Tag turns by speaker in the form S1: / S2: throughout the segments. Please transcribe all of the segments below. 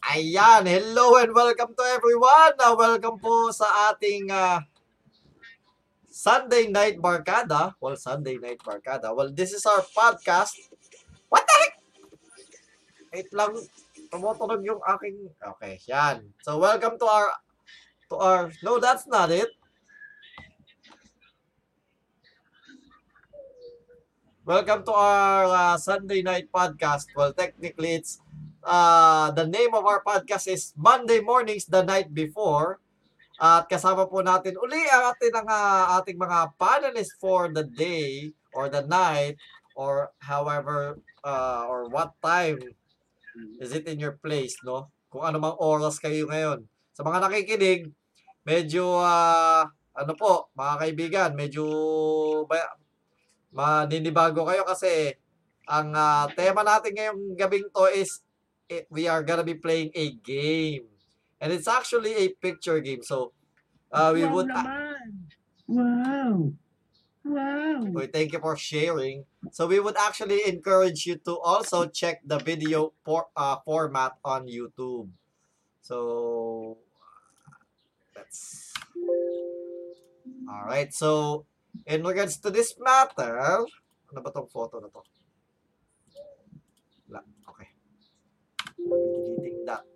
S1: Ayan, hello and welcome to everyone. Ah, welcome po sa ating ah, Sunday Night Barkada. Well, Sunday Night Barkada. Well, this is our podcast. What the heck? Wait lang. Tumutunog yung aking... Okay, yan. So, welcome to our... To our... No, that's not it. Welcome to our ah, Sunday Night Podcast. Well, technically, it's uh, the name of our podcast is Monday Mornings the Night Before. At kasama po natin uli ang ating, ang, ah, ating mga panelists for the day or the night or however uh, or what time is it in your place, no? Kung ano mang oras kayo ngayon. Sa mga nakikinig, medyo ah, ano po, mga kaibigan, medyo ba, maninibago kayo kasi ang ah, tema natin ngayong gabing to is it, we are gonna be playing a game. And it's actually a picture game. So, uh, we would...
S2: Wow. Wow.
S1: We thank you for sharing. So we would actually encourage you to also check the video for, uh, format on YouTube. So that's all right. So in regards to this matter, ano ba tong photo na to? La, okay. Deleting that.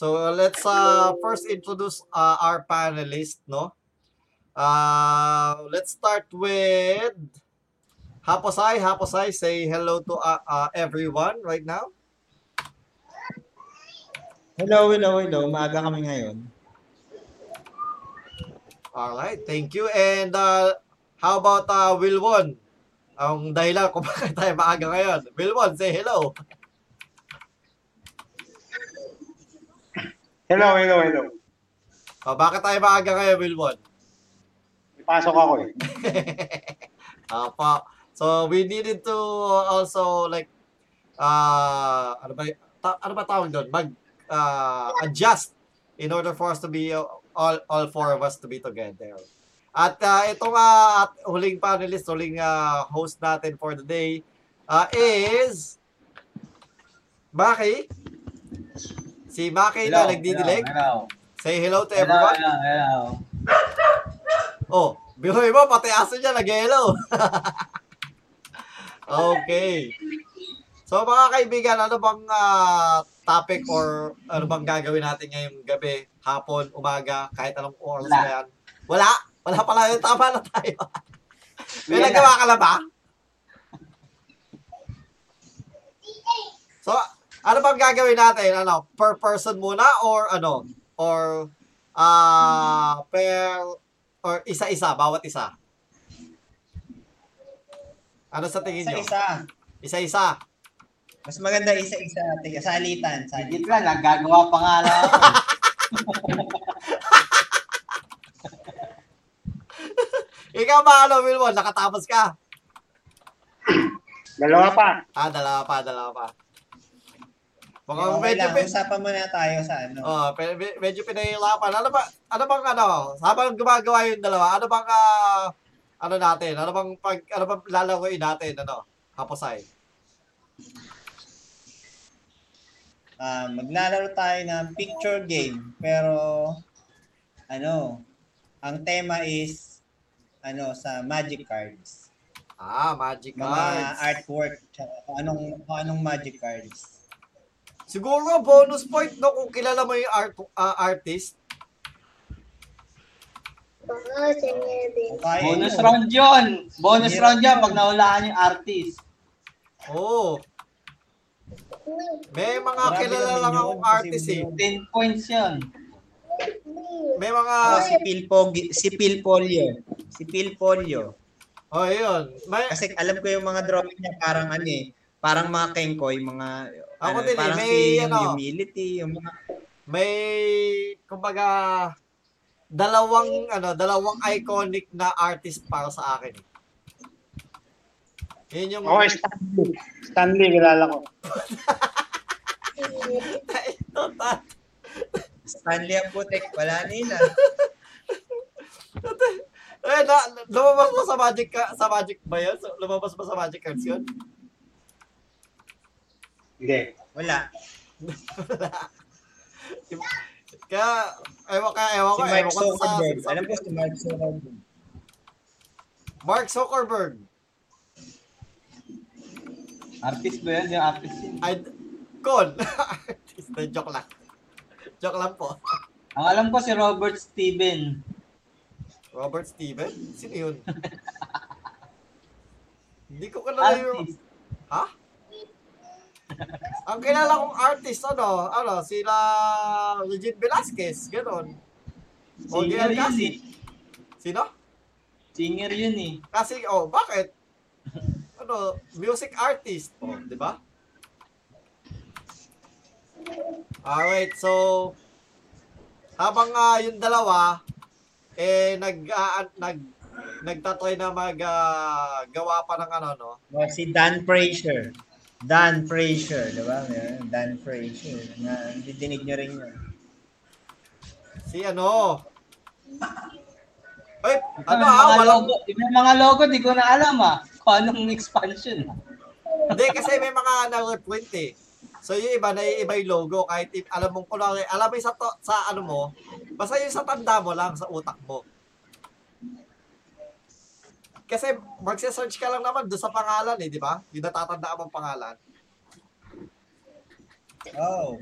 S1: So let's uh, first introduce uh, our panelist, no? Uh, let's start with Haposay. Haposay, say hello to uh, uh, everyone right now.
S3: Hello, hello, hello. Maaga kami ngayon.
S1: All right, thank you. And uh, how about uh, Wilwon? Ang dahilan kung bakit tayo maaga ngayon. Wilwon, say hello.
S4: Hello, hello, hello.
S1: Uh, bakit tayo maaga ngayon, Wilwon?
S4: May Pasok ako eh.
S1: Apo. Ah, So we needed to also like uh ano ba ta- ano ba tawag doon? Mag uh, adjust in order for us to be uh, all all four of us to be together. At uh, itong uh, at huling panelist, huling uh, host natin for the day uh, is Maki. Si Maki na nagdidilig.
S5: Hello,
S1: Say hello to
S5: hello, hello,
S1: everyone.
S5: hello, hello.
S1: Oh, biruin mo, pati aso niya nag-hello. okay. So mga kaibigan, ano bang ah, topic or ano bang gagawin natin ngayong gabi, hapon, umaga, kahit anong oras
S5: Wala.
S1: na yan? Wala? Wala pala yun. Tama na tayo. May
S5: Wala.
S1: nagawa ka na ba? So, ano bang gagawin natin? Ano, per person muna or ano? Or ah per or isa-isa, bawat isa? Ano sa tingin nyo?
S3: Isa-isa.
S1: Isa-isa.
S3: Mas maganda isa-isa. Tiga, salitan.
S5: Higit
S3: salitan.
S5: lang, nagagawa pa nga lang.
S1: Ikaw ba, ano, Wilwon? Nakatapos ka?
S4: Dalawa pa.
S1: Ah, dalawa pa, dalawa pa. Mukhang
S3: Okay
S1: medyo,
S3: lang.
S1: pe-
S3: Usapan muna tayo sa ano.
S1: oh, pe- me- medyo pinahihirapan. Ano ba, ano bang ano, habang gumagawa yung dalawa, ano bang, ah, ano natin, ano bang, pag, ano bang lalaroin natin, ano, haposay?
S3: Ah, maglalaro tayo ng picture game. Pero, ano, ang tema is, ano, sa magic cards.
S1: Ah, magic
S3: Mga
S1: cards.
S3: artwork. tsaka Kung anong, kung anong magic cards.
S1: Siguro, bonus point, no, kung kilala mo yung art, ah, artist.
S3: Kung kaya
S5: Bonus
S3: nyo.
S5: round yun. Bonus
S3: Hirap
S5: round yun
S3: yun.
S5: pag nahulaan yung artist.
S1: Oo. Oh, may mga
S3: Marami
S1: Ah, kilala
S3: kami
S1: lang
S3: yun
S1: akong
S3: kasi
S1: artist eh.
S5: 10 points yun.
S1: May mga,
S3: Ah, si Phil Pogi- si Phil Polio. Si Phil Polio.
S1: oh, yun. May,
S3: Kasi alam ko yung mga drawing niya parang ano eh, parang mga kengkoy, mga
S1: Ako
S3: ano,
S1: din eh,
S3: parang
S1: may
S3: si
S1: ano.
S3: humility, yung mga
S1: may kumbaga dalawang ano, dalawang iconic na artist para sa akin. Yun yung
S4: Ako oh, Stanley. Stanley, kilala ko.
S1: total.
S3: Stanley ang putek, wala ah. nila.
S1: Eh, na, lumabas ba sa Magic ka- sa Magic ba yun? So, lumabas ba sa Magic Cards yun?
S4: Hindi.
S3: Wala.
S1: Kaya, ewan ka, ewan
S3: Si
S1: ko,
S3: Mark
S1: ewan ko sa,
S3: Zuckerberg.
S1: sa-
S3: Alam ko si Mark Zuckerberg.
S1: Mark Zuckerberg.
S5: Artist ba yan? Yung artist yun.
S1: I, Kon. Artista, joke lang. Joke lang po.
S5: Ang alam ko si Robert Steven.
S1: Robert Steven? Sino yun? Hindi ko kilala yung...
S5: Artist.
S1: Ang kilala kong artist, ano, ano, sila Regine Velasquez, gano'n. O, di
S5: Singer yun eh.
S1: Alcacid. Sino?
S5: Singer yun eh.
S1: Kasi, oh, bakit? Ano, music artist, oh, di ba? Alright, so, habang ah, yung dalawa, eh, nag, ah, ah, nag, nagtatry na mag, ah, gawa pa ng ano, no?
S3: O, si Dan Frazier. Dan Frazier, di ba? Meron, Dan Frazier. Na, didinig nyo rin yun.
S1: Si ano? Ay, ano
S5: Ano,
S1: ah,
S5: mga
S1: walang,
S5: logo, yung mga logo, di ko na alam ah. Kung anong expansion ah.
S1: Hindi, kasi may mga na-reprint eh. So yung iba, naiiba yung logo kahit if, alam mong kunwari, alam mo yung sa, to- sa ano mo, basta yung sa tanda mo lang, sa utak mo. Kasi magse-search ka lang naman doon sa pangalan eh, di ba? Yung natatandaan mong pangalan.
S3: Oh.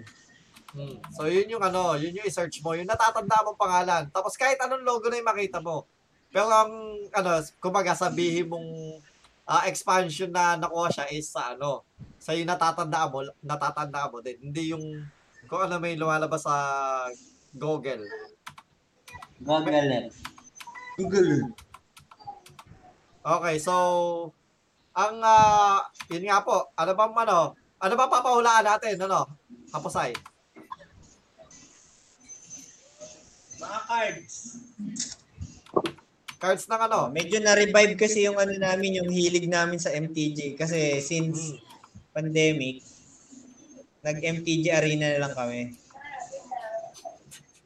S1: Hmm. So yun yung ano, yun yung i-search mo, yung natatanda mong pangalan. Tapos kahit anong logo na yung makita mo. Pero ang ano, kumbaga sabihin mong ah, expansion na nakuha siya is sa ano, sa yung natatanda mo, natatanda mo din. Hindi yung kung ano may lumalabas sa Google.
S5: Google eh.
S3: Google.
S1: Okay, so ang ah, yun nga po, ano bang ano, ano ba papahulaan natin ano? Hapusay.
S3: Mga cards.
S1: Cards ng ano?
S3: Oh, medyo na-revive kasi yung ano namin, yung hilig namin sa MTJ. Kasi since
S1: Hmm.
S3: pandemic, nag-MTJ arena na lang kami.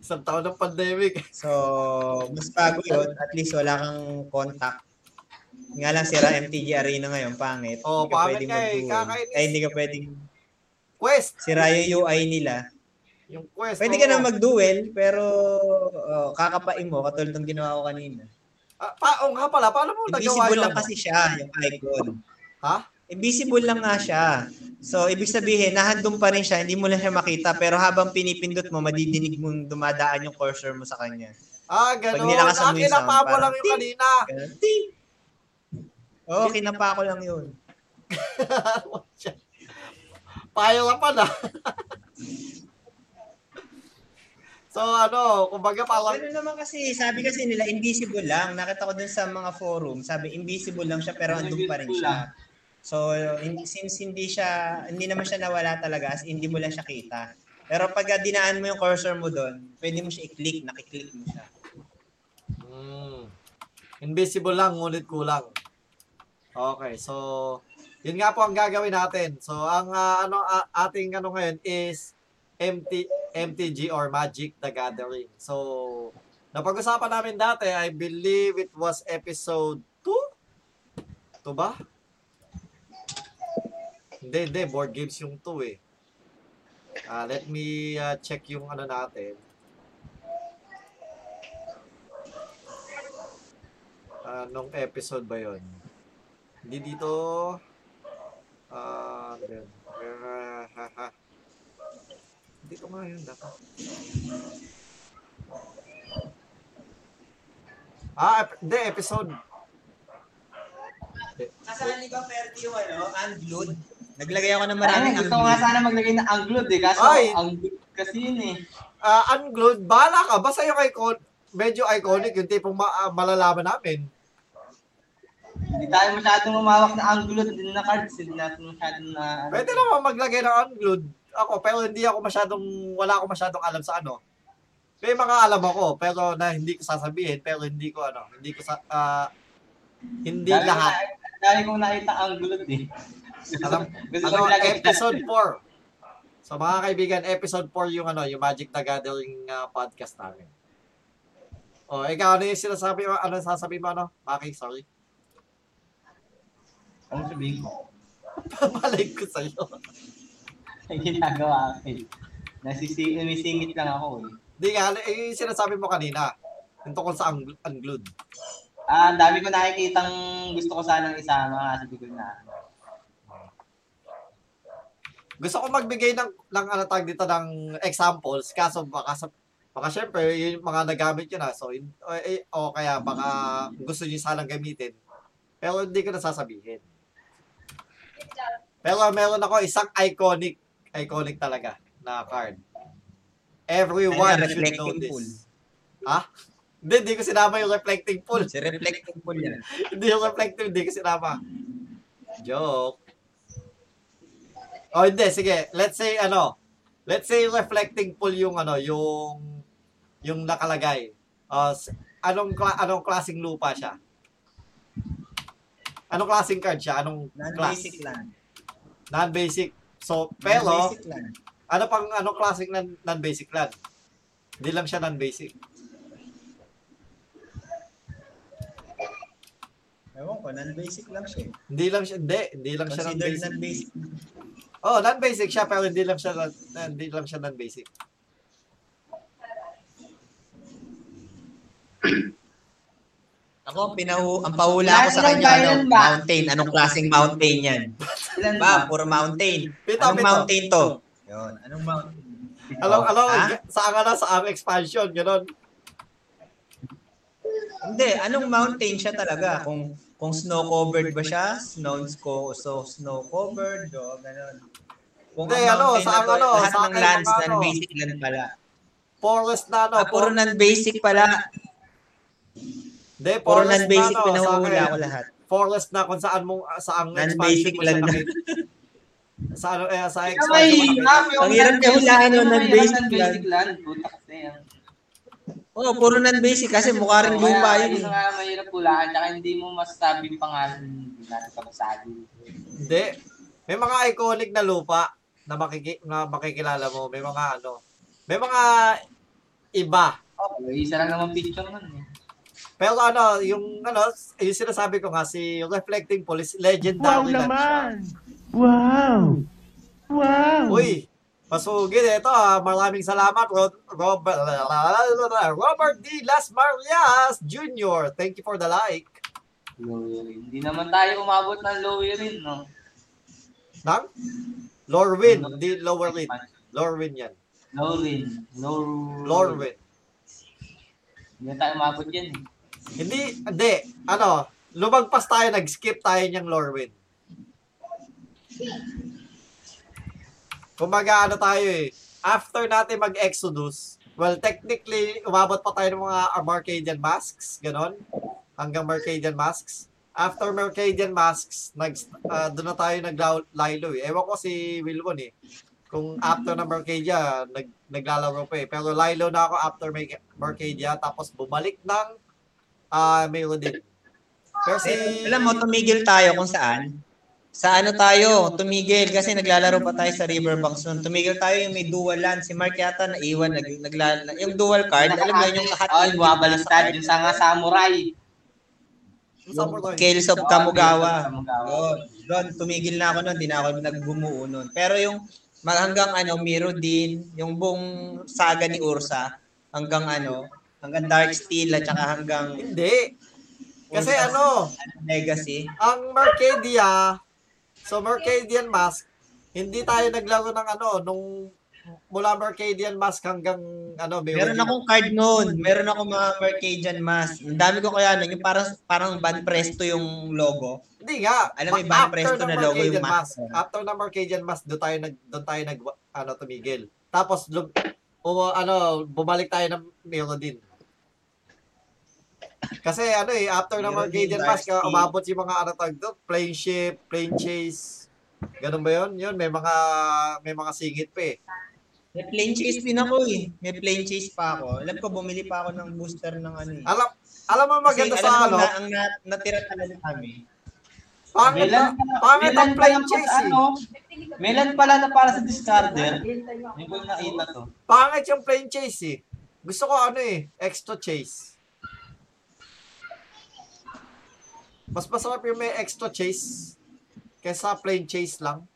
S1: Isang taon ng pandemic.
S3: So, mas bago yun. At least wala kang contact. Nga lang sira MTG Arena ngayon, pangit.
S1: Oo,
S3: Hindi
S1: pangit
S3: ka pwedeng
S1: nga eh,
S3: mag-duel.
S1: kakainis.
S3: Ay, hindi ka pwedeng.
S1: Quest,
S3: Sira yung UI nila.
S1: yung quest.
S3: Pwede ka
S1: oo.
S3: na mag-duel, pero oh, kakapain mo, katulad ng ginawa ko kanina.
S1: Ah, pa, oh, nga pala, paano mo nagawa
S3: Invisible
S1: yun?
S3: lang kasi siya, yung icon.
S1: Ha?
S3: Invisible lang nga siya. So, ibig sabihin, nahandong pa rin siya, hindi mo lang siya makita, pero habang pinipindot mo, madidinig mong dumadaan yung cursor mo sa kanya.
S1: Ah, ganun.
S3: nilakas
S1: Ah,
S3: mo yung
S1: kinapa
S3: sound,
S1: mo
S3: parang
S1: lang yung
S3: ting.
S1: kanina.
S3: Ganun. Ting! Oo, kinapa ko lang yun.
S1: Payo ka pa na. so, ano, kumbaga parang,
S3: Ano naman kasi, sabi kasi nila, invisible lang. Nakita ko dun sa mga forum, sabi, invisible lang siya, pero andun pa rin
S5: Invisible
S3: siya. So, hindi- since hindi siya, hindi naman siya nawala talaga, as in, hindi mo lang siya kita. Pero pag ah, dinaan mo yung cursor mo doon, pwede mo siya i-click, nakiklik mo siya.
S1: mm, invisible lang, ngunit kulang. Okay, so, yun nga po ang gagawin natin. So, ang ah, ano a- ating ano ngayon is MT, MTG or Magic the Gathering. So, napag-usapan namin dati, I believe it was episode 2? Ito ba? Hindi, hindi. Board games yung 2 eh. Ah, let me ah, check yung ano natin. Anong Ah, episode ba yon? Hindi dito. Ah, then. Ah, ha, ha. Dito nga yun dapat. Ah, ep- hindi, episode.
S3: Nasaan ba pwede yung ano, unglued? Naglagay ako ng maraming
S5: Maraming gusto ko nga
S3: unglued.
S5: sana maglagay ng anglo eh. Kaso
S1: Ay!
S5: anglo kasi yun eh.
S1: Ah, unglued, bahala ka. Basta yung icon, medyo iconic yung tipong ma- ah, malalaman namin.
S5: Hindi tayo masyadong umawak na anglo din na cards. Hindi natin masyadong na...
S1: Pwede naman maglagay ng unglued ako, pero hindi ako masyadong, wala ako masyadong alam sa ano. May mga alam ako, pero na hindi ko sasabihin, pero hindi ko ano, hindi ko sa, ah, hindi
S5: Dami ko
S1: lahat.
S5: na- Dami kong nakita anglo eh.
S1: Alam,
S5: Gusto ko
S1: ano,
S5: ilagay-
S1: episode 4. So mga kaibigan, episode 4 yung ano, yung Magic the Gathering ah, podcast namin. O, oh, ikaw, ano yung sinasabi mo, ano yung sasabihin mo, ano? Maki, sorry.
S5: Ano sabihin ko?
S1: Malay ko sa'yo.
S5: Ay, ginagawa ko eh. Nasisi, umisingit lang ako eh.
S1: Di nga, ano- eh, yung sinasabi mo kanina, yung tungkol sa ang- unglued.
S5: Ah, ang dami ko nakikitang gusto ko sanang isama kasi di ko na.
S1: Gusto ko magbigay ng, ng ano tag dito ng examples, kaso baka sa baka syempre, yun yung mga nagamit yun na. So, in- o, eh, o kaya baka gusto nyo sanang gamitin. Pero hindi ko nasasabihin. Pero meron ako isang iconic, iconic talaga na card. Everyone
S3: Ano,
S1: should know
S3: reflecting pool.
S1: this. Ha? Hindi, hindi ko sinama yung reflecting pool.
S3: Si reflecting pool yan.
S1: Hindi yung reflective, hindi kasi tama. Joke. Oh, hindi. Sige. Let's say, ano. Let's say reflecting pool yung, ano, yung, yung nakalagay. Uh, s- anong, kla- anong klaseng lupa siya? Anong klaseng card siya? Anong class?
S3: Non-basic lang.
S1: Non-basic. So, pero,
S3: Non-basic lang.
S1: ano pang, anong klaseng non- non-basic land? Hindi lang siya non-basic.
S3: Ewan ko, non-basic lang siya. eh.
S1: Hindi lang siya, hindi. Hindi lang siya
S3: Considered
S1: non-basic.
S3: non-basic.
S1: Oh, non-basic siya pero hindi lang siya non- hindi lang siya non-basic.
S3: Ako, pinahu, ang pahula ko sa
S5: Yan lang
S3: kanya,
S5: ba,
S3: ano,
S5: yan ba?
S3: mountain. Anong klaseng mountain yan?
S5: Ilan
S3: Ba,
S5: ba?
S3: puro mountain.
S1: Pito,
S3: Anong
S1: pito.
S3: mountain to? Yun, anong mountain?
S1: Alam,
S3: Oh,
S1: alam,
S3: ha?
S1: sa nga na, sa ang expansion, gano'n.
S3: Hindi, anong mountain siya talaga? Kung kung snow covered ba siya? Snow ko so snow covered o ganun. Kung
S1: Hindi,
S3: ang
S1: ano,
S3: mountain
S1: sa
S3: na to,
S1: ano,
S3: lahat
S1: sa
S3: ng
S1: akin,
S3: lands
S1: mga
S3: nan
S1: ano.
S3: basic land pala.
S1: Forest na, ano.
S3: Ah, puro
S1: por-
S3: nan basic pala.
S1: Hindi,
S3: Puro
S1: forest
S3: nan
S1: na, ano,
S3: basic
S1: sa akin.
S3: pinahuhula ko lahat.
S1: Forest na kung saan mo, sa ang expansion
S3: Non-basic
S1: mo siya
S3: lang na.
S1: nakita. Sa ano, eh, sa
S5: Ikaw may
S1: expansion. mo nakita.
S5: hirap. yung
S3: Ang hirap niya
S5: non-basic-
S3: hulaan, no,
S5: yung mahirap
S3: non-basic
S5: non-basic land. Puta kasi yan.
S3: Oo, puro nan basic kasi mukha rin
S5: Oo, kaya
S3: lupa
S5: yun
S3: yun. eh.
S5: na nga mahirap hulaan. Tsaka hindi mo masasabi yung pangalan natin sa masabi.
S1: Hindi. May mga iconic na lupa na, makiki, na makikilala mo. May mga ano. May mga iba.
S5: Okay, isa lang naman picture nun. eh.
S1: Pero ano, yung ano, yung sinasabi ko nga, si Reflecting Police,
S2: Wow
S1: legendary lang siya.
S2: naman! Wow! Wow!
S1: Uy, pasugid ito ah. Maraming salamat, Ro- Robert, Robert D. Las Marias Jr. Thank you for the like.
S5: Lower rin. Hindi naman tayo umabot ng lower rin, no?
S1: Nang? Lorwin, di Lowerwin. Lorwin yan.
S5: Lower rin. Lower.
S1: Lorwin.
S5: Hindi na tayo umabot yan, eh.
S1: Hindi, hindi. Ano, lumagpas tayo, nag-skip tayo niyang Lorwin. Kumaga ano tayo eh. After natin mag-Exodus, well, technically, umabot pa tayo ng mga Mercadian Masks, ganon. Hanggang Mercadian Masks. After Mercadian Masks, nag, ah, doon na tayo naglalilo eh. Ewan ko si Wilwon eh. Kung after na Mercadia, nag, naglalaro pa eh. Pero Lilo na ako after Merc- Mercadia, tapos bumalik ng Ah, mayroon din. Pero si...
S3: Eh, alam mo, tumigil tayo kung saan. Sa ano tayo, tumigil kasi naglalaro pa tayo sa Riverbanks noon. Tumigil tayo yung may dual land. Si Mark yata naiwan, nag, nagla, yung dual card. Alam mo yun, yung lahat
S5: Oh,
S3: yung
S5: bumabalastad yung sanga samurai.
S1: Yung
S3: Yung
S1: samurai.
S3: Tales of
S5: Oo, Tales of
S3: Kamugawa.
S5: Kamugawa.
S3: Oo, doon, tumigil na ako noon. Di na ako nagbumuo noon. Pero yung mag- hanggang ano, Miro din, yung buong saga ni Ursa, hanggang ano, hanggang Dark Steel at saka hanggang
S1: Hindi. Kasi ano,
S3: Legacy.
S1: ang Mercadia, so Mercadian Mask, hindi tayo naglaro ng ano, nung mula Mercadian Mask hanggang ano,
S3: Meron akong card noon. Meron akong mga Mercadian mask. Ang dami ko kaya noon. Yung parang, parang Van Presto yung logo.
S1: Hindi nga.
S3: Alam mo,
S1: Ma-
S3: iba ang
S1: after
S3: presto
S1: ng
S3: na logo yung
S1: Mercadian
S3: mask.
S1: After ng Mercadian Mask, doon tayo nag, doon tayo nag, ano, tumigil. Tapos, lum, o, ano, bumalik tayo ng Merodin. Kasi ano eh, after ng
S3: Merodin,
S1: Mercadian
S3: Dark
S1: Mask,
S3: Steel.
S1: umabot yung mga ano tawag doon, plane ship, plane chase, ganun ba yun? Yun, may mga, may mga singit pa eh.
S3: May plain chase din ako eh. May plain chase pa ako. Alam ko, bumili pa ako ng booster ng ano eh.
S1: Alam, alam mo maganda
S3: Kasi
S1: sa
S3: alam ko
S1: ano,
S3: Na, ang na, natira talaga kami.
S1: pangit,
S5: Melan,
S1: na- pangit ang
S5: melan pala
S1: plane
S5: yung
S1: chase
S5: sa
S1: eh.
S5: ano, melan pala na para sa discarder. Hindi ko nakita to.
S1: Pangit yung plane chase eh. Gusto ko ano eh, extra chase. Mas masarap yung may extra chase kaysa plain chase lang.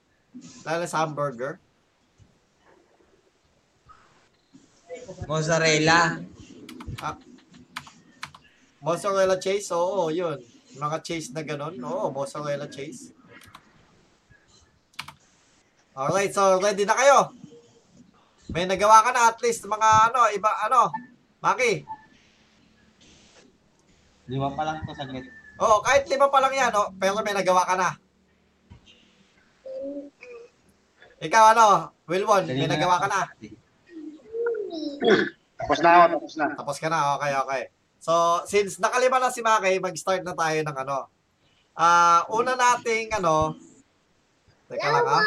S1: Lalo sa hamburger.
S3: Mozzarella.
S1: Ah. Mozzarella cheese, oo, yun. Mga cheese na ganun, oo, mozzarella cheese. Alright, so ready na kayo? May nagawa ka na at least mga ano, iba ano, Maki.
S5: Lima pa lang to saglit.
S1: Oo, kahit lima pa lang yan, oh, pero may nagawa ka na. Ikaw ano, Wilwon, may nagawa ka na.
S4: Tapos na ako, tapos na.
S1: Tapos ka na, okay, okay. So, since nakalima na si Maki, mag-start na tayo ng ano. Ah, una nating ano, Teka lang ha.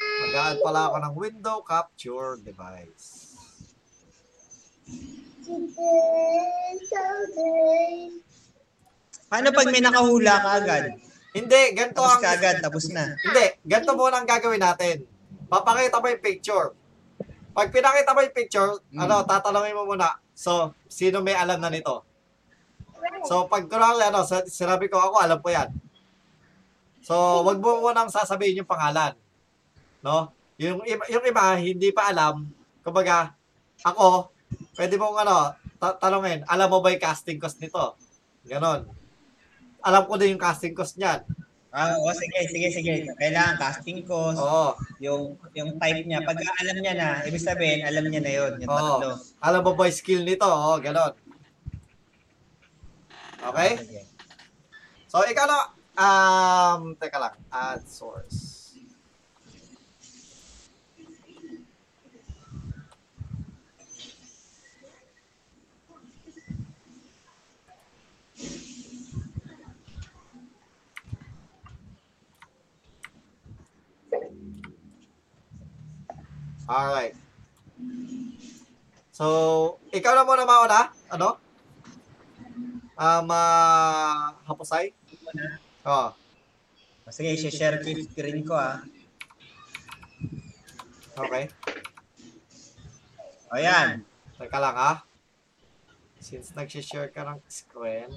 S1: Mag-add pala ako ng window capture device.
S3: Paano pag may nakahula ka agad?
S1: Hindi, ganito
S3: Tapos
S1: ang...
S3: ka agad, tapos na.
S1: Hindi, ganito muna ang gagawin natin. Papakita mo yung picture. Pag pinakita mo yung picture,
S3: Mm.
S1: ano, tatanungin mo muna. So, sino may alam na nito? So, pag kunwari, ano, sa- sinabi ko ako, alam ko yan. So, wag mo munang sasabihin yung pangalan. No? Yung, iba- yung iba, hindi pa alam. Kumbaga, ako, pwede mong ano, ta- tanungin, alam mo ba yung casting cost nito? Ganon. Alam ko din yung casting cost niyan.
S3: Ah, oo, sige, sige, sige. Kailangan casting ko,
S1: Oo.
S3: yung yung type niya. Pag alam niya na, ibig sabihin, alam niya na yun. Yung
S1: Oo.
S3: tatlo.
S1: Alam mo ba yung skill nito? Oo, ganon. Okay?
S3: Sige.
S1: So, ikaw na, um, teka lang, add source. Alright. So, ikaw na muna mauna, ano? Um, ah, hapusay? Oo.
S3: Oh, Sige, share ko yung screen ko ah.
S1: Okay.
S3: O Oh, yan.
S1: Teka lang ha. Since nagsishare ka ng screen.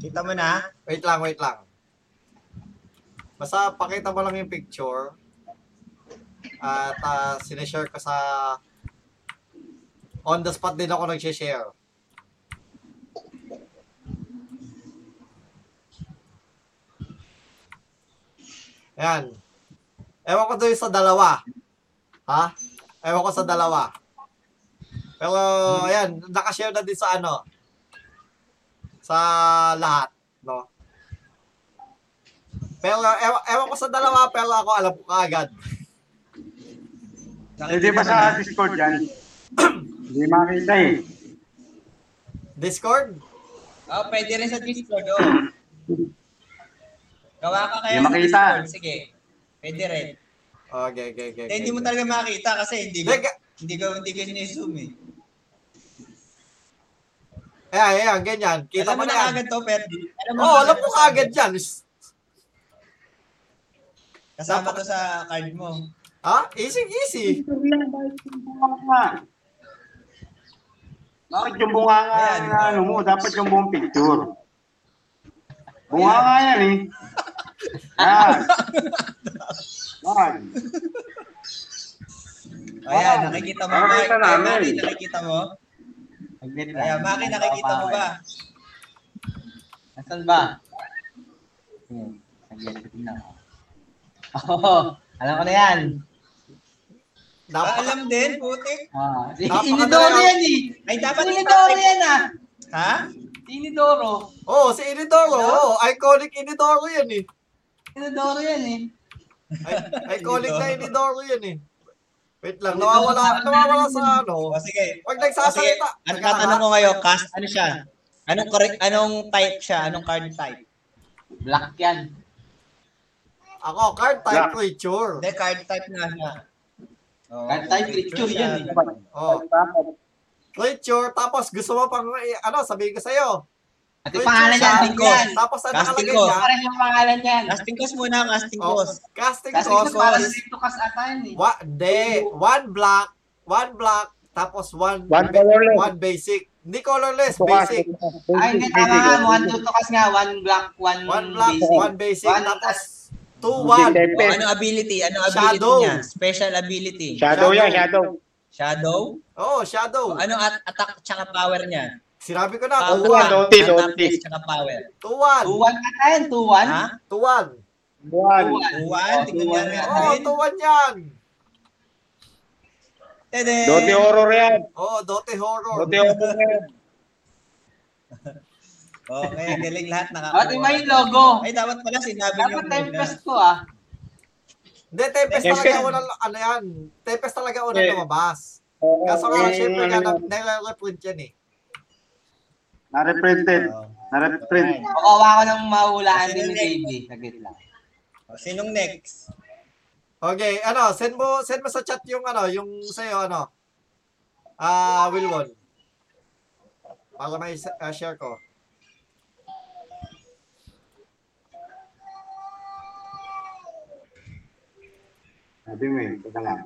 S3: Kita mo na?
S1: Wait lang, wait lang. Basta pakita mo lang yung picture. At ah, sinishare ko sa... On the spot din ako nagsishare. Ayan. Ewan ko doon sa dalawa. Ha? Ewan ko sa dalawa. Pero, ayan, nakashare na din sa ano. Sa lahat. No? Pero, ewan, ewan ko sa dalawa, pero ako alam ko kaagad.
S4: Hindi ba sa Discord yan? Hindi makita eh.
S1: Discord?
S3: Oh, pwede rin sa Discord. Oh. Gawa ka kaya
S4: Hindi makita.
S3: sa Discord. Sige. Pwede rin.
S1: Ah, Okay, okay, okay.
S3: Eh,
S1: okay,
S3: hindi mo
S1: okay.
S3: talaga makita kasi hindi ko,
S1: Teka,
S3: hindi ko, hindi ko zoom eh.
S1: ayan, ayan, ganyan. Kita
S3: Alam
S1: mo
S3: mo
S1: na
S3: na
S1: yan.
S3: agad to, pero... Alam
S1: Oo, oh, alam ko kaagad yan. Shh.
S3: Kasama to sa card mo.
S1: Ha? Easy, easy.
S4: Bakit yung bunga nga
S3: Ayan.
S4: na ano mo? Dapat yung buong picture. Bunga nga yan eh. Yan. Yan.
S3: Ayan,
S4: Ah,
S3: nakikita
S4: nakikita
S3: mo. Mike. Ay,
S4: namin.
S3: Maki, nakikita mo?
S5: Saglit lang.
S3: Ayan, Maki, nakikita mo ba?
S5: Nasaan ba? Ayan, saglit lang. Oo, alam ko na yan.
S3: Ah,
S1: Dapat,
S3: alam din, putik.
S5: Ah, si
S1: Napakadaya.
S5: Inidoro yan eh.
S3: Ay,
S5: Si
S3: dapat
S5: Inidoro yan ah.
S3: Ha?
S5: Si Inidoro.
S1: oh, si Inidoro. Oo,
S3: Ano?
S1: iconic Inidoro yan eh.
S5: Inidoro yan eh.
S1: I- iconic na Inidoro yan eh. Wait lang,
S5: Inidoro
S1: nawawala,
S5: sa-
S1: nawawala sa ano.
S3: O sige.
S1: Pag
S3: O sige, ano
S1: nagsasalita.
S3: ang
S1: Teka lang,
S3: tatanong
S1: ha?
S3: ko ngayon, cast, ano siya? Anong, correct, anong type siya? Anong card type?
S5: Black yan.
S1: Ako, card type creature.
S3: Hindi, card type nga siya. Oh,
S5: Card type, picture yan eh.
S1: Oh, creature, tapos gusto mo pang, eh, ano, sabihin ko sa'yo.
S5: At yung pangalan niya,
S1: Casting
S5: ano yan.
S1: Tapos ang
S3: Casting
S1: nakalagay
S3: ko.
S1: niya,
S5: Parang yung pangalan niyan.
S3: Casting cost muna, casting
S1: oh,
S3: cost.
S1: casting
S5: Kasi
S1: cost
S5: ito para
S1: was,
S5: dito kas ata yan eh.
S1: wa, de, one block, one block, Tapos one,
S6: One colorless.
S1: one basic. Hindi colorless,
S6: Bukas.
S1: basic.
S5: Ay, hindi tama nga. Mukhang tutukas nga. One black, one,
S1: One black,
S5: basic.
S1: one basic.
S5: One-
S1: Tapos two, one.
S3: O, ano ability? Ano ability
S1: Shadow.
S3: niya? Special ability.
S6: Shadow yan, shadow.
S3: Shadow?
S1: Oh,
S3: O,
S1: shadow.
S3: ano at attack tsaka power niya?
S1: Sinabi ko
S3: Power.
S1: na, two, one.
S6: Ano? Dote, dote.
S3: Toughness tsaka power.
S1: Two, one.
S5: Two, one ka tayo. Two, one.
S3: Ha?
S1: Two, one.
S6: Buwan.
S5: Two, one.
S3: Tuwan? Hindi ko
S5: Two, one.
S3: niya
S1: Oo, oh,
S3: rin.
S1: two, one yan.
S3: Tede!
S6: Dote
S1: Eh,
S6: horror yan.
S1: Oo, oh, Dote Horror.
S6: Dote horror yan.
S3: Okay, galing lahat nakakuha.
S5: At iba Oh, yung logo.
S3: Ay, dapat pala sinabi niyo.
S5: Dapat tempest ko ah.
S1: Hindi, Tempest
S6: Tempest.
S1: talaga unang, ano yan, Tempest talaga unang
S6: Eh.
S1: lumabas.
S6: Oo,
S1: Kaso nga,
S6: eh,
S1: syempre,
S6: ano
S1: nga,
S6: yan.
S1: na- nare-reprint yan eh.
S4: Nareprinted. Nareprint.
S5: Kukawa ko ng mahulaan din ni Baby. Saglit lang.
S3: O, Oh, Sinong next?
S1: Okay, ano, send mo, send mo sa chat yung ano, yung sa'yo, ano, ah, Wilwon. Para may sa- ah, share ko.
S4: Sabi mo eh, teka lang.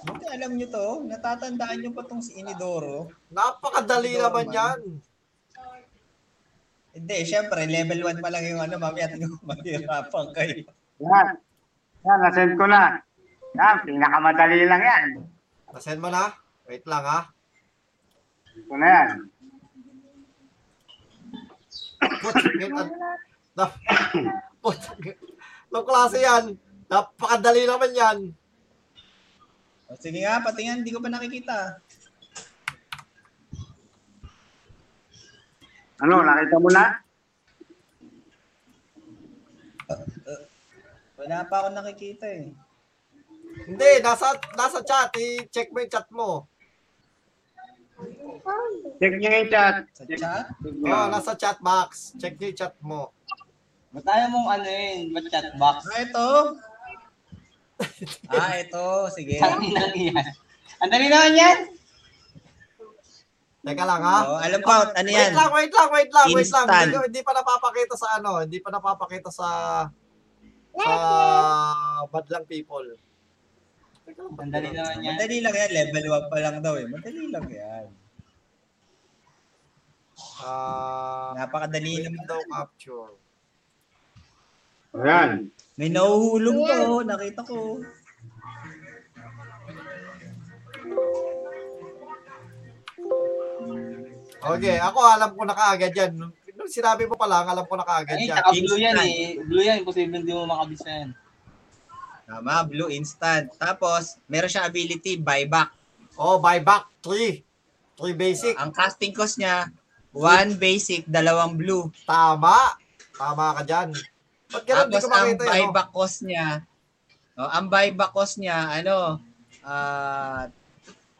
S3: Buti alam niyo to. Natatandaan niyo pa tong si Inidoro.
S1: Napakadali
S3: Normal.
S1: naman yan.
S3: Hindi, syempre, level 1 pa lang yung ano, mamaya tinumahirapan kayo.
S4: Yan. Yan, nasend ko na. Yan, pinakamadali lang yan.
S1: Nasend mo na? Wait lang ah. ha.
S4: Ito na yan.
S1: Putang an- ah. na, putang Anong klase yan? Napakadali naman yan.
S3: O, Oh, sige nga, patingin, hindi ko pa nakikita.
S4: Ano, nakita mo na?
S3: Wala pa ako nakikita eh.
S1: Hindi, nasa, nasa chat. I-check mo yung chat mo.
S6: Check niya yung chat.
S3: Sa chat?
S1: Oh, nasa chat box. Check niyo yung chat mo.
S5: Ba't tayo mong ano yun? Ba't chat box?
S3: Ah, ito. ah, ito. Sige.
S5: Tangin lang yan. Ang dali naman yan.
S1: Teka lang ha.
S3: Oh, alam ko, ano yan?
S1: "Ah, Wait lang, wait lang, wait lang, wait lang.
S3: Instant.
S1: Hindi, ko- hindi pa napapakita sa ano, hindi pa napapakita sa sa badlang people. Teka lang,
S5: Ang dali naman yan.
S3: Madali lang yan. Level 1 pa lang daw eh. Madali lang yan.
S1: Ah,
S3: Napakadali naman daw.
S1: window capture.
S4: Ayan.
S3: May nauhulong to. oh. Nakita ko.
S1: Okay, ako alam ko na kaagad yan. Nung nung sinabi mo pa lang, alam ko na kaagad
S5: Ay,
S1: yan.
S5: tsaka blue yan eh. Blue yan. Imposible hindi mo makabisa yan.
S3: Tama, blue instant. Tapos, meron siya ability, buyback.
S1: Oh, buyback, three. Three basic.
S3: Ang casting cost niya, one basic, dalawang blue.
S1: Tama. Tama ka dyan. Ba't ganun, hindi
S3: Tapos
S1: ko
S3: ang
S1: makita yun. oh.
S3: buyback cost niya, oh, ang buyback cost niya, ano, ah,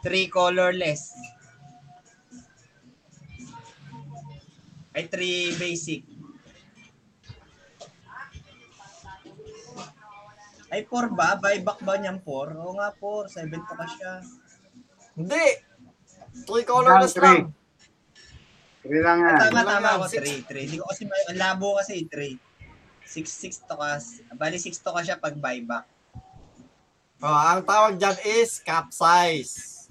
S3: three colorless. Ay, three basic. Ay, four ba? Buyback ba niyang four? Oo nga, four. Seven pa ka siya.
S1: Hindi. Three colorless
S4: Three.
S1: lang.
S4: Sige lang yan.
S3: Ah, Tama,
S1: Ah, Wala
S3: tama
S1: yan.
S3: ako.
S1: Six.
S3: 3, 3. Hindi ko kasi, may, ang labo kasi 3. 6, 6 to ka. Bali, 6 to ka siya pag buyback.
S1: Oh, ang tawag dyan is capsize.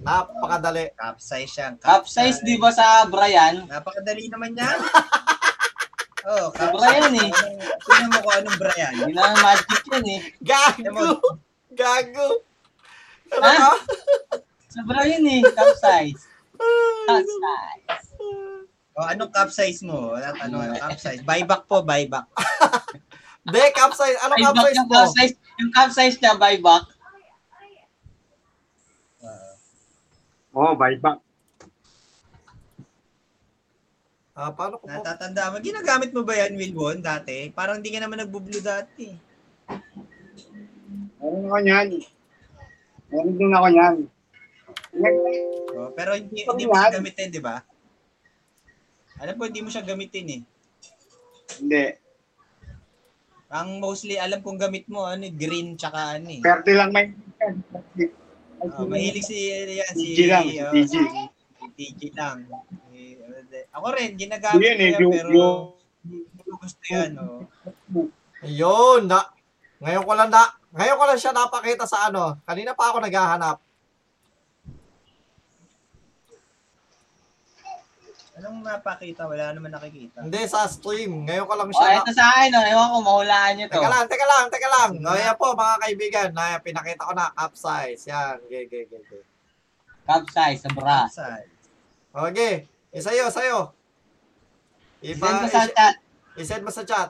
S1: Napakadali.
S3: Capsize siya.
S5: Capsize di ba sa Brian?
S3: Napakadali naman yan. oh,
S5: Sa Brian eh.
S3: Tingnan mo kung anong Brian.
S5: Hindi na magic yan eh.
S1: Gago! Gago! Ano
S5: Ha?
S1: ka?
S5: Sa Brian eh. Capsize. Capsize.
S3: Oh, anong capsize mo? At ano, anong capsize? Buyback po, buyback.
S1: Hindi, Ano capsize. Anong
S5: Buyback
S1: capsize
S5: yung
S1: mo?
S5: capsize. Yung capsize niya, buyback.
S4: Oo, oh, bye back.
S1: Ah, paano ko po?
S3: Natatanda mo. Ginagamit mo ba yan, Wilbon, dati? Parang hindi ka naman nagbo-blue dati.
S4: Meron ako yan. Meron din ako yan.
S3: Oh, pero hindi, hindi mo siya gamitin, di ba? Alam ko, hindi mo siya gamitin eh.
S4: Hindi.
S3: Ang mostly alam kong gamit mo, ano, green tsaka ano eh.
S4: Perte lang may...
S1: Ah,
S3: Oh, mahilig si, yan,
S4: TG
S3: si,
S4: lang.
S3: oh,
S4: TG.
S3: TG lang. Eh, Ako rin,
S4: Yun
S3: ginagamit ko
S4: eh,
S3: yan,
S4: yung-
S3: pero
S4: yung-
S3: hindi ko gusto yan. Oh.
S1: Ayun, na. Ngayon ko lang na. Ngayon ko lang siya napakita sa ano. Kanina pa ako naghahanap.
S3: Anong napakita? Wala naman nakikita.
S1: Hindi sa stream. Ngayon ko lang
S5: O,
S1: siya. na-
S5: ito sa akin, oh. Ewan ko, mahulaan nyo to.
S1: Teka lang, teka lang, teka lang. O, yan po, mga kaibigan. Na, pinakita ko na, capsize. Yan, okay, okay, okay. okay.
S5: Capsize sa bra.
S3: Saan?
S1: Okay, eh, sa'yo, sa'yo.
S5: Send
S1: Ipa,
S5: ko sa chat.
S1: isend mo sa chat.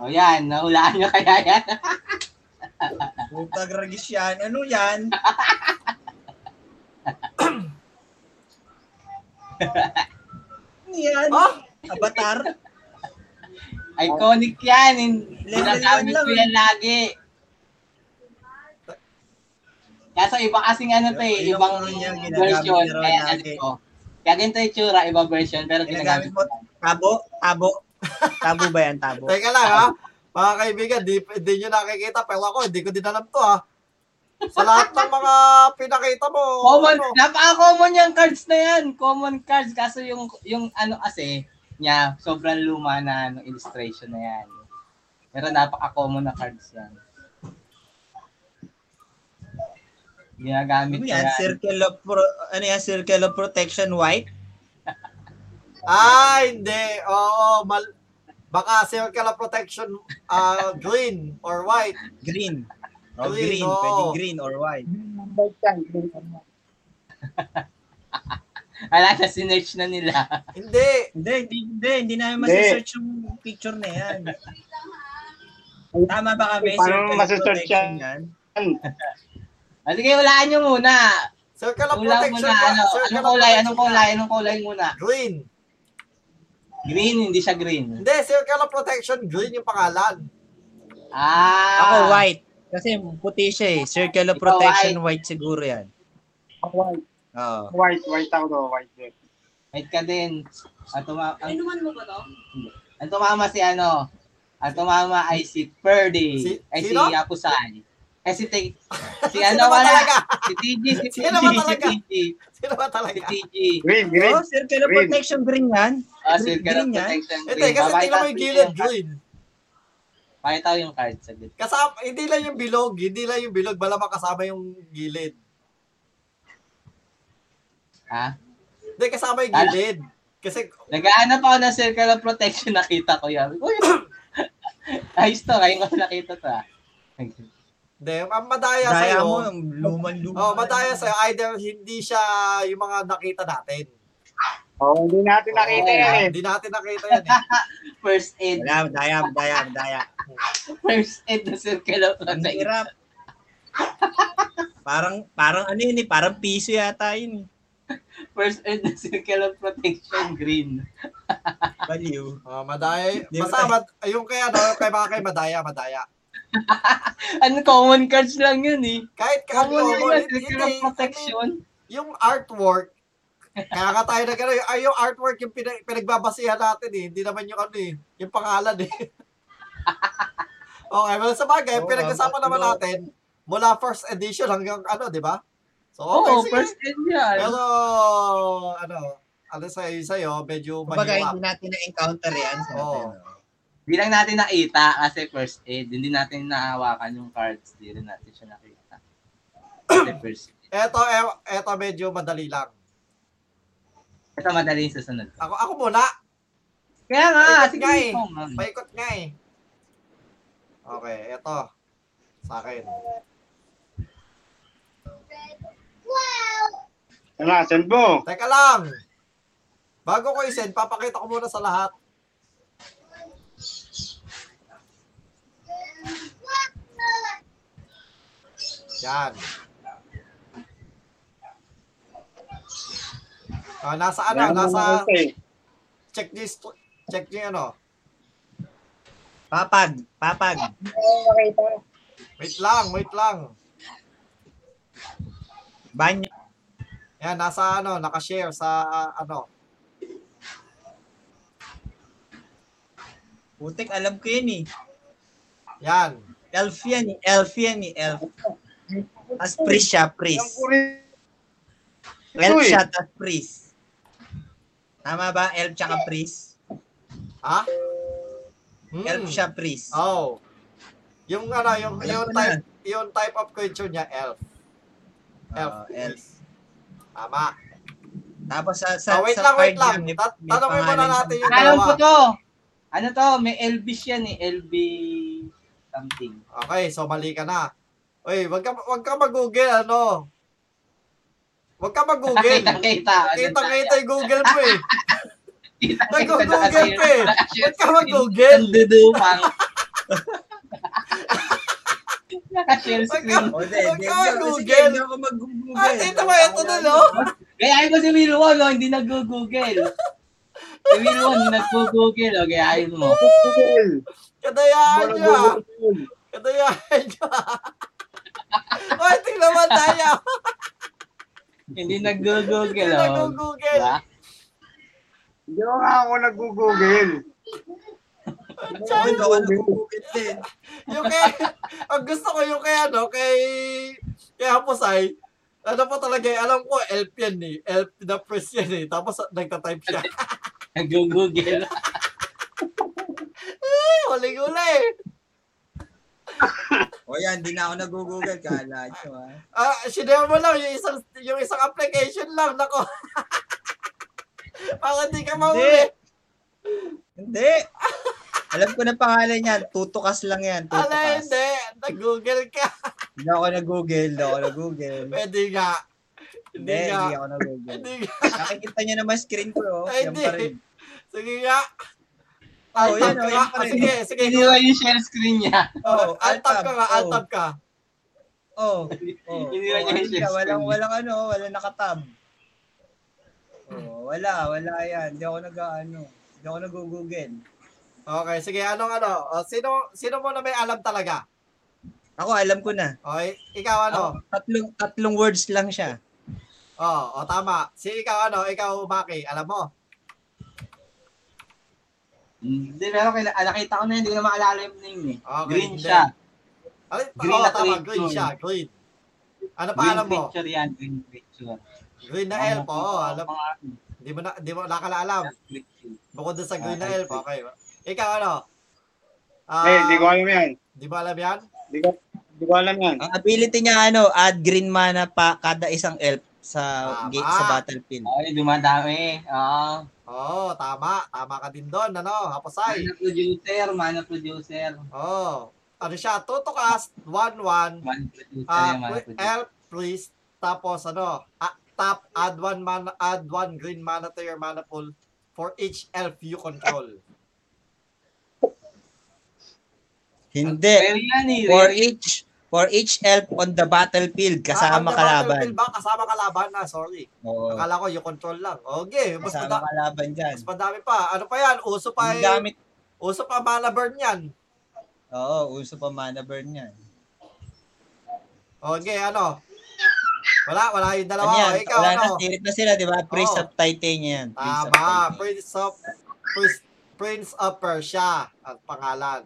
S5: O Oh, yan, nahulaan nyo kaya yan.
S3: Putang ragis yan. Ano yan? ano yan?
S1: Oh,
S3: Avatar?
S5: Iconic yan. Hin-
S3: Level
S5: Ginagamit
S3: one
S5: ko
S3: lang.
S5: yan lagi. Kaso iba kasing ano to eh,
S3: Yung
S5: ibang
S3: niya, ginagamit
S5: version.
S3: niya raw
S5: Kaya ano
S3: lagi.
S5: ko. Kaya ganito yung tsura, iba version, pero
S3: Ginagamit
S5: ginagamit
S3: mo?
S5: ko.
S3: Tabo? Tabo? Tabo ba yan? Tabo?
S1: teka lang ha. Mga kaibigan, di, di nyo nakikita, pero ako, hindi ko din alam to ha. Sa lahat ng mga pinakita mo,
S5: Common,
S1: ano,
S5: napaka-common yung cards na yan. Common cards. Kaso yung, yung ano kasi, niya, sobrang luma na ano, illustration na yan. Pero napaka-common na cards yan. Ginagamit
S3: Ano
S5: ko
S3: yan?
S5: yan.
S3: Circle of pro- ano yan? Circle of protection white?
S1: Ah, hindi. Oo, mal baka circle of protection ah, green or white.
S3: Green. O
S1: Green,
S3: green,
S1: oo.
S3: pwedeng green or white.
S5: Wala na, sinerch na nila.
S1: Hindi.
S3: Hindi, hindi, hindi, hindi namin masesearch yung picture na yan. Tama ba kami?
S6: Paano
S3: Circle of
S6: masesearch
S3: protection
S6: yan?
S3: yan?
S5: Ah, sige, walaan nyo muna.
S1: Circle of
S5: Wala
S1: protection.
S5: muna. Ano,
S1: circle of
S5: anong kulay?
S1: protection
S5: Anong
S1: ka.
S5: kulay? Anong kulay muna?
S1: Green.
S5: Green, hindi siya green.
S1: Hindi, circle of protection. Green yung pangalan.
S5: Ah.
S3: Ako white. Kasi puti siya eh. Circle of
S5: Ikaw
S3: protection white. siguro yan.
S4: White,
S6: Oh.
S3: Oo.
S4: white, white ako daw, white. eh.
S5: Wait ka din. At tumama... Ang, mo ba to? Ang tumama si ano? Ang tumama ay si Purdy.
S1: Si-
S5: ay
S1: sino?
S5: si Yapusay. Ay si... Te, si
S1: Sino
S5: ano
S1: ba
S5: wala?
S1: talaga?
S5: Si TG. Si TG.
S1: Sino ba
S5: Si
S1: talaga?
S5: TG.
S1: Sino ba
S5: Si
S1: talaga?
S5: TG.
S4: Green, green.
S3: Oh, circle of
S4: Green.
S3: protection green yan.
S5: Oh, si
S3: Green
S5: Garap
S3: yan?
S5: Protection
S1: Hindi, kasi tingnan mo yung gilid, green.
S5: Pakita ko yung card. Saglit.
S1: Kasama, hindi lang yung bilog, hindi lang yung bilog, bala kasama yung gilid.
S5: Ha?
S1: Hindi, kasama yung
S5: Ala.
S1: gilid. Kasi,
S5: Nagaanap ako ng circle of protection. Nakita ko yan. Uy! Ayos to. Ngayon ko nakita to ah.
S1: hindi, ang madaya sa'yo.
S3: Daya mo, yung luman-luman.
S1: Oh, madaya sa'yo. Either hindi siya yung mga nakita natin.
S4: Oh, hindi natin nakita yan eh.
S1: Hindi natin nakita yan eh.
S5: First aid.
S3: Wala, daya, daya, daya.
S5: First aid na circle of
S3: Ang
S5: protection.
S3: hirap. Parang, parang ano yun eh, parang piso yata yun eh.
S5: First aid na circle of protection green.
S3: Baliw.
S1: Oh, madaya.
S3: Hindi mo
S1: Basta, mad, yung kaya, no, kay mga kay madaya, madaya.
S5: Ano common cards lang yun eh.
S1: Kahit kahit
S5: Common
S1: oh,
S5: yun na
S1: hindi-
S5: circle of
S1: hindi,
S5: protection.
S1: I mean, yung artwork, kaya nga tayo na gano'n, ay, yung artwork yung pinag, pinagbabasihan natin eh. Hindi naman yung ano eh, yung pangalan eh. okay, well, sa bagay,
S3: Oo,
S1: pinag-usapan
S3: dapat
S1: naman
S3: yun.
S1: natin, mula first edition hanggang ano, di ba? So,
S5: Oo,
S1: okay,
S5: oh,
S1: sige.
S5: first aid yan.
S1: Pero, ano, ano sa'yo, sa'yo, medyo
S3: Kumbaga,
S1: mahiwa.
S3: hindi natin na-encounter yan sa
S1: Oo.
S3: atin. oh.
S5: Di lang natin nakita kasi first aid. Hindi natin nahawakan yung cards. Di rin natin siya nakita. Kasi first aid.
S1: Eto, e- eto medyo madali lang.
S5: Ito madali yung susunod.
S1: Ako, ako muna.
S5: Kaya nga,
S1: Ay,
S5: sige.
S1: guy.
S5: ikaw, ma'am.
S1: Paikot nga eh. Okay, eto. Sa akin.
S4: Ano, send mo.
S1: Teka lang. Bago ko i-send, papakita ko muna sa lahat. Yan. Ah, nasa ano?
S4: Wala
S1: Nasa
S4: naman nakita eh.
S1: check this check niyo ano.
S3: Papag, papag.
S1: Wait lang, wait lang.
S3: Banyo.
S1: Yan, nasa ano, nakashare sa ah, ano.
S3: Putik, alam ko yun eh.
S1: Yan.
S3: Elf yan eh. Elf yan eh. Elf. As priest siya,
S4: Yung
S3: priest.
S4: puri.
S3: Elf
S4: eh.
S3: siya, tas priest. Tama ba? Elf tsaka priest.
S1: Ha? Hmm.
S3: Elf siya, priest.
S1: Oh. Yung ano, yung,
S3: Alam
S1: yung
S3: ko na.
S1: type, yung type of creature niya, elf. Mm. Elf.
S3: Ah, elf.
S1: Tama.
S3: Tapos sa,
S1: So, Ah,
S3: sa,
S1: wait
S3: sa
S1: lang, wait lang.
S3: card niya, may-
S1: Ta-
S3: may
S1: Tanongin muna
S3: pangalan
S1: natin
S3: siya.
S1: yung
S5: Alam ko
S1: dalawa.
S5: to. Ano to? May Elvis yan eh. LB something.
S1: Okay, so mali ka na. Uy, wag ka, wag ka mag-google, ano? Wag ka mag-google.
S5: Nakita Ano kita.
S1: Kita-kita yung Google mo eh.
S5: Kita
S1: Nag-google ka eh. Ba't ka mag-google?
S5: Nandudumang. Naka-share
S1: Wag
S5: screen.
S1: ka-
S3: O, de,
S1: Wag
S3: de,
S1: ka
S3: de, sige,
S1: mag-google.
S3: hindi ako mag-google.
S1: Ah, ito ba? Ito na, no?
S5: Kaya Eh, ayaw ko si Wilwon, no? hindi nag-google. Si Wilwon, nag-google. Okay, ayaw mo.
S1: Kadayaan niya. Kadayaan niya. Uy, tingnan mo tayo.
S5: Hindi nag-google. Oh.
S1: Nag-google.
S5: Diba?
S4: Hindi ko nga ako nag-google.
S3: Oo, hindi ako nag-google din.
S1: Yung kay, ang gusto ko yung kay ano, kay, kay Hapusay, ano po talaga, eh, alam ko, elf yan eh. Elf na press yan eh. Tapos ah, nagtatype siya.
S5: Nag-google.
S1: Ay, huling huli.
S3: O yan, hindi na ako nag-google. Kala nyo, ah.
S1: Ah, sinare mo lang yung isang, yung isang application lang. Nako. Para di ka mahuli.
S3: Hindi. Alam ko na pangalan niyan. Tutukas lang yan.
S1: Ala,
S3: Tutukas.
S1: hindi. Nag-google ka.
S3: Hindi ako nag-google. Hindi ako nag-google.
S1: Pwede nga.
S3: Hindi,
S1: Hindi nga.
S3: hindi ako nag-google.
S1: Hindi nga.
S3: Nakikita niyo naman screen ko. Oh.
S1: Ay,
S3: Yan
S1: hindi.
S3: pa rin.
S1: Sige nga.
S3: Oh, yan,
S1: Alt-tab
S3: oh,
S1: ka
S3: yan
S1: nga.
S3: pa
S1: Ah,
S3: rin.
S1: Sige, sige.
S5: Iniwan yung share screen niya.
S1: Oh, Alt-tab ka nga.
S3: oh.
S1: Alt-tab ka.
S3: Oh, oh.
S5: Hindi
S3: oh,
S5: na niya
S3: ano siya,
S5: i-share
S3: Walang,
S5: screen.
S3: walang ano, walang nakatab. Oh, wala, wala yan. Hindi ako nag-ano. Hindi ako nag-google.
S1: Okay, sige. Anong ano? O, sino, sino mo na may alam talaga?
S3: Ako, alam ko na.
S1: Okay, ikaw ano?
S3: Ako, tatlong, tatlong words lang siya.
S1: Oo, oh, tama. Si ikaw ano? Ikaw, Maki. Alam mo?
S5: Hindi, pero kila- ah, nakita ko na yun. Hindi ko na maalala yung name eh.
S1: Ah, Okay,
S5: green
S1: hindi.
S5: siya.
S1: Ay,
S5: Green
S1: oh,
S5: na
S1: tama.
S5: creature.
S1: Green siya. Green. Ano pa
S5: Green
S1: alam mo?
S5: picture yan. Green picture.
S1: Green na ah, elf. Oo, alam. Di mo na, di mo nakala alam. Bukod dun sa green na
S5: Ah,
S1: elf. Okay. Ikaw ano? Ah,
S6: Eh, di ko alam yan.
S1: di mo alam yan?
S6: Di ko, di ko alam yan.
S3: Ang ability niya ano, add green mana pa kada isang elf sa
S1: Tama.
S3: gate sa battlefield.
S5: Ay, dumadami. Ah, Oo.
S1: Oo, oh, tama. Tama ka din doon. Ano? Hapasay.
S5: Mana producer, mana producer.
S1: Oo. Oh. Ano siya? Tutukas. 1-1.
S5: Mana producer
S1: Ah,
S3: Ano
S5: yan, mana
S1: pl-
S5: producer.
S1: help please. Tapos ano, ah, tap add one mana add one green mana to your mana pool for each elf you control.
S3: Hindi.
S5: Pero yan eh.
S3: For
S5: rare.
S3: each for each elf on the battlefield kasama
S1: Ah, on the
S3: kalaban.
S1: battlefield Ba? Kasama kalaban na, sorry.
S3: Oo.
S1: Akala ko you control lang. Okay, mas
S3: Kasama
S1: madami,
S3: kalaban diyan.
S1: mas madami pa. Ano pa yan? Uso pa
S3: Ang
S1: eh,
S3: gamit.
S1: uso pa mana burn yan.
S3: Oo, uso pa mana burn niyan.
S1: Okay, ano? Wala, wala yung
S3: Ano
S1: dalawa.
S3: yan?
S1: O, ikaw,
S3: Wala
S1: ano?
S3: na, sirit na sila, di ba? Priest
S1: Oo.
S3: of Titania yan. Priest of
S1: Tama,
S3: Titania.
S1: Prince of Prince, Prince of Persia ang pangalan.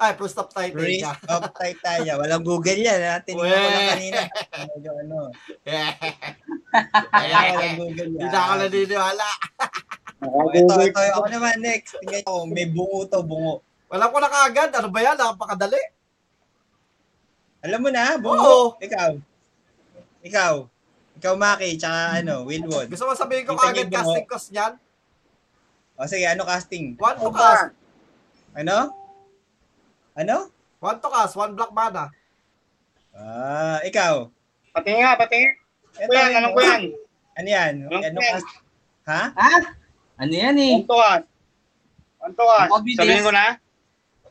S1: Ay, Prince of
S3: Priest
S1: Titania.
S3: of Titania. Walang Google yan, ha? Tinignan ko lang
S1: Weh.
S3: kanina. Medyo ano. Wala, walang
S1: Hindi
S3: Google yan.
S1: na ako naniniwala.
S3: Oh, ito, ito. Ako naman, next. Tingnan ko, may bungo to, bungo.
S1: Alam ko na kaagad. Ano ba yan? Napakadali.
S3: Alam mo na,
S1: Oo.
S3: bungo. Ikaw. Ikaw. Ikaw, Maki, tsaka ano, Wilwon.
S1: Gusto mo sabihin ko
S3: Kita niyo
S1: kaagad
S3: yung
S1: casting cost niyan?
S3: O sige, ano casting?
S1: One to cast.
S3: Ano? Ano?
S1: One to cast. One black mana.
S3: Ah, ikaw.
S6: Patingin nga, patingin. Alam
S3: Ito,
S6: ko yan, alam ko yan.
S3: Ano yan?
S6: Alam ko
S3: Ano
S6: yan.
S3: cast? Ha?
S5: Ha? Ano yan eh?
S6: Antuan. Antuan.
S5: Mabilis.
S6: Sabihin ko na.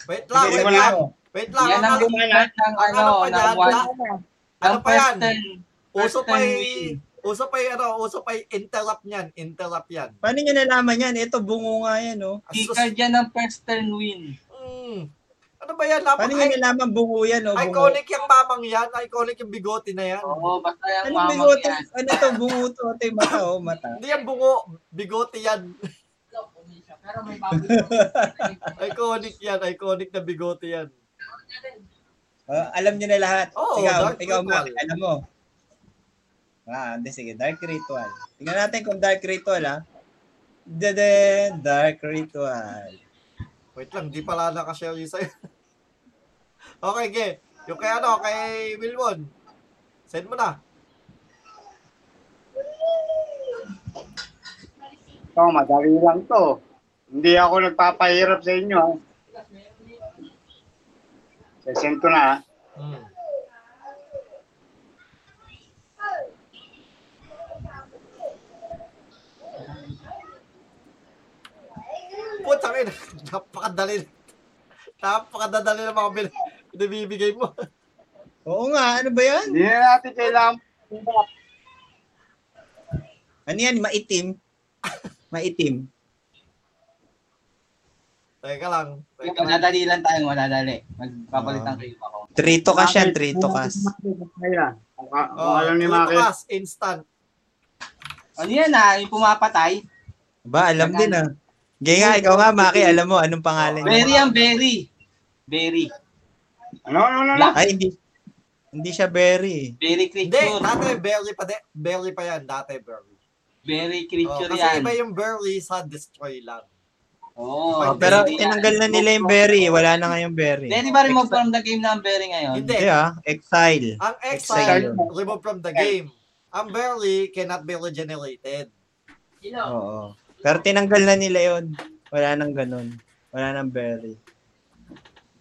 S1: Wait lang,
S3: Sige,
S1: wait
S6: Ah, wala
S1: lang.
S3: ako.
S1: Wait lang.
S5: Yan
S1: Ano,
S5: ang
S6: ang-
S5: gumawa ng
S1: ang
S5: ano,
S1: ano pa
S5: ng
S1: yan?
S5: one.
S1: Ano
S5: Ang
S1: pa yan?
S5: first turn. First
S1: Uso pa eh.
S5: turn
S1: yung... Uso pa yung ano, uso pa yung interrupt niyan. Interrupt yan.
S3: Paano nyo nalaman yan? Ito, bungo nga yan, oh.
S1: Ang sus-
S5: Kicker dyan ang first turn win.
S1: Mm. Ano ba yan?
S3: Paano nyo
S1: Napaka-
S3: nalaman bungo yan, oh? Bungo.
S1: iconic yung mamang yan. Iconic yung bigote na yan.
S5: Oo, basta yung
S3: Ano
S5: mama
S3: bigote?
S5: yan.
S3: Ano to? Bungo to. Ito yung mata, oh. Mata.
S1: Hindi yan bungo. Bigote yan.
S5: Pero may baboy.
S1: Iconic yan. Iconic na bigote yan.
S3: Ah, alam nyo na lahat.
S1: Oo,
S3: ikaw,
S1: Dark
S3: ikaw,
S1: Ritual.
S3: Maki, alam mo. Ah, hindi, sige. Dark Ritual. Tingnan natin kung Dark Ritual, ah. Dede, Dark Ritual.
S1: Wait lang, di pala nakashare yun sa'yo. okay, ge. Yung kay ano, kay Wilwon. Send mo na.
S6: Ito, madali lang to. Hindi ako nagpapahirap sa inyo. ha. Sesend ko na. ha.
S1: Hmm. Putang ina, napakadali. Napakadadali ng mga bin- binibigay mo.
S3: Oo nga, ano ba yan?
S6: Hindi na natin kailangan.
S3: Ano yan? Maitim. Maitim.
S1: Teka lang. Teka lang. Ah.
S5: Madadali lang tayo, madadali. Magpapalitan kayo pa ako.
S3: Trito ka siya, trito ka.
S6: Kung ka- kung
S1: Oh,
S6: alam ni
S1: Tito
S6: Maki.
S1: Cas, instant.
S5: Ano yan ha? Yung pumapatay?
S3: Ba, alam din ah. Gaya nga, ikaw nga, Maki, alam mo, anong pangalan niya?
S5: Berry ang berry. Berry.
S6: Ano, ano, ano? ano?
S5: Black
S3: Ay, hindi. Hindi siya berry.
S5: berry
S1: Hindi,
S5: creature.
S1: dati Berry pa, de, Berry pa yan, dati Berry.
S5: Berry
S1: Oh,
S5: creature
S1: kasi
S5: yan.
S1: iba yung Berry sa Destroy lang.
S5: Oo.
S3: Oh, pero tinanggal na nila yung berry. Wala na ngayong berry.
S5: Hindi, di ba remove from the game na ang berry ngayon?
S1: Hindi,
S3: Hindi ah, exile.
S1: ang
S3: Exile.
S1: Exile, removed from the game. Ang Berry cannot be regenerated.
S3: Oo. Pero tinanggal na nila yon. Wala nang ganun. Wala nang berry.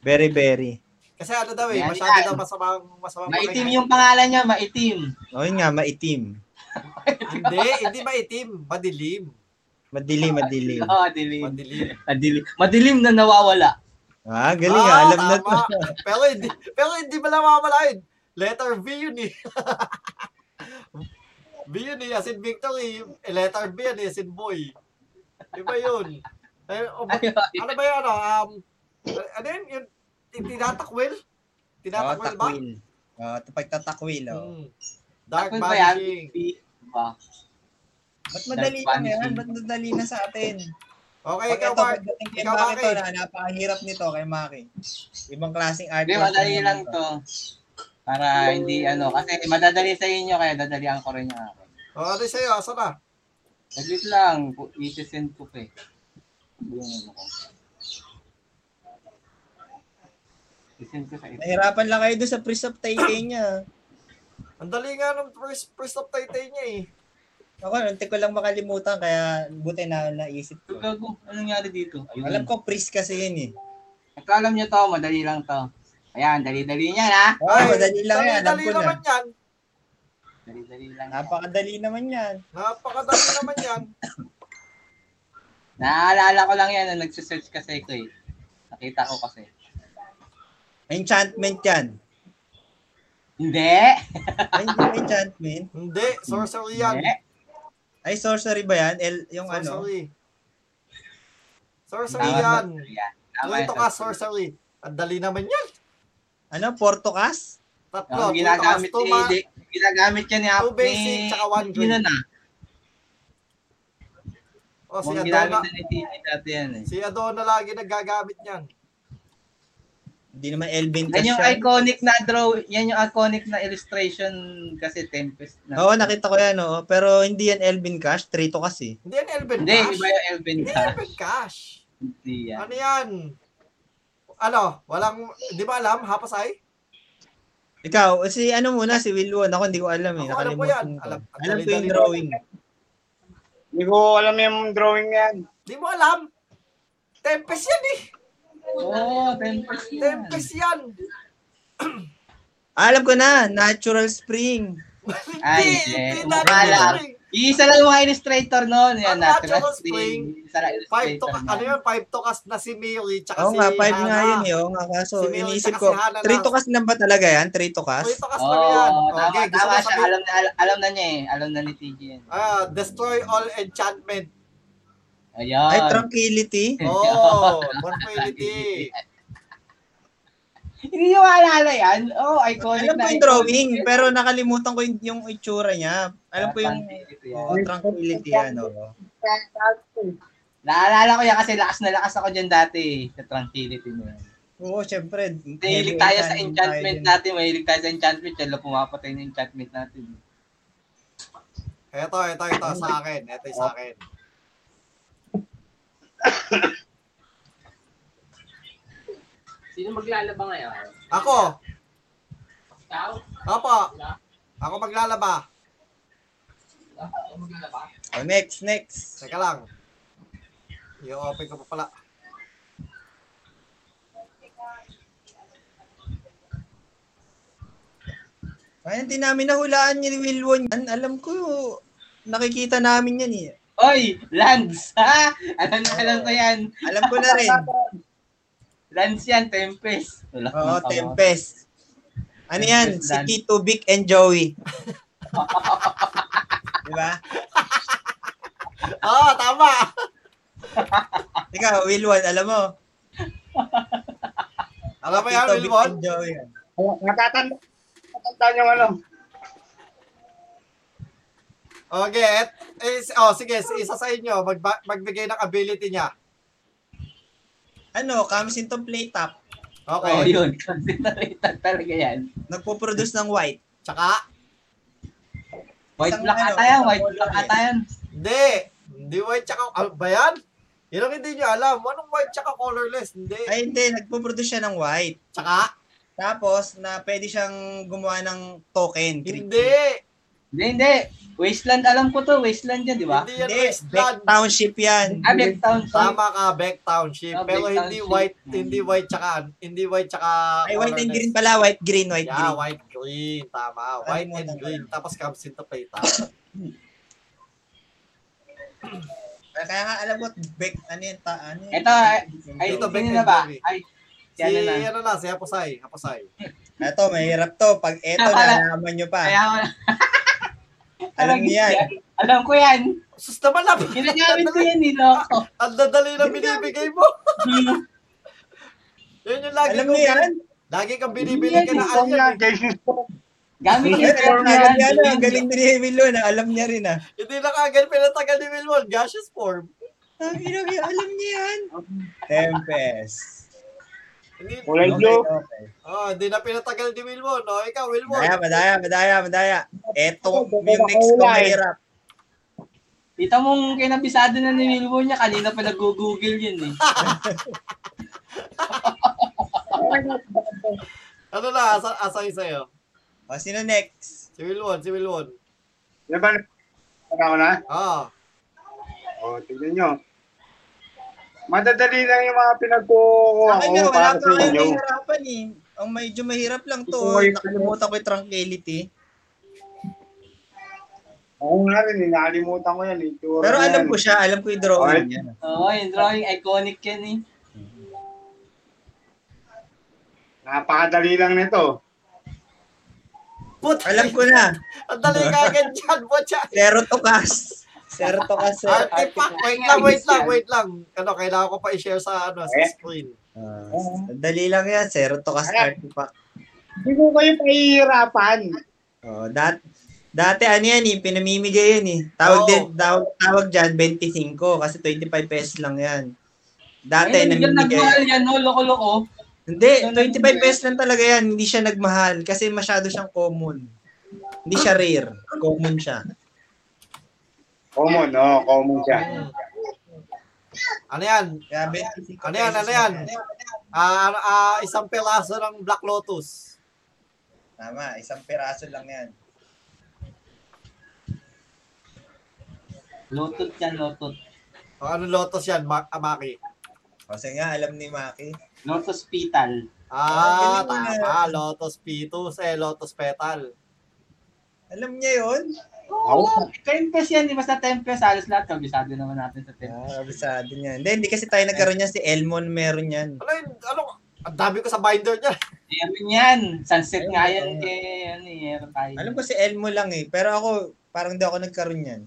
S3: Berry berry.
S1: Kasi ano daw eh,
S5: Yan,
S1: masyado
S5: yan.
S1: daw masamang, masamang
S5: Maitim
S1: pakinggan.
S5: yung pangalan niya, maitim.
S3: O Oh, yun nga, maitim.
S1: Hindi, hindi maitim. Madilim.
S3: Madilim, madilim.
S5: Oo, Ah, dilim.
S1: Madilim.
S5: Madilim. Madilim na nawawala.
S3: Ah, galing ah, alam na to.
S1: tama. pero hindi, pero hindi mo namamalain. Letter V yun eh. V yun eh, as in victory. Eh, Letter B yun eh, as in boy. Iba yun. Ay, o, ba- ano ba yun? Ano, um, ano yun? Yung, yung tinatakwil?
S3: Oh,
S1: Tinatakwil ba?
S3: takwil. Oh, pagtatakwil. Oh.
S1: diba? Hmm. Dark
S5: Ano ba yan?
S1: Banishing.
S5: Diba?
S3: Ba't madali
S5: Dark
S3: na yan?
S5: vanishing.
S3: Ba't madali na sa atin?
S1: Okay,
S3: Pag
S1: ikaw
S3: ito,
S1: Mark. eh.
S3: pagdating kay
S1: Ikaw,
S3: Maki to,
S1: Maki.
S3: na, napakahirap nito kay Maki. Ibang klaseng art.
S5: Hindi, madali lang to. Para hindi ano, kasi madadali sa inyo, kaya dadalian ko rin yung akin.
S1: O, ano sa'yo? Asa na?
S5: Saglit lang, pu- isi-send ko pa eh. Yung ano ko. Isend ko sa ito.
S3: Nahirapan lang kayo doon sa priest of Taipei niya.
S1: Ang dali nga nung first, first of Titan niya eh.
S3: Ako, nanti ko lang makalimutan, kaya buti na naisip ko.
S5: Gago, anong nangyari dito? Ayun.
S3: Alam ko, priest kasi yun eh.
S5: Nagkaalam niyo to, madali lang to. Ayan, dali-dali niya na.
S3: Oh, madali lang yan, alam
S1: dali
S3: ko na.
S1: naman yan.
S5: Dali-dali lang. yan.
S3: Napakadali naman yan.
S1: Napakadali naman yan.
S5: Naaalala ko lang yan, nung nagsisearch kasi ko eh. Nakita ko kasi.
S3: Enchantment yan.
S5: Hindi!
S3: Ay, hindi ba enchantment?
S1: Hindi, sorcery yan.
S5: Hindi.
S3: Ay, sorcery ba yan? El, yung ano?
S1: Sorcery. Sorcery
S5: Tama,
S1: yan.
S5: yan. Tama
S1: Tuwito
S5: yan,
S1: ka, sorcery. Ang dali naman yan.
S3: Ano? Portocas?
S5: Oh,
S1: Tatlo, tuwito ka,
S5: ginagamit ni
S1: tuma.
S5: Jay- ginagamit yan ni Apne.
S1: Two basic, tsaka one grade.
S5: Yun na.
S1: O, Oh, si
S5: Mga
S1: Adona.
S5: ginagamit na ni Titi dati yan eh.
S1: Si Adona lagi nagagamit yan.
S3: Hindi naman Elvin
S5: Yan
S3: Cash
S5: yung
S3: yan.
S5: iconic na draw, yan yung iconic na illustration kasi Tempest na.
S3: Oo, nakita ko yan, oo. Pero hindi yan Elvin Cash, eh. Trito kasi.
S1: Hindi yan Elven
S5: Hindi,
S1: Cash.
S5: iba yung Elvin
S1: Hindi
S5: Cash.
S1: Elven Cash.
S5: Hindi yan.
S1: Ano yan? Ano, walang, di ba alam, hapasay?
S3: Ikaw, si ano muna, si Wilwon. Ako hindi ko alam eh.
S1: Ako alam ko yan.
S3: Nakalimutan ko.
S1: Alam, ang
S3: Alam ko yung
S1: dali-dali.
S3: drawing.
S6: Hindi ko alam yung drawing na yan.
S1: Di mo alam. Tempest yan eh.
S5: Oo, Tempest yan.
S1: Tempest yan.
S3: Ah, Alam ko na, Natural Spring.
S5: Ay,
S1: Hindi,
S5: hindi.
S1: hindi eh.
S5: Wala.
S1: natural.
S5: Iisa lang yung mga illustrator noon. Yan,
S1: Ang
S5: natural
S1: Natural
S5: spring. Isa lang
S1: Five to,
S5: illustrator
S1: ano
S5: noon.
S1: yun, five to cast na si Mary, tsaka Ah,
S3: Oo
S1: si
S3: nga, 5 nga
S1: Hannah.
S3: yun eh. Oo nga, kaso
S1: Si Mel,
S3: iniisip
S1: tsaka
S3: ko,
S1: si Hannah lang.
S3: Trito kasi lang ba talaga yan? Trito
S1: Five
S3: kas?
S1: to cast lang yan.
S5: Oo, tama,
S1: Okay, gusto
S5: tama
S1: mo
S5: siya.
S1: sabihin,
S5: Alam na, al- alam na niya eh. Alam na ni TJ yan.
S1: ah, destroy all enchantment.
S5: Ayan.
S3: Ay, Tranquility.
S1: Oh, tranquility.
S5: Hindi niyo maalala yan? Oh, iconic
S3: Alam ko
S5: na.
S3: yung drawing, pero nakalimutan ko yung, yung itsura niya. Alam ko yung Oo, tranquility ano. yan. oo.
S5: Naalala ko yan kasi lakas na lakas ako dyan dati eh, sa tranquility mo yan.
S3: Oo, syempre.
S5: Mahilig
S3: heavy
S5: tayo sa enchantment
S3: enchantment tayo
S5: natin, mahilig tayo sa enchantment, yan lang pumapatay na enchantment natin.
S1: Ito, ito, ito sa akin. Ito yung sa akin.
S5: Sino maglalaba ngayon?
S1: Ako,
S5: Ikaw?
S1: opo, ako maglalaba.
S5: Ako maglalaba?
S3: Oh, next, next.
S1: Teka lang. I-open ko pa pala.
S3: Ay, hindi namin nahulaan ni Wilwon yan. Alam ko, nakikita namin yan eh.
S5: Oy! Lance! Ha? Alam na alam ko yan.
S3: Alam ko na rin.
S5: Lance yan, Tempest. Wala
S3: Oo,
S5: kang tawa.
S3: Tempest. Ano yan?
S5: Tempest
S3: Si
S5: Dan.
S3: Tito, Vic, and Joey. diba?
S1: Oo, tama.
S3: Ikaw, Wilwon, alam mo.
S1: Alam mo yan,
S3: Vic,
S1: Wilbon?
S3: and Joey. yan.
S6: Natatanda, natatanda yung ano.
S1: Okay, et, is, oh, sige, si- isa sa inyo, magba- magbigay ng ability niya.
S3: Ano, comes into play top. Oh,
S5: Oo,
S1: Okay.
S5: yun. Concentrated talaga yan.
S3: Nagpo-produce ng white.
S1: Tsaka,
S5: White
S3: Isang
S5: black
S3: ano,
S5: ata yan,
S3: isang
S5: white
S3: color
S5: black
S3: eh.
S5: ata yan.
S1: hindi. Hindi white tsaka, ano ba yan? Yun ang hindi nyo alam. Anong white tsaka colorless? Hindi.
S3: Ay, hindi. Nagpo-produce siya ng white.
S1: Tsaka,
S3: Tapos, na pwede siyang gumawa ng token. Crypto.
S1: hindi.
S5: Hindi, hindi. Wasteland, alam ko to. Wasteland yan, di ba?
S1: Hindi yan
S3: Diba? Hindi.
S1: wasteland.
S3: Black Township yan.
S5: Ah, Blacktown.
S1: Tama ka, Beck Township.
S5: Ah,
S1: pero
S5: Beck
S1: hindi
S5: Township.
S1: white, hindi white tsaka, hindi white tsaka
S3: Hmm. Ay, white and
S1: colorless.
S3: green pala. White, green, white,
S1: Yeah,
S3: green.
S1: white, green. Tama. White
S3: Ano mo
S1: and
S3: na-
S1: green. Tapos comes into play. Tama.
S3: Kaya nga, alam ko, Vic, ano yan? Ta, ano yan?
S5: Ito, ay- eh, Ay,
S1: Ito,
S5: ito,
S1: Beck
S5: na
S1: and
S5: ba?
S1: Joey.
S5: Ay,
S1: Si,
S5: si ano na.
S1: ano na, si Hapusay. Hapusay.
S3: Ito, mahirap to. Pag ito,
S5: Ah, pala.
S3: nalaman nyo pa.
S5: Kaya ko na.
S3: Alam niyo yan.
S5: Alam ko yan.
S1: Sus naman na.
S5: Ginagamit ko yan, eh, niloko.
S1: Ang dadali na binibigay mo. Yun yung lagi
S3: Alam
S1: kong-
S3: niyo yan?
S1: Lagi kang binibili ka na
S6: Isang
S1: alien.
S6: yan,
S1: eh.
S6: Jesus po.
S5: Gamit ko
S3: Ay, alam
S5: yan.
S3: niya, alam niya, ano,
S5: Gamit
S3: ang galing din ni Wilon, ah. alam niya rin ah.
S1: Hindi na kagad pinatagal ni Wilwon. Gaseous form.
S3: Ang hirap yan, alam niya yan. Tempest.
S1: Hindi,
S6: Kulay
S3: Okay,
S6: blue.
S3: okay.
S1: oh, hindi na pinatagal ni Wilwon. Oh, ikaw, Wilwon.
S3: Madaya, madaya, madaya, madaya. Eto, yung next ko mahirap.
S5: Ito mong kinabisado na ni Wilbo niya. Kanina pa nag-google yun eh.
S1: Ano na, asa, asay sa'yo.
S3: O, sino next?
S1: Si Wilwon, si Wilwon.
S6: Di ba? Tara ko na.
S1: Ah,
S6: O, Oh, tignan nyo. Madadali lang yung mga pinagkukuha
S3: Akin
S6: ko
S3: nga,
S6: para sa
S3: wala pa kayong
S6: inyo.
S3: mahirapan eh. Ang medyo mahirap lang to.
S6: Ito, ito.
S3: Nakalimutan ko yung tranquility.
S6: Oo nga rin, inalimutan ko yan. eh. Itsura
S3: Pero
S6: na
S3: alam
S6: yan.
S3: ko siya, alam ko yung drawing
S6: Okay.
S3: niya.
S5: Oo, yung drawing iconic yan eh.
S6: Napakadali lang nito.
S1: put.
S3: Alam ko na,
S1: Ang dali ka agad dyan, butya.
S3: zero to cast. Zero to cast. sir.
S1: Artifact. Wait lang, wait lang, wait lang. Ano, kailangan ko pa i-share sa, ano, sa
S6: Eh?
S1: screen.
S3: Ah, dali lang yan, zero to cast artifact.
S6: Hindi ko kayo pahihirapan.
S3: Oh, dat dati ano yan eh, pinamimigay yan eh. Tawag
S1: Oo.
S3: din, tawag, tawag dyan, 25 kasi 25 pesos lang yan. Dati,
S5: Ayun, yung
S3: namimigay.
S5: nagmahal yan, no? Loko-loko.
S3: Hindi,
S5: Yung
S3: 25
S5: nagmahal.
S3: pesos lang talaga yan. Hindi siya nagmahal kasi masyado siyang common. Hindi siya rare. Common siya.
S6: Common, no? Common siya.
S1: Hmm. Ano yan?
S3: Kaya 25
S1: Ano yan,
S3: pesos
S1: ano yan?
S3: lang
S1: Ah, ano, ah, isang pelaso ng Black Lotus.
S3: Tama, isang piraso lang yan.
S5: Lutot yan, lutot.
S1: O, ano Lotus yan, Ma- Amaki?
S3: Kasi nga, alam ni Maki.
S5: North Hospital.
S1: Ah,
S3: Ah, ganun na.
S1: tama. Lotus Petus, eh, Lotus Petal.
S3: Alam niya yun?
S5: Oo, Tempest yan. Di ba sa Tempest, halos lahat kabisado naman natin sa Tempest.
S3: Ah, kabisado niya. Hindi, hindi kasi tayo nagkaroon niya. Si Elmon meron yan.
S1: Ano yun? Ano? Ang dami ko sa binder niya.
S5: Meron Eh, ano yan. Sunset
S3: Ayun,
S5: nga yan
S3: oo.
S5: kay, ano eh, meron tayo.
S3: Alam ko si Elmo lang eh, pero ako parang di ako nagkaroon yan.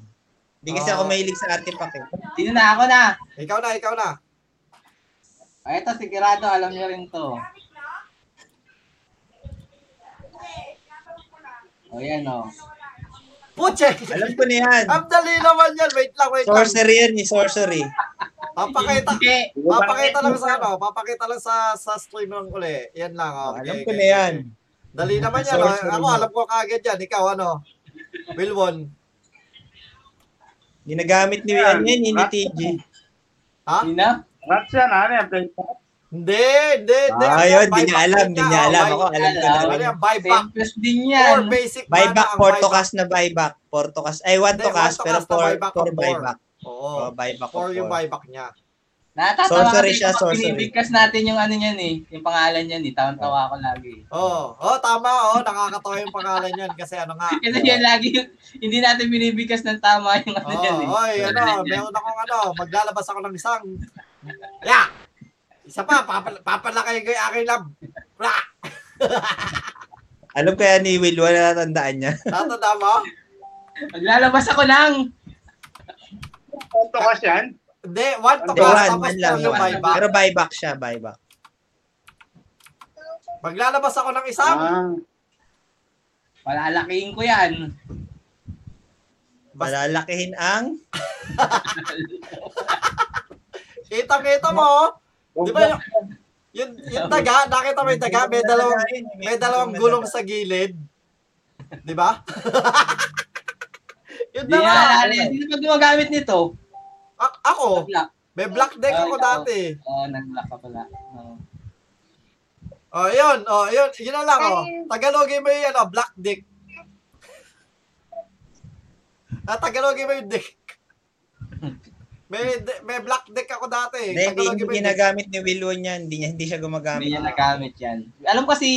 S3: Hindi kasi
S1: Ah.
S3: ako mahilig sa artifact eh.
S5: Sino na ako na?
S1: Ikaw na, ikaw na.
S5: Ay, ito, sigurado, alam niyo rin to. O, yan o.
S1: Puche!
S3: Alam ko na yan.
S1: Ang dali naman yan. Wait lang, wait lang.
S3: Sorcery yan eh, sorcery.
S1: Papakita.
S5: Hindi.
S6: diba?
S1: Papakita lang sa ano, papakita lang sa sa stream ng uli. Yan lang. Oh. Okay,
S3: alam ko
S1: okay,
S3: na yan.
S1: okay. Dali naman yan.
S3: Sorry,
S1: oh.
S3: sorry.
S1: Ako, alam ko kagad yan. Ikaw, ano? Wilwon. Ah,
S3: Ginagamit ni Wian yan, yun ni TG.
S1: Ha?
S5: Sino?
S6: Rats yan, ano yan? Play
S1: Hindi, hindi, hindi.
S3: Ah, yun,
S1: Buyback
S3: di niya alam,
S1: din
S3: di
S1: niya,
S3: niya
S1: oh,
S3: alam.
S1: buy-
S3: Ako, alam ko na.
S5: alam.
S1: Ano yan, buyback?
S5: Tempest din
S1: Four
S5: yan.
S1: basic
S3: Buyback,
S1: mana ang
S3: four to cast na buyback. Four to cast. Ay, one
S1: Hindi,
S3: to
S1: one
S3: cast,
S1: to
S3: pero
S1: cast na
S3: four,
S1: buyback
S3: four
S1: ang four.
S3: buyback.
S1: Oo,
S3: Oh, buyback
S1: four
S3: of
S1: yung
S3: four.
S1: buyback niya.
S5: Natatawa
S3: Sorcery
S5: kasi
S3: siya,
S5: kapag
S3: sorcery.
S5: binibigkas natin yung ano niyan eh. Yung pangalan niyan eh. Tawang-tawa ako lagi.
S1: Oo, oh, tama, oh, nakakatawa yung pangalan yan kasi ano nga.
S5: Kasi yan lagi yung, hindi natin binibigkas ng tama yung ano yan eh.
S1: Oo, Oh, oy, ano, meron akong ano, maglalabas ako ng isang, yeah, isa pa, papal papalakay ko yung aking lab. Ra!
S3: Alam kaya ni Will, wala natandaan niya.
S1: Tatanda mo?
S5: Maglalabas ako ng
S4: Punto kasi
S6: eh.
S4: yan.
S1: Hindi, one to
S3: Hindi,
S1: cast,
S3: one,
S1: tapos
S3: one lang.
S1: four yung
S3: One.
S1: buyback.
S3: Pero buyback siya, buyback.
S1: Maglalabas ako ng isang,
S4: Ah,
S5: palalakiin ko yan.
S3: Malalakihin ang...
S1: Kitang-kita mo. oh. Di ba yung, yung, yung taga, nakita mo yung taga, may dalawang, may dalawang gulong sa gilid. Di ba? yun
S5: Hindi
S1: na
S5: na
S1: nga.
S5: alala. Sino ba gumagamit nito?
S1: A-
S3: Oh.
S1: ako,
S5: Black.
S1: may black deck ako
S5: Ay, ako.
S1: dati.
S5: Oo, oh, nag-black ka pala. Oo.
S1: Oh, yun, oh, yun, yun na lang, oh. Tagalogin mo yung, ano, black dick. Ah, Tagalogin mo yung dick. May, may black dick ako dati.
S3: Hindi, hindi,
S1: Tagalogin
S3: hindi
S1: mo yung dick.
S3: ginagamit ni Will Won yan. Hindi, niya, hindi siya
S5: Hindi
S3: gumagamit.
S5: niya nagamit yan. Alam ko si,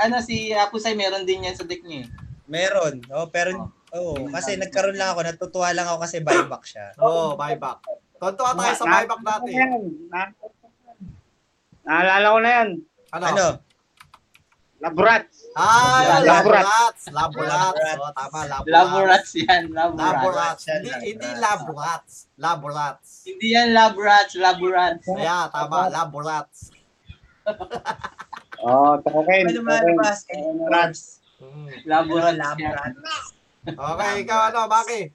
S5: ano, si Apusay meron din yan sa deck niya eh.
S3: Meron. Oh, pero... Oh, kasi nagkaroon lang ako, natutuwa lang ako kasi buyback siya.
S1: Oo, oh, buyback. Tuntua tayo sa
S4: na-
S1: buyback dati.
S4: yan. Na- Naalala ko na yan.
S1: Ano?
S3: Ano?
S4: Laborat.
S1: Ah,
S4: Laborat.
S1: laborats. Laborats.
S3: Laborats.
S1: Oo, tama, laborats.
S5: Laborats yan, laborats.
S1: Laborats. Hindi, hindi laborats. Laborats.
S5: Hindi yan laborats, laborats.
S1: Yeah, tama, laborats.
S4: Oo, oh, token.
S3: Ano lumalabas? Eh, Rats.
S1: Mm.
S5: Laborats. yan.
S3: Laborat.
S1: Okay, ikaw ano, Maki?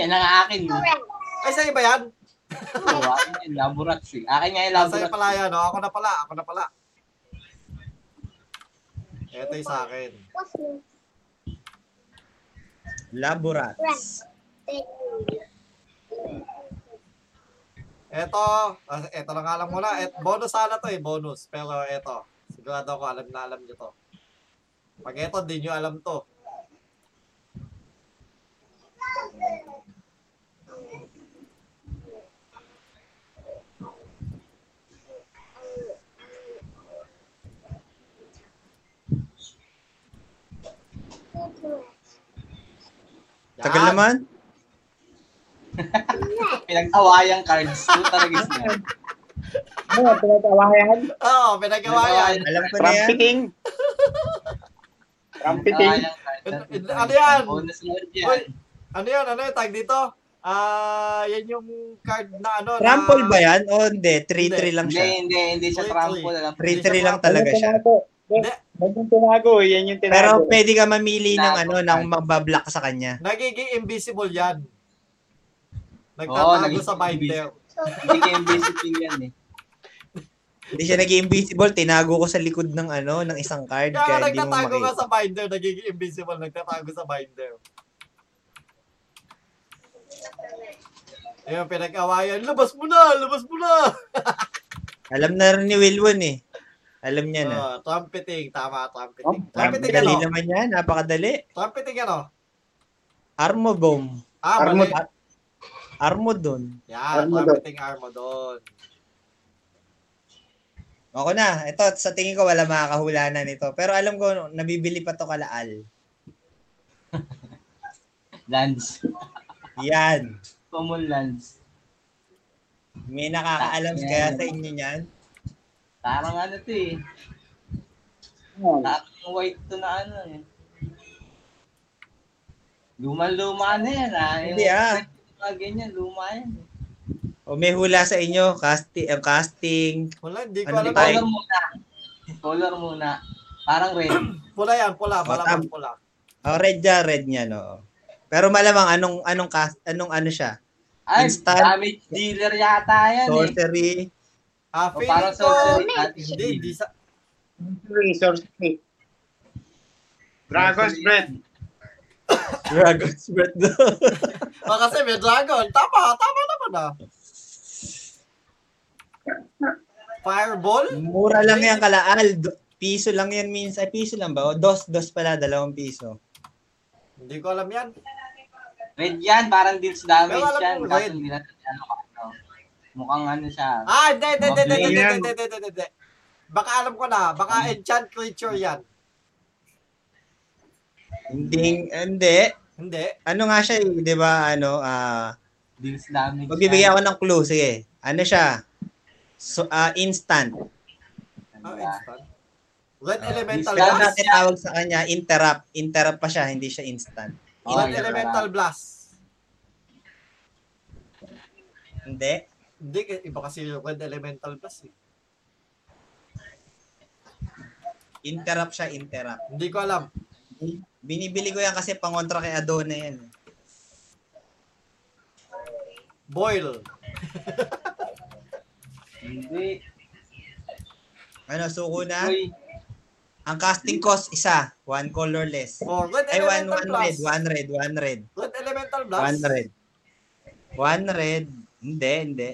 S5: Yan ang akin.
S1: Ay, sa'yo ba yan?
S5: Oo, akin yan, laborats eh. Akin nga yung
S1: Ah, Sa'yo
S5: laborats.
S1: pala yan. Oh, ako na pala, ako na pala. Ito yung sa akin.
S3: Laborat.
S1: Ito, ah, ito lang alam mo na. Et, bonus sana to eh, bonus. Pero ito, sigurado ako alam na alam nyo to. Pag ito, di nyo alam to. Yan.
S3: Tagal naman.
S5: Pinag-awayang cards. Puta na yan.
S4: Ano, tinatawa yan?
S1: Oo, pinagawa yan.
S3: Alam ko na yan.
S4: Trumpeting. Trumpeting.
S5: Awayang cards.
S1: Ano yan?
S5: Bonus round yan.
S1: Uy, ano yan? Ano yung tag dito? Ah, yan yung card na ano. na-
S3: Trample ba yan? O hindi, 3-3
S1: Hindi.
S3: lang
S5: Hindi,
S3: siya.
S5: hindi, hindi siya
S1: Uy,
S5: trample.
S1: uy.
S5: Alam ko.
S3: 3-3 lang talaga
S4: Ano
S3: siya.
S4: tinago?
S1: Hindi.
S4: Ba't yung tinago? Yan yung tinago.
S3: Pero pwede ka mamili ng
S5: Tinago
S3: ano,
S5: ka.
S3: ng mabablock sa kanya.
S1: Nagiging invisible yan. Nagtatago
S5: nagiging
S1: sa binder.
S5: Hindi ka invisible yan eh.
S3: Hindi siya naging invisible, tinago ko sa likod ng ano, ng isang card,
S1: Kaya
S3: kaya hindi mo
S1: nagtatago ka
S3: makita.
S1: sa binder, nagiging invisible, nagtatago sa binder. Ayun, pinag-awayan. Labas mo na! Labas mo na!
S3: Alam na rin ni Wilwon eh. Alam niya na.
S1: Oh, trumpeting. Tama,
S4: Oh,
S1: trumpeting. trumpeting
S3: Napakadali
S1: ano?
S3: naman yan, napakadali.
S1: Trumpeting ano?
S3: Armobomb.
S1: Ah,
S4: Armor.
S1: mali.
S3: Armodon.
S1: Yan,
S4: Armor.
S1: trumpeting armadon.
S3: Ako na, ito, sa tingin ko wala makakahulanan nito. Pero alam ko, no, nabibili pa to kalaal.
S5: Lands.
S3: Yan.
S5: Common lands.
S3: May nakakaalam
S5: Yan.
S3: kaya sa inyo yan.
S5: Parang ano to eh. Parang white to na ano eh. Luma-luma na yan ah. Yung-
S3: Hindi ah.
S5: Mga ganyan, luma yan. eh.
S3: O may hula sa inyo, casting, ang casting.
S1: Wala, hindi ko
S3: Ano
S1: alam.
S3: tayo?
S5: Color muna. Color muna. Parang red.
S1: Pula yan, pula.
S3: Oh,
S1: Malamang
S3: tam-
S1: pula.
S3: Oh, red niya, red niya, no. Pero malamang anong anong cast, anong ano siya?
S5: Ay,
S3: Instant.
S5: damage dealer yata yan eh.
S3: Sorcery.
S1: Ah,
S3: Oh,
S5: O,
S1: feeling
S5: parang
S1: ko,
S5: sorcery. at
S1: hindi, hindi sa,
S4: Resource. Dragon's Breath.
S3: Dragon's Breath. daw.
S1: Oh, kasi may dragon. Tama, tama naman ah. Fireball?
S3: Mura lang yan kalaal. Do- Piso lang yan minsan. Ay, piso lang ba? O, dos, dos pala, dalawang piso.
S1: Hindi ko alam yan.
S5: Red yan, parang deals damage
S1: Pero alam
S5: yan.
S1: mo,
S5: Kaso
S1: red.
S5: hindi natin ano ka ano. Mukhang ano siya.
S1: Ah, hindi, hindi, hindi, hindi, hindi,
S4: Yan.
S1: hindi, hindi, hindi, hindi. Baka alam ko na, baka
S3: Hmm.
S1: enchant creature yan.
S3: Hindi, hindi.
S1: Hindi.
S3: Ano nga siya, eh, di ba, ano, ah,
S5: Deals damage
S3: magbibigay
S5: yan.
S3: ako ng clue, sige. Ano siya? So, ah, instant.
S1: Ah,
S5: Ano ba?
S1: instant. Red
S3: Ah,
S1: elemental
S5: Instant
S3: Kaya
S1: blast.
S3: natin tawag sa kanya, interrupt. Interrupt pa siya, hindi siya instant.
S5: Oh,
S1: Red
S5: yun lang.
S1: elemental blast.
S3: Hindi.
S1: Hindi, k- iba kasi yung red elemental blast. eh.
S3: Interrupt siya, interrupt.
S1: Hindi ko alam.
S3: Binibili ko yan kasi pangontra kay Adona yan. eh.
S1: Boil.
S5: Hindi.
S3: Ano, suko na?
S5: Uy,
S3: Ang casting cost, isa. One colorless.
S1: For Oh, red
S3: Ay, one,
S1: elemental
S3: one red,
S1: blast.
S3: one red, one red.
S1: Red elemental blast.
S3: One red. One red. Hindi, hindi.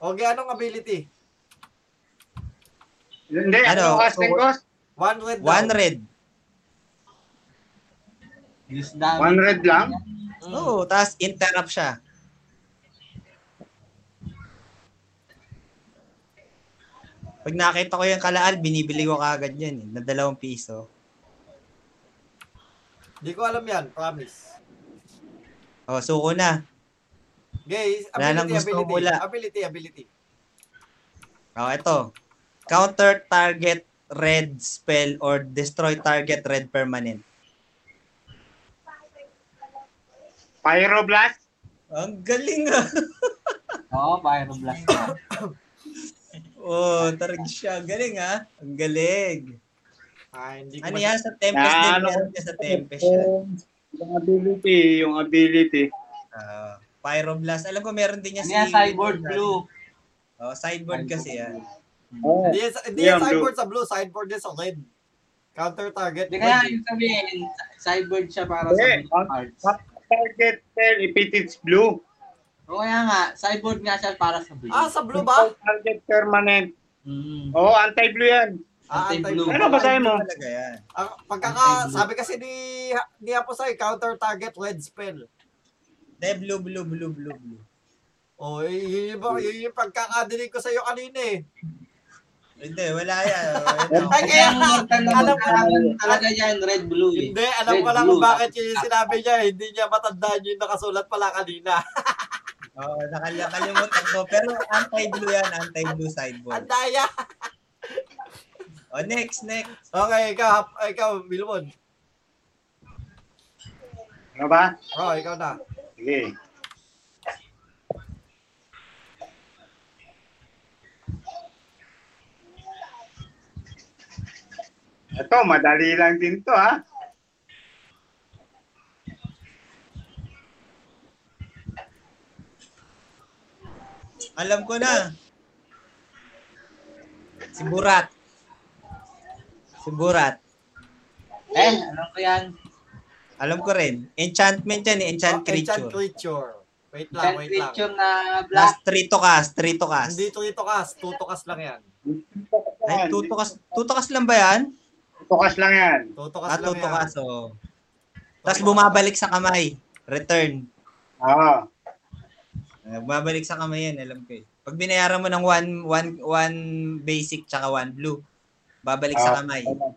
S1: Okay, anong ability?
S4: Hindi, ano,
S3: Ano,
S4: casting
S3: so-
S4: cost?
S1: One red.
S3: One
S1: daw.
S3: red.
S5: deals damage.
S4: One red lang?
S1: Mm.
S3: Oo, tapos interrupt siya. Pag nakita ko yung kalaan, binibili ko kagad yan. eh, Na dalawang piso.
S1: Hindi ko alam yan, promise.
S3: O, Oh, suko na.
S1: Guys,
S3: Wala nang
S1: ability,
S3: gusto
S1: ability,
S3: mula.
S1: ability, ability.
S3: O, ito. Oh, Counter target red spell or destroy target red permanent.
S4: Pyroblast?
S3: Ang galing ah.
S5: Oo, pyroblast na.
S3: oh, tarag siya. Galing ah. Ang galing.
S1: Ah, hindi ko
S3: Ano
S1: mas-
S3: yan? Sa Tempest din.
S5: Ano?
S4: Lalo-
S3: Meron niya sa Tempest yan.
S4: Yung ability, yung ability.
S3: Ah, Pyroblast. Alam ko meron din niya
S5: Ano yan, cyborg blue.
S3: ah. Oh, sideboard kasi yan.
S4: Oo.
S1: Hindi yan, hindi
S4: Yeah,
S1: yan sideboard sa blue, sideboard din sa red. Counter target.
S5: Hindi
S1: red.
S5: kaya yung sabihin, cyborg siya para sa
S4: Hindi.
S5: blue cards.
S4: Target spell, if it is blue.
S5: Oo kaya nga, cyborg nga siya para sa blue.
S1: Ah, sa blue ba?
S4: Target permanent.
S5: Mm.
S4: Oo, anti-blue yan.
S1: Ah,
S5: Anti-blue.
S1: anti-blue.
S4: Ano ba basahin mo?
S3: Talaga yan.
S1: Ang pagkaka, sabi kasi ni, ni Aposay, counter target red spell.
S3: De, blue, blue, blue, blue, blue.
S1: O, oh, yun, yung- yun yung pagkakadinig ko sa'yo kanina eh.
S3: Hindi, wala yan. Oh, Wala.
S1: Ay, kaya
S5: Kaya nga,
S1: alam
S5: talaga,
S1: ko lang.
S5: talaga- talaga yan, red blue eh.
S1: Hindi, alam
S5: Red,
S1: ko lang
S5: blue,
S1: kung bakit
S5: tapos
S1: yun yung
S5: black.
S1: sinabi niya. eh. Hindi niya matandaan yung nakasulat pala kanina.
S3: oh, nakalya, kalimutan ko. Pero anti-blue yan, anti-blue
S1: Ang
S3: sideboard.
S1: daya.
S3: Oh, next, next.
S1: Okay, ikaw, ah, ikaw, Milwon.
S4: Ano ba?
S1: Oh, ikaw na.
S4: Sige. Ito, madali lang din to ha.
S3: Alam ko na. Si Burat. Si Burat.
S5: Eh, alam ko yan.
S3: Alam ko rin. Enchantment yan, eh, enchant
S1: Oh, enchant
S3: creature.
S1: creature. Wait lang,
S5: Red
S1: wait lang.
S5: creature na black.
S3: Last three to cast, three to cast.
S1: Hindi to ito kas, tuto kas lang yan.
S3: Ay, tutukas, tutukas lang ba yan?
S4: Tukas lang yan.
S1: Tuto kas
S3: Ah,
S1: lang yan.
S3: tutukas, oo. Tapos bumabalik sa kamay. Return.
S4: Oo.
S3: Ah, Bumabalik sa kamay yan, alam ko eh. Pag binayaran mo ng one, one, one basic tsaka one blue, babalik
S1: Ah.
S3: sa kamay.
S4: Oo.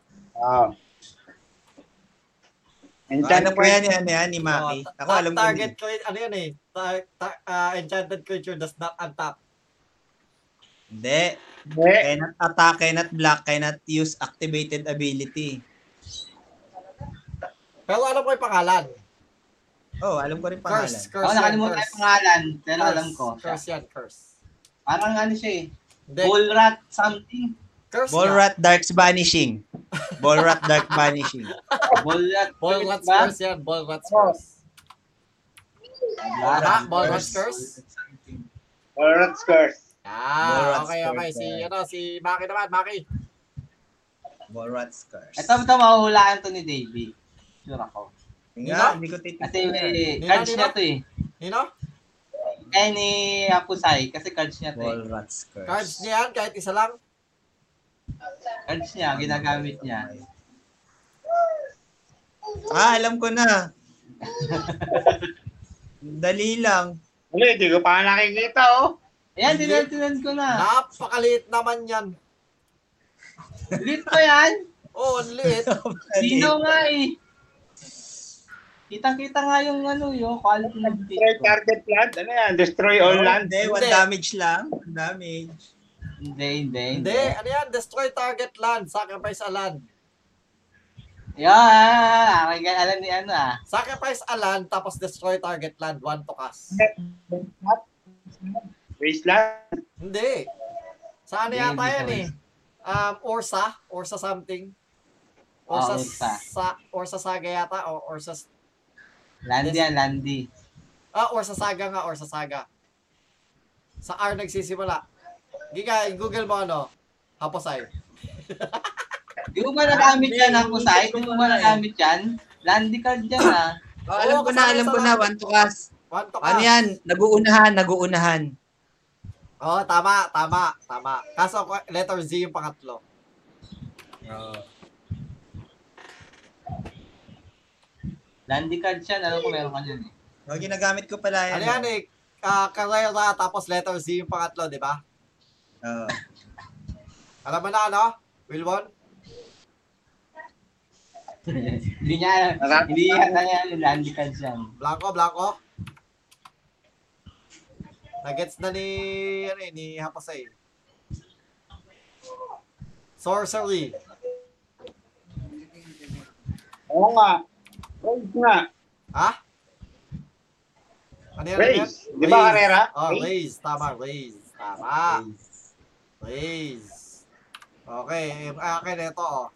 S3: ano
S4: Enchanted
S3: po yan, yan, yan, ni Maki.
S1: Oh, ta-
S3: eh. Ako alam ko
S1: Target,
S3: yun.
S1: cre- ano yan eh. Ta- ta- ah, enchanted creature does not untap.
S3: Hindi.
S4: Hindi.
S3: Cannot attack, cannot block, cannot use activated ability.
S1: Pero alam ko yung pangalan.
S3: Oh, alam ko rin pangalan.
S1: Curse,
S5: Ako
S1: curse yan,
S5: nakalimutan
S1: curse.
S5: yung pangalan, pero
S1: Curse,
S5: alam ko. siya.
S1: Curse yan, curse.
S5: Parang ano siya eh,
S1: Hindi,
S5: bull rat something.
S1: curse nga.
S3: Ballrat Dark's Vanishing. Ballrat Dark Vanishing.
S5: Bull rat.
S1: Ball
S5: curse
S1: rats
S5: ba?
S1: curse yan, ball rats curse.
S5: Ah,
S1: Tama, ball rats curse.
S5: something.
S4: Alright, curse.
S1: Ah,
S3: Ball rats
S1: okay, okay.
S3: curse
S1: Si,
S3: yan.
S1: ano, si Maki naman, Maki.
S3: Ballrat's Curse.
S5: Ito, ito mahuhulaan to ni Davey. Sure ako.
S3: Nga, hindi ko titignan.
S5: Kasi may
S1: Nino,
S5: cards
S1: Nino?
S5: niya to eh.
S1: Nino?
S5: any Apusay kasi cards niya to. eh.
S3: Walrats Curse.
S1: Cards niya yan, kahit isa lang.
S5: Cards niya, ginagamit niya.
S3: Ah, alam ko na. Dali lang.
S6: Wala, hindi ko pa nakikita, oh.
S5: Ayan, tinatinan ko na.
S1: Napakaliit naman yan.
S5: Lit pa yan.
S1: Oo, ang liit.
S5: Sino nga eh. Kitang-kita nga yung ano yung quality ng
S6: Destroy
S5: date ko.
S6: target land. Ano yan? Destroy all land.
S3: Hindi, one
S1: Hindi.
S3: damage lang. One damage.
S5: Hindi, hindi,
S1: Hindi,
S5: hindi.
S1: ano yan? Destroy target land. Sacrifice a land.
S5: Yeah, aking alam ni ano ah.
S1: Sacrifice a land, tapos destroy target land. One to cast.
S6: Wasteland.
S1: Hindi. Sa ano
S5: Hindi,
S1: yata
S5: hindi
S1: yan
S5: ko
S1: eh? Um, Orsa? Orsa something?
S5: Oo,
S1: Orsa,
S5: Ah, Orsa.
S1: sa, Orsa Saga yata? O Orsa...
S5: Landi yan, Landi.
S1: Ah, Orsa Saga nga. Orsa Saga. Sa R nagsisimula. Giga, google mo ano? Haposay.
S5: Di mo ba nagamit yan ang Pusay? Di mo ba nagamit yan? Landi card yan ah.
S3: Oh, alam
S1: Oo,
S3: ko na,
S1: kasama
S3: alam
S1: sa
S3: ko na.
S1: mga-
S3: One to cast.
S1: One to
S3: Ano
S1: cast.
S3: yan? Nag-uunahan, nag-uunahan.
S1: Oo, tama, tama, tama. Kaso ko- letter Z yung pangatlo.
S5: Landi card yan. Alam ko meron ka yan eh.
S3: Oh, ginagamit ko pala yan.
S1: Ano yan eh? ah, karera, tapos letter Z yung pangatlo, di ba?
S3: Oo.
S1: Alam mo na ano? Wilwon?
S5: hindi niya alam. Hindi niya alam yan. Landi card yan.
S1: Blanco, Blanco? Nagets na ni, ano eh, ni Hapasay. Sorcery.
S6: Oo nga. Race nga.
S1: Ha? Ano yan? ano yan?
S6: Race. Di ba,
S1: Raise.
S6: Carrera?
S1: Oh,
S3: Ah,
S6: Race.
S1: raise. Tama, raise. Tama. Raise. Okay, yung akin ito oh.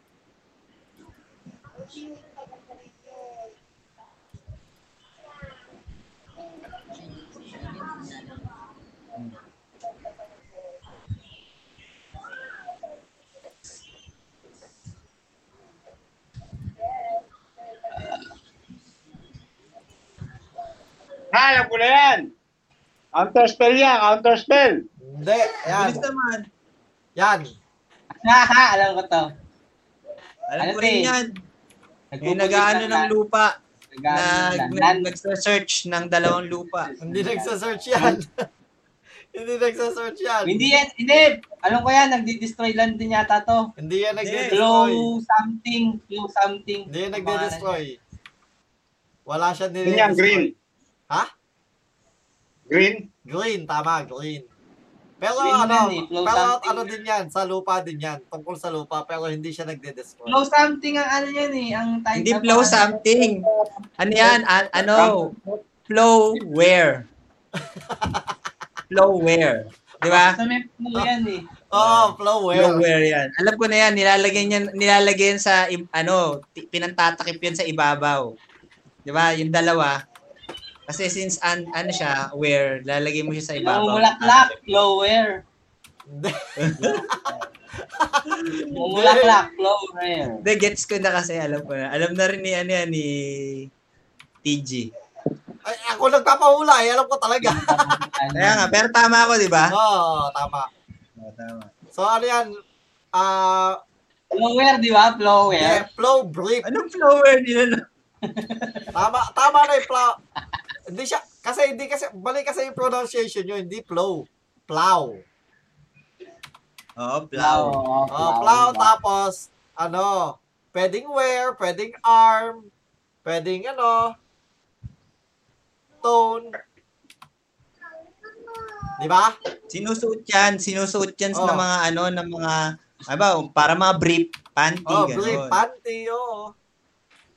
S6: Ha, Ah, alam ko na yan. Counter spell yan. Counter spell.
S1: Hindi, yan.
S3: Bilis naman.
S1: Yan.
S5: Ha ha, alam ko to.
S3: Alam ko
S5: Ano to
S3: rin
S5: eh?
S3: yan. Yung
S5: Nagpupulis
S3: nag-ano
S5: na-
S3: Eh, ng lupa.
S5: Nag-ano
S3: Nag,
S5: na-
S3: nag,
S5: Land-
S3: nag-search ng dalawang lupa.
S1: Hindi nagsasearch yan. Hindi nagsasearch yan.
S5: Hindi yan, hindi. Alam ko yan, nagdi-destroy land din yata to.
S1: Hindi yan nagde-destroy.
S5: Glow something, glow something.
S1: Hindi yan nagde-destroy. Wala siya nire
S6: Yan yan, green.
S1: Ha?
S6: Green.
S1: Green, tama, green. Pero
S5: Green
S1: ano,
S5: yan eh, glow
S1: pero
S5: something.
S1: ano din yan, sa lupa din yan. Tungkol sa lupa, pero hindi siya nagde-destroy.
S5: Glow something ang ano yan eh, ang type
S3: Hindi
S5: ng-
S3: flow something. Ano yan? A- ano? Flow where? Flow where? Di ba?
S5: Sa may flow yan eh.
S1: Oh, flow well.
S3: Nowhere yan. Alam ko na yan, nilalagay niyan, nilalagay yan sa im- ano, ti- pinantatakip yan sa ibabaw. 'Di ba? Yung dalawa. Kasi since an, ano siya, where, lalagay mo siya sa
S5: Glow
S3: ibabaw.
S5: mulaklak, glow where.
S1: Hindi.
S5: Glow mulaklak, glow where.
S3: Hindi, gets ko na kasi, alam ko na. Alam na rin ni, ano yan, ni TG.
S1: Ay, ako nagpapahula, eh. alam ko talaga.
S3: Kaya nga, pero tama ako, di ba?
S1: Oo, tama.
S3: Oo, tama.
S1: So ano yan, ah,
S5: Flow where, di ba? Flow
S1: eh,
S5: where.
S1: flow brief.
S3: Anong flower nila? no?
S1: Tama, tama na yung plow. hindi siya, kasi hindi kasi, bali kasi yung pronunciation nyo, hindi plow. Plow.
S3: Oo,
S5: Flow.
S3: flower.
S1: Oh, plow, tapos, ano, pwedeng wear, pwedeng arm, pwedeng ano, tone. Di ba?
S3: Sinusuot yan, sinusuot yan
S1: Oo.
S3: ng mga ano, ng mga, ano ba, para mga brief, panty,
S1: Oh,
S3: ganun.
S1: brief, panty, oh.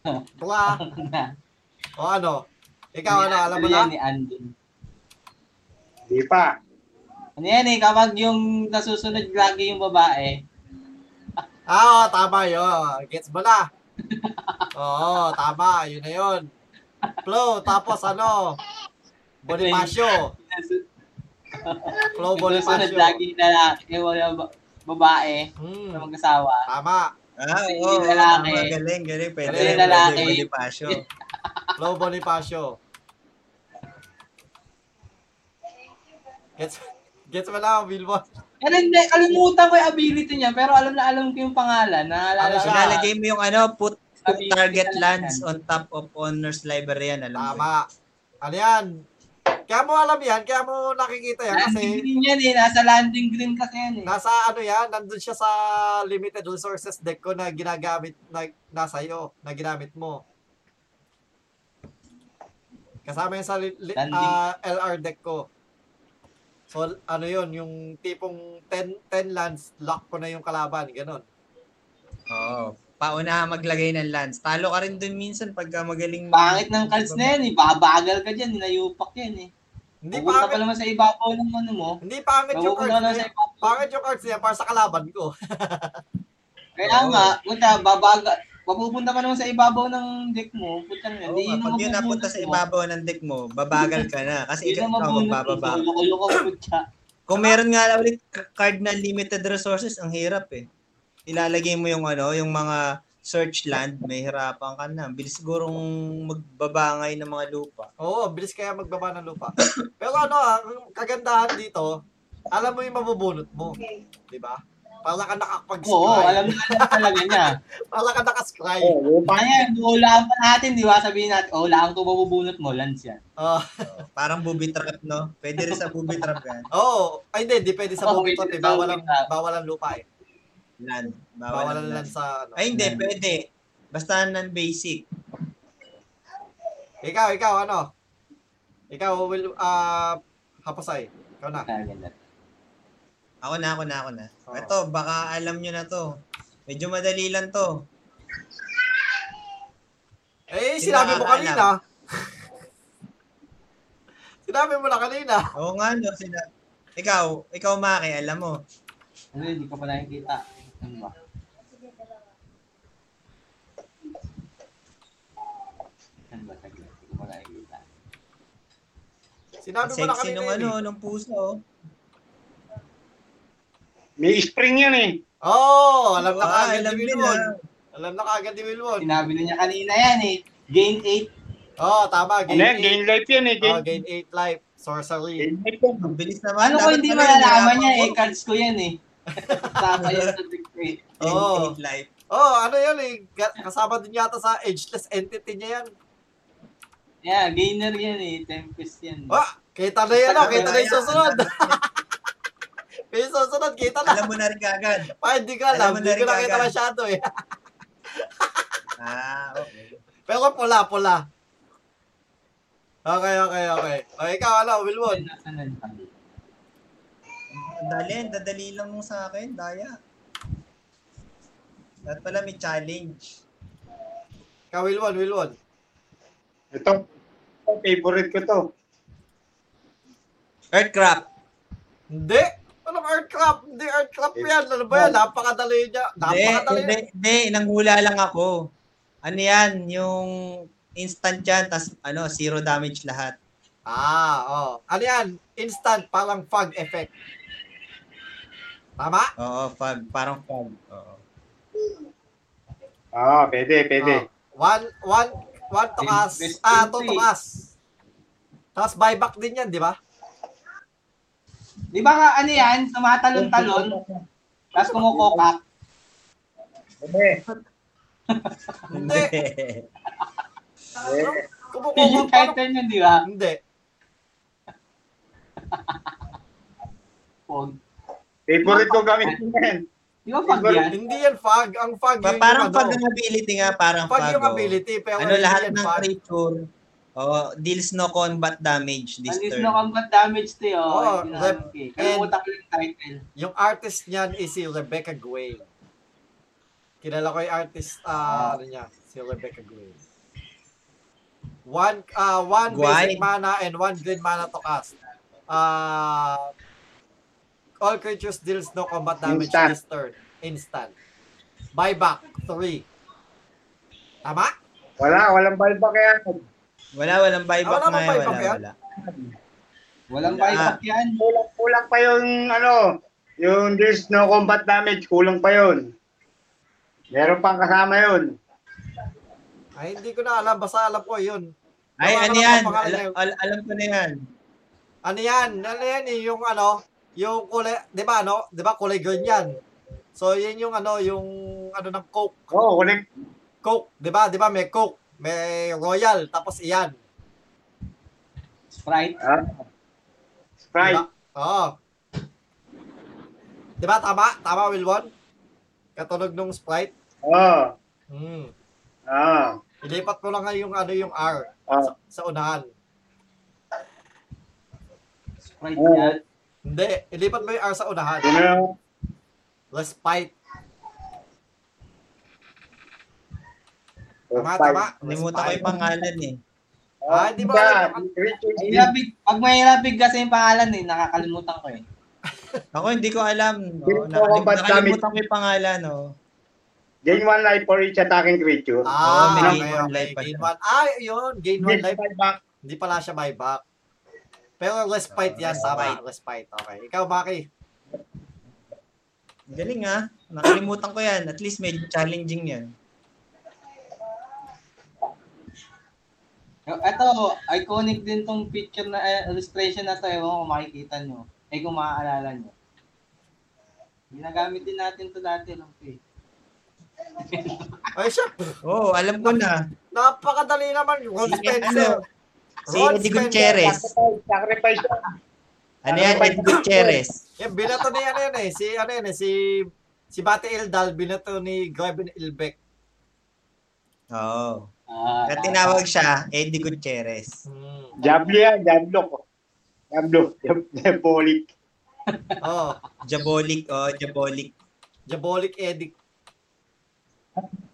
S1: oo. Bra. O ano? Ikaw, ano, alam mo na?
S5: Yan eh, ni Andin.
S6: Di pa.
S5: Ano yan eh, kapag yung nasusunod lagi yung babae,
S1: Ah, oo, tama yun. Gets mo na. Oo, Oh, tama. Yun na yun. Flow, tapos ano? Bonifacio. Flow
S5: nasusunod
S1: Oh, Bonifacio.
S5: lagi yung lalaki, yung baba- babae,
S1: Hmm,
S5: na mag-asawa.
S1: tama.
S3: Ah,
S5: Kasi
S3: oo, oo,
S5: lalaki.
S3: tama, galing, galing. Pwede
S1: Kasi
S3: rin,
S5: lalaki.
S3: pwede, pwede pasyo.
S1: Flow Bonifacio. Gets, gets mo na ako, Billboard.
S5: Pero hindi, kalimutan ko yung ability niya, pero alam na alam ko yung pangalan. Naalala
S1: Ano
S5: ko.
S3: So,
S1: Ah.
S3: nalagay mo yung ano, put, put
S5: Sabi-
S3: target lands on top of honors library yan. Alam mo.
S1: Tama. Ano yan? Kaya mo alam yan, kaya mo nakikita yan kasi
S5: Landing green yan eh. Nasa landing green kasi yan eh.
S1: nasa ano yan, nandun siya sa limited resources deck ko na ginagamit, na, nasa iyo, na ginamit mo. Kasama yan sa li, li-
S5: Landing.
S1: ah, LR deck ko. So, ano yun, yung tipong 10, 10 lands, lock ko na yung kalaban, ganun.
S3: Oo. Pauna ka maglagay ng lands. Talo ka rin dun minsan pagka magaling.
S5: Pangit ng cards na yan eh. Babagal ka dyan. Ninayupak yan eh.
S1: Hindi
S5: Hindi
S1: pangit,
S5: pa naman sa ibabaw ng ano mo.
S1: hindi pangit yung
S5: Magugulo
S1: cards
S5: ka na
S1: na
S5: sa
S1: yan.
S5: ibabaw.
S1: Pangit yung cards na yan para sa kalaban ko.
S5: Kaya nga, punta, babaga, papupunta ka naman sa ibabaw ng deck mo, punta na yan.
S3: Oo
S5: Di
S3: nga,
S5: yun ang
S3: pag yun napunta
S5: mabubunot
S3: sa
S5: mo.
S3: ibabaw ng deck mo, babagal ka na. Kasi
S5: Di
S3: ikaw
S5: na
S3: ikaw ang
S5: mabunot.
S3: magbababa.
S5: Lolo ko putya.
S3: Kung meron nga ulit k- card na limited resources, ang hirap eh. Ilalagay mo yung ano, yung mga search land, may hirapan ka na. Bilis sigurong magbabangay ng mga lupa.
S1: Oo, ang bilis kaya magbaba ng lupa. Pero ano ah, ang kagandahan dito, alam mo yung mabubunot mo. Di ba? Para ka nakapag-scry.
S5: Oo, alam na alam talaga niya.
S1: Para ka nakascry.
S6: Oh, yung pa-
S5: Kaya, hulaan pa natin, di ba? Sabihin natin, oh, hulaan ko mabubunot mo, lance yan.
S1: Ah,
S3: Parang booby trap, no? Pwede rin sa booby trap yan.
S1: Oo, ay hindi, depende sa
S5: Oo,
S1: bubunot. Eh.
S5: pwede,
S1: Bawal ang,
S5: bawal.
S1: bawal ang lupa eh.
S3: Land.
S1: Bawal
S3: Bawal
S1: ang
S3: ang
S1: land
S3: land.
S1: sa ano.
S3: Ay, hindi, pwede. Basta non-basic.
S1: Ikaw, ikaw, ano? Ikaw, will, ah, hapasay. Ikaw na. Eh,
S5: Kaya ganda.
S3: Ako na, ako na, ako na.
S1: Oo.
S3: Ito, baka alam nyo na to. Medyo madali lang to.
S1: Eh,
S3: Hindi
S1: sinabi mo
S3: nakakaalam.
S1: kanina. sinabi mo na kanina.
S3: Oo nga, no? Sila... Ikaw, ikaw, Maki, alam mo.
S5: Ano, hindi ko pa nakikita. Ano ba? Ano ba? Saglit, Hindi ko pa nakikita.
S1: Sinabi mo na
S3: Sexy
S1: kanina.
S3: nung
S1: yun eh.
S3: ano, nung puso. oh.
S6: may spring yan eh.
S1: Oo, oh, alam na
S3: Ah,
S1: kaagad
S3: alam
S1: ni
S3: din,
S1: Wilwon.
S3: ah.
S1: Alam na kaagad ni Wilwon.
S5: Sinabi na niya kanina yan eh. Gain 8.
S1: Oo, oh, tama.
S6: Ano yan?
S1: Gain 8.
S6: Gain life yan eh. Gain,
S3: Ah,
S1: Oh, gain 8 life. Sorcery.
S6: gain life yan.
S3: Ang bilis naman.
S5: Ano ko
S3: Dapat
S5: hindi
S3: pala
S5: malalaman
S3: yung
S5: niya eh.
S3: hirapan
S5: Cards ko yan eh. Tama yun sa deck ko eh.
S3: ko. Yung
S1: Oo.
S3: eight life.
S1: Oh, ano yun eh. Ga- Kasama din yata sa ageless entity niya yan.
S5: Yeah, gainer yan eh. Tempest yan.
S1: Oh, kita na yan. Oh, kita na yung
S3: Ayan,
S1: susunod.
S3: alam-
S1: May susunod. Kita na.
S3: Alam mo na rin agad.
S1: Pa, hindi ko alam.
S3: alam mo
S1: Hindi
S3: na
S1: ko
S3: rin
S1: nakita
S3: kaagad.
S1: masyado eh.
S3: Ah, okay.
S1: Pero pula, pula. Okay, okay, okay. O, ikaw, ano, Wilwon.
S5: Nasaan na yun?
S3: Ang Dali, ang dadali lang mo sa akin. Daya. Dapat pala may challenge.
S1: Ikaw, Wilwon, Wilwon.
S6: Ito. Favorite ko to.
S3: Earthcraft.
S1: Hindi. Anong Earthcraft? Hindi Earthcraft yan. Ano ba yan? Napakadali niya.
S3: Hindi,
S1: Napakadali.
S3: hindi, hindi. Nanghula lang ako. Ano yan? Yung instant yan, tas ano, zero damage lahat.
S1: Ah, oh. Ano yan? Instant, parang fog effect. Tama?
S3: Oo, fog. Parang fog. Oo.
S6: Ah, pwede, pwede.
S1: Oh. One, one, one to us.
S5: Invest
S1: Ah,
S5: in
S1: two to
S5: three.
S1: us. Tapos buyback din yan, di ba?
S5: Di ba ka ano yan? Tumatalon-talon. Tapos kumukukak.
S1: Hindi. Ano?
S5: Yun yung
S1: Kumukuha parang...
S5: title niya, di ba?
S1: Hindi.
S5: Fog.
S6: Favorite ko gamit yan.
S5: Di ba fog yan?
S1: Hindi yan fog. Ang fog
S3: Pa-
S1: yun
S3: parang
S1: yung
S3: pag
S1: ano.
S3: ang ability nga, parang
S1: Fog yung
S3: oo.
S1: ability, pero
S3: Ano
S1: hindi
S3: lahat
S1: yan
S3: ng
S1: fog.
S3: creature oh, deals no combat
S1: Ah,
S3: damage this
S5: At least
S3: turn.
S5: no combat damage to yun.
S1: eh. Oo,
S5: Oh,
S1: rep-
S5: Kalimutan ko yung title.
S1: Yung artist niyan is si Rebecca Gwain. Kilala ko yung artist, ah, ano niya, si Rebecca Gwain. One, ah, one basic
S3: Gwain.
S1: mana and one green mana to cast. Ah, all creatures deals no combat damage
S6: Instant.
S1: this turn. Instant. Buyback, three. Tama?
S6: Wala, walang balba kaya.
S3: Wala, walang buyback
S1: Ah, wala
S3: nga.
S1: bang
S3: Wala,
S1: buyback
S3: wala,
S1: yan?
S3: wala.
S5: Walang buyback yan.
S6: Kulang pa yung ano, yung there's no combat damage, kulang pa yun. Meron pang kasama yun.
S1: Ay, hindi ko na alam. Basta alam ko yun.
S3: Ay,
S1: Wala,
S3: ano
S1: wala
S3: yan?
S1: pang pangalan
S3: Al-
S1: yun.
S3: al- alam ko na yan.
S1: Ano yan? Ano yan eh, yung ano, yung kulay, di ba ano? Di ba kulay green yan? So, yan yung ano, yung ano ng Coke.
S6: Oo, oh, kulit.
S1: Coke, di ba? Di ba may Coke? May Royal, tapos iyan.
S5: Sprite.
S1: Di
S6: Ah. Sprite.
S1: ba? Oo. Di ba tama? Tama, Wilwon? Katunog nung Sprite?
S6: Oo. Ah. Oh,
S1: Hmm.
S6: Oo.
S1: Ilipat mo lang nga yung ano yung R
S6: Oo.
S1: sa, sa unahan.
S5: Sprite
S6: Oo.
S5: yan.
S1: Hindi, ilipat mo yung R sa unahan.
S6: Yun na.
S1: Respite. Tama,
S6: Sprite.
S1: tama.
S3: Nalimutan ko
S1: Respite.
S3: yung pangalan eh.
S1: Ah, hindi ba alam yung-
S5: Ay, labig. Pag may labig kasi yung pangalan eh, nakakalimutan ko eh.
S3: Ako hindi ko alam.
S6: Hindi
S3: No.
S6: ko
S3: Nakalim-
S6: ba't
S3: nakalimutan ko yung pangalan. No.
S6: Gain one life for each attacking creature.
S1: Ah,
S3: Oo, Oh, may
S1: okay,
S3: gain one
S1: okay.
S3: life pa
S1: Gain
S3: siya.
S1: one. Ah, yun. Gain one
S6: Gain
S1: life.
S6: five back.
S1: Hindi pala siya buyback. Pero respite yan.
S3: Ah,
S1: Tama, respite. Okay. Ikaw, Maki.
S3: Ang Galing ah. Nakalimutan ko yan. At least medyo challenging yan.
S5: Ito, iconic din tong picture na eh, illustration na to. Ewan ko kung makikita nyo. Eh kung maaalala nyo. Ginagamit din natin to dati lang eh.
S1: Ay, syempre.
S3: Oo, oh, alam ko na.
S1: Napakadali naman. Ron
S3: Si,
S1: Spencer.
S3: ano, si
S1: Ron
S3: Eddie
S1: Spencer.
S3: Gutierrez.
S6: Sacrifice siya.
S3: Ano yan, Eddie Gutierrez?
S1: Yung binato ni ano yun eh. Si, ano yun eh. Si, si Bate Eldal, binato ni Graven Ilbeck.
S3: Oo.
S5: Ah,
S3: Kaya tinawag siya, Eddie Gutierrez.
S1: Hmm.
S6: Diablo yan, Diablo. Diablo. Diabolic.
S1: Oh,
S3: Jabolic, oh, Jabolic.
S1: Diabolic Edict.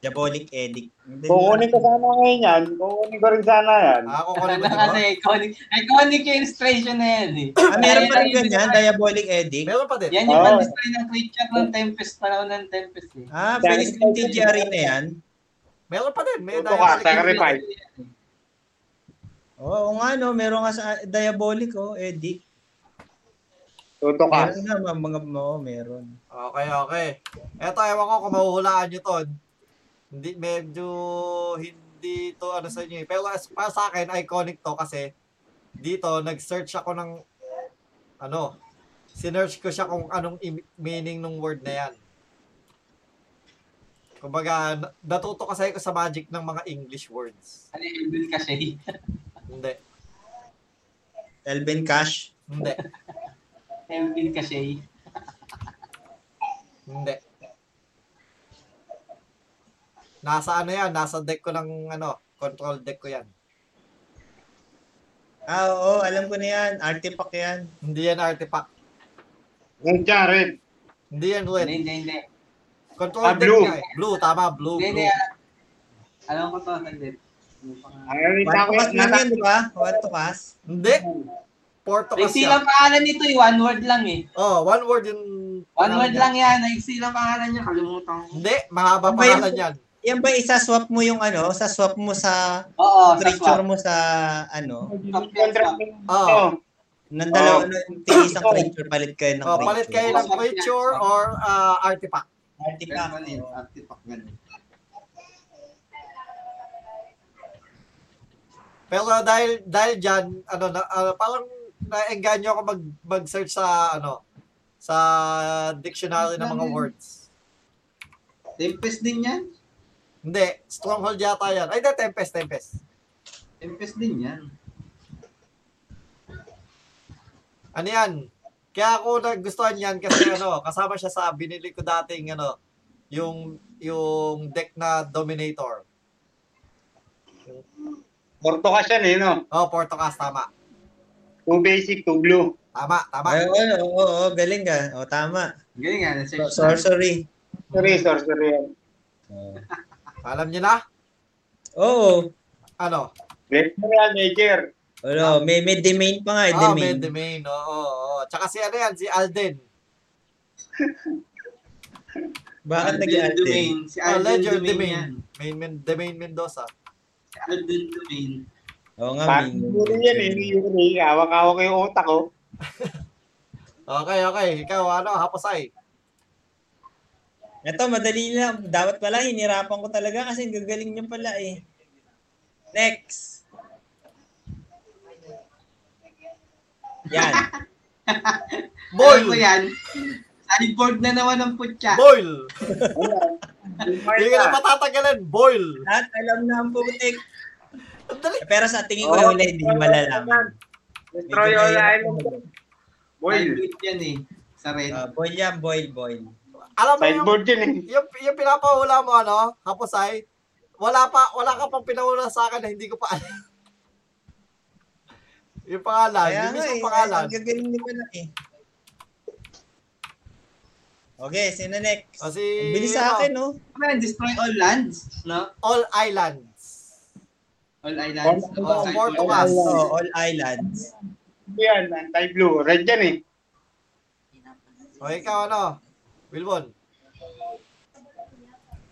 S3: Jabolic Eddie.
S6: Kukunin ko sana ngayon yan. Kukunin ko rin sana yan.
S3: Ah.
S1: Ako ko
S5: Ano
S1: rin.
S5: kasi iconic, iconic yung illustration na yan eh.
S3: Ah, meron pa rin
S5: Yan yung
S3: ganyan,
S5: design.
S3: Diabolic Eddie.
S1: Meron pa din.
S5: Yan yung
S6: Oo.
S5: pan-display ng creature ng Tempest, panahon ng Tempest eh.
S3: Ah, Philippine TG Arena yan.
S1: Meron pa din. May
S6: Tuto ka,
S1: Diabolic Edict.
S6: sacrifice.
S3: Oo nga no, meron nga sa Diabolic oh, Eddie.
S6: Tuto ka.
S3: Meron na mga mga mo, meron.
S1: Okay, okay. Eto, ewan ko kung mahuhulaan nyo to. Hindi, medyo hindi to ano sa inyo. eh. Pero as, para sa akin, iconic to kasi dito, nag-search ako ng ano, sinearch ko siya kung anong im- meaning ng word na yan. Kumbaga, na- natuto kasi ako sa magic ng mga English words.
S5: Ano yung Bill Cachet?
S1: Hindi,
S3: Elvin Cash.
S1: hindi,
S5: Yung Bill Cachet.
S1: hindi. Nasa ano yan, nasa deck ko ng ano, control deck ko yan.
S3: Ah, oo, alam ko na yan. Artifact yan.
S1: Hindi yan artifact.
S6: Ngayon siya rin.
S1: Hindi yan red.
S5: Hindi, hindi, hindi.
S1: Control
S6: Ah,
S1: deck
S6: blue.
S1: nga eh. Blue, tama, blue,
S5: Hindi, hindi.
S1: blue.
S5: Alam ko to, sandit. Ano pa nga?
S6: Ayun, ako
S3: One to cast
S6: yan.
S3: lang
S6: Nanak-
S3: yan, di ba? One to cast.
S1: Hindi. Porto kasi.
S5: Nagsila pangalan nito eh, one word lang eh.
S1: Oh, one word yung...
S5: One word lang yan, nagsila pangalan niya, kalimutan ko.
S1: Hindi, mahaba
S3: Ano ba
S1: pangalan
S3: yun?
S1: yan.
S3: Yan ba isa-swap mo yung ano? Sa-swap mo sa
S5: Oo, sa
S3: creature
S5: swap.
S3: mo sa ano?
S6: Contract.
S3: Ah.
S1: Oo.
S6: Oo.
S3: Ng
S6: Oo.
S3: dalawa na tig isang creature, palit kayo ng
S1: Oh, palit kayo
S3: creature.
S1: ng creature or ah, artifact.
S3: Artifact.
S5: Ganun yun,
S3: oo.
S5: artifact eh. ganun.
S1: Pero dahil dahil diyan, ano na ah, parang naengganyo ako mag mag-search sa ano sa dictionary ng
S5: Mm-hmm.
S1: mga words.
S5: Tempest din yan.
S1: Hindi, stronghold yata yan. Ay, hindi, tempest, tempest.
S5: Tempest din yan.
S1: Ano yan? Kaya ako nagustuhan yan kasi ano, kasama siya sa binili ko dating ano, yung yung deck na Dominator.
S6: Porto ka siya, eh, no?
S1: Oh, Portocas, tama.
S6: Two basic, two blue.
S1: Tama, tama.
S3: Ay, oo, oo, oo, galing ka. O, tama.
S5: Ganyan nga, ah, na-search na.
S3: Sorcery.
S6: Sorry, sorry, sorry.
S1: Alam niyo na?
S3: Oo.
S1: Ano?
S6: Ranger yan, Ranger.
S3: Ano, may, may domain pa nga, eh,
S1: oh,
S3: domain.
S1: may domain. Oo, oo, oo. Tsaka si ano yan, si Alden.
S3: Bakit
S5: Alden
S3: nag-i-alter?
S5: Dumain. Si
S1: Oh,
S5: Alden
S1: Ledger
S5: Dumain yan.
S1: Domain. Main, main, domain Mendoza.
S5: Si Alden Dumain.
S3: Oo nga, may-
S6: Parang puro yan, eh. Yung Yuri, hawak-hawak yung utak, oh.
S1: Okay, okay. Ikaw, ano, Haposay.
S3: Ito, madali lang. Dapat pala, hinirapan ko talaga kasi ang gagaling niyo pala eh. Next. Yan.
S5: Alam ko
S1: Boil!
S5: yan. Sideboard na naman ang putya.
S1: Boil! Hindi ka na
S6: Marta.
S1: patatagalan. Boil!
S3: Lahat alam na ang putik.
S1: Ang dali.
S3: Pero sa tingin ko yung hindi malalaman. Medyo
S6: Troyola
S3: nahirap.
S6: Island. Boy,
S5: Sideboard yan eh. Sa red.
S3: Ah, boil yan, boil, boil.
S1: Alam mo yung,
S6: sideboard yun eh.
S1: yung, yung pinapahula mo, ano, hapusay, wala pa, wala ka pang pinahula sa akin na hindi ko pa alam. yung pangalan, yung
S3: nga
S1: mismong
S3: eh,
S1: pangalan.
S3: Ang gagaling nila na eh. Okay, sino next?
S1: O si,
S3: Ang bilis sa akin, no?
S5: Ano, destroy all lands, no?
S1: All Islands.
S5: All islands.
S6: All-
S5: all
S1: all-
S5: sideboard.
S1: all-
S3: All,
S1: Tumas.
S3: oh, all islands.
S6: Yan, anti-blue. Red yan eh.
S1: O ikaw, ano, Wilbon.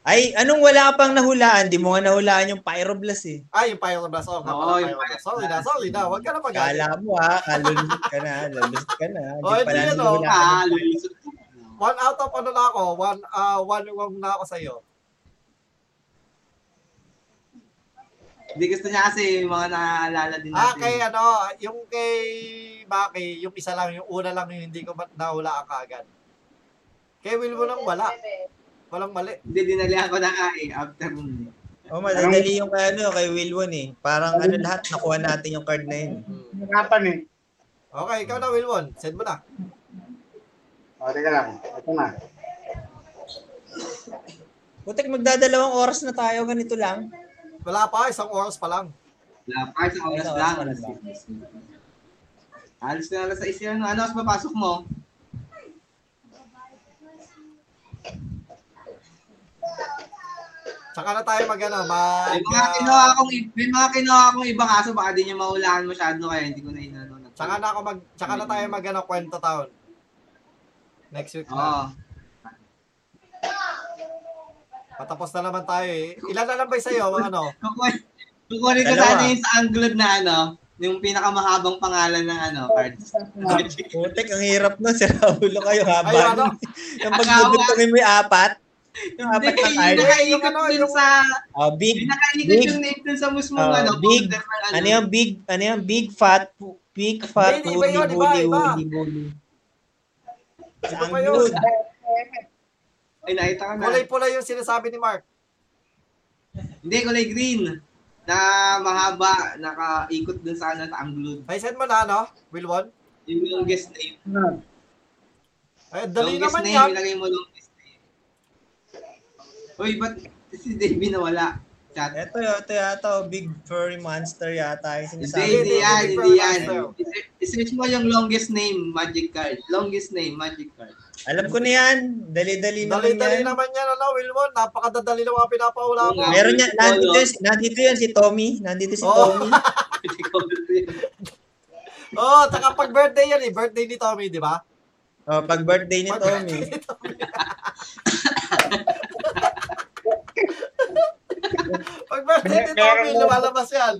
S3: Ay, anong wala ka pang nahulaan? Di mo nga nahulaan yung Pyroblast eh.
S1: Ay, yung Pyroblast. Oh,
S5: Oo,
S1: kapala
S5: yung
S1: Pyroblast. Sorry na, sorry na. Huwag ka na pag
S3: Kala mo ha, kalulusot ka na, lalusot ka na. Di
S1: Oh,
S3: pala
S1: hindi yan, oh.
S3: nahulaan.
S5: Ah, lulusot.
S1: One out of ano na ako, one, ah one wrong na ako sa'yo.
S5: Hindi gusto niya kasi yung mga naaalala din natin.
S1: Ah, kay ano, yung kay Maki, yung isa lang, yung una lang yung hindi ko mat- nahulaan kaagad. Kay Wilbon ang wala. Walang mali.
S5: Hindi, dinalihan ko na ka eh, after nun.
S3: Oh, madadali yung kay, ano, kay Wilwon eh. Parang ano lahat, nakuha natin yung card na yun.
S1: Hmm.
S6: Hanapan eh.
S1: Okay, ikaw na Wilbon. Send mo na.
S6: O, teka lang. Ito na.
S3: Putek, magdadalawang oras na tayo, ganito lang.
S1: Wala pa, isang oras pa lang.
S5: La parte sa oras
S3: Sa
S5: lang.
S3: oras lang.
S5: Alis na alas sa isip ano, ano, papasok mo?
S1: Tsaka na tayo mag ano, mag...
S5: May mga
S1: ah,
S5: kinuha akong, may mga kinuha akong ibang kaso, baka di niya maulaan masyado kaya hindi ko na inano. nag-
S1: tsaka na ako mag... Tsaka na tayo mag ano, kwento taon. Next week
S5: Oo.
S1: na. Patapos na naman tayo eh. Ilan na lang ba yung sa'yo? Ano?
S5: Kukunin- Kukunin ko
S3: Dalawa.
S5: sana yung sa Anglod na ano, yung pinakamahabang pangalan ng ano, cards.
S3: Putek, ang hirap nun. Si Raulo kayo haba.
S1: Ay, ano?
S3: yung pagdudugtungin mo yung apat. Yung
S5: Hindi,
S3: apat na
S5: yung
S3: card.
S1: Yung
S5: nakaikot
S1: ano,
S5: dun
S1: yung-
S5: sa,
S3: Oh,
S5: yung
S3: big,
S5: nakaikot
S3: big.
S5: yung name dun sa mismong
S3: Oh,
S5: ano,
S3: big.
S5: folder ng
S3: Ano yung big, ano yung big fat, big fat,
S1: Hindi,
S3: huli,
S1: iba yun, iba,
S3: huli,
S1: iba.
S3: huli, huli. Sa
S1: Iba pa yun.
S3: Anglod.
S5: Ay, nakita ka na.
S1: Kulay-pulay yung sinasabi ni Mark.
S5: Hindi, kulay green. Na mahaba, nakaikot dun sa ano, sa Anglod.
S1: Ay, send mo na, ano? Wilbon?
S5: Yung longest name.
S1: Ay, Eh, dali
S5: longest
S1: naman
S5: name,
S1: yan.
S5: ilagay mo longest name. Uy, ba't si Davey nawala? Chat.
S3: Ito, ito yata, oh, big furry monster yata yung
S5: Hindi,
S3: sinasabi.
S5: hindi
S1: Davey,
S3: ko.
S5: yan,
S1: Davey
S5: hindi yan.
S1: Fernandez.
S5: I-search- I-search mo yung longest name, magic card. Longest name, magic card.
S3: Alam ko na yan. Dali-dali naman
S1: Dali-dali
S3: yan.
S1: naman yan, ano, Wilbon? Napakadadali ng mga pinapahula mo.
S5: Oo
S3: Meron yan. Nandito,
S5: Lolo.
S3: yan- nandito yan si Tommy. Nandito si
S1: Oo.
S3: Tommy.
S5: Hindi ko alam yun.
S1: Oo, oh, tsaka pag birthday yan eh. Birthday ni Tommy, di ba?
S3: Oh, pag birthday ni
S1: Pag
S3: Tommy.
S1: birthday ni Tommy. pag birthday ni Tommy, lumalabas yan.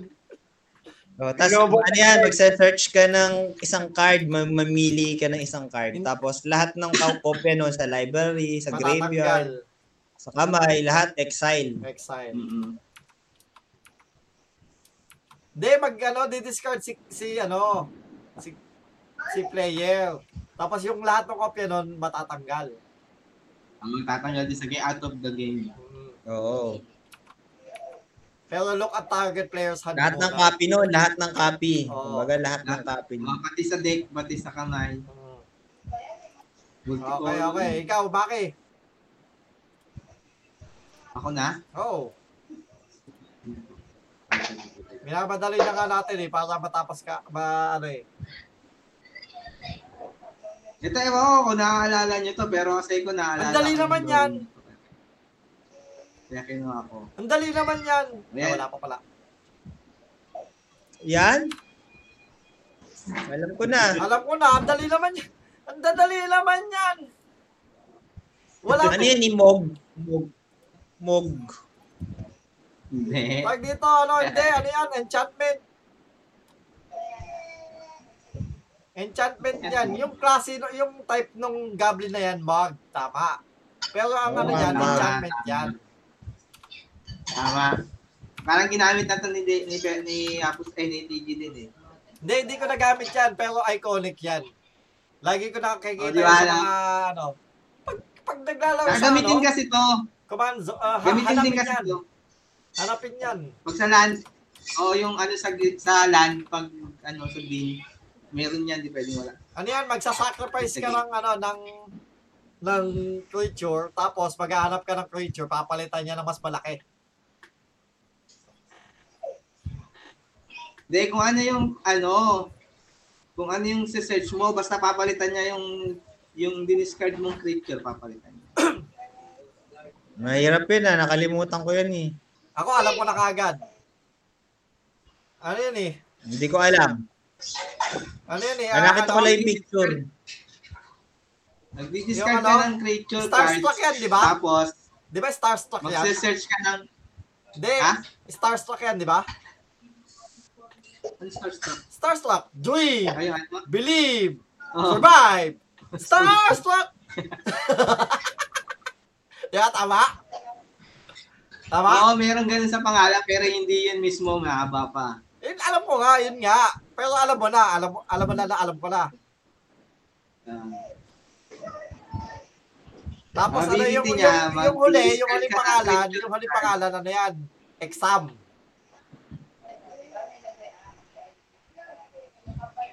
S3: Oh, tapos
S6: Lobo.
S3: ano yan, magse-search ka ng isang card, ma- mamili ka ng isang card.
S1: Hindi.
S3: Tapos lahat ng ka- kopya nun sa library, sa
S1: Matatanggal.
S3: graveyard, sa kamay, lahat exile.
S1: Exile.
S5: Mm-mm.
S1: Hindi, mag ano, didiscard si, si ano, si, si player. Tapos yung lahat ng kopya nun, matatanggal.
S5: Ang magtatanggal din sa game, out of the game.
S1: Mm.
S3: Oo.
S1: Pero look at target player's hand
S3: Lahat ng
S1: muna.
S3: copy nun, lahat ng copy.
S1: Oo.
S3: Kumbaga lahat ng copy.
S5: Mga pati sa deck, pati sa kamay.
S1: Mm. Okay,
S5: Multicolor.
S1: okay. Ikaw, Maki.
S5: Ako na?
S1: Oo. Minamadali na nga natin eh, para matapos ka, ma, ano eh.
S5: Ito, ewan ko kung naaalala nyo to, pero kasi ko naaalala.
S1: Ang dali
S5: ko
S1: naman
S5: yung
S1: yan.
S5: drawing. Kaya kinuha ko.
S1: Ang dali naman yan.
S5: Ayan.
S1: Ah, wala pa pala.
S3: Yan? Alam ko na.
S1: Alam ko na, ang dali naman yan. Ang dadali naman yan. Wala
S3: Ano
S1: pa.
S3: yan, imog? Mog. Mog.
S5: Hindi.
S1: Pag dito, ano, hindi, ano yan, enchantment. Enchantment yan. Yung klase, no- yung type nung goblin na yan, mag, tama. Pero ang ano
S3: Oo,
S1: yan,
S3: tama.
S1: enchantment yan.
S5: Tama. Parang ginamit natin ni, ni, ni, ni Apus, eh, ni TG din eh.
S1: Hindi, hindi ko nagamit yan, pero iconic yan. Lagi ko nakakikita
S5: O, di ba
S1: sa
S5: lang?
S1: mga, ano, pag, pag naglalaro sa,
S5: Gagamitin
S1: ano,
S5: kasi to.
S1: command, zo- ah, ha-
S5: Gamitin
S1: hanapin
S5: din kasi
S1: yan.
S5: to.
S1: Hanapin yan.
S5: Pag sa LAN, o yung ano sa, sa LAN, pag ano sabihin, meron yan, di pwedeng wala.
S1: Ano yan, magsasacrifice ka ng, ano, ng, ng creature, tapos maghahanap ka ng creature, papalitan niya ng mas malaki.
S5: Hindi, kung ano yung, ano, kung ano yung search mo, basta papalitan niya yung, yung diniscard mong creature, papalitan niya.
S3: Mahirap yun ah. Nakalimutan ko yun eh.
S1: Ako, alam ko na kagad. Ano yun eh?
S3: Hindi ko alam.
S1: Ano yun eh?
S3: Ah, nakita
S1: ano?
S3: ko lang yung picture.
S5: Nag-discard
S1: Yung ano,
S5: ka ng creature
S1: Starstruck
S5: cards,
S1: yan, di ba?
S5: tapos,
S1: Di ba Starstruck yan?
S5: magse-search ka ng,
S1: Hindi,
S5: Ha?
S1: Starstruck yan, di ba?
S5: ano Starstruck?
S1: Starstruck, dream,
S5: Ayun, ano?
S1: believe, diba?
S5: Oh.
S1: survive, starstruck! Di ba, tama? Tama?
S5: Oo, meron ganun sa pangalan, pero hindi yun mismo mahaba pa.
S1: Yun, alam ko nga, yun nga. Pero alam mo na, alam, mo- alam mo na na, alam ko na.
S5: Ah,
S1: Tapos
S5: Ah,
S1: ano
S5: bibitin
S1: yung,
S5: niya,
S1: yung,
S5: ma'am.
S1: yung huli, yung
S5: Bibitin
S1: huling
S5: ka ng
S1: pangalan,
S5: picture
S1: yung huling
S5: card.
S1: pangalan, ano yan? Exam.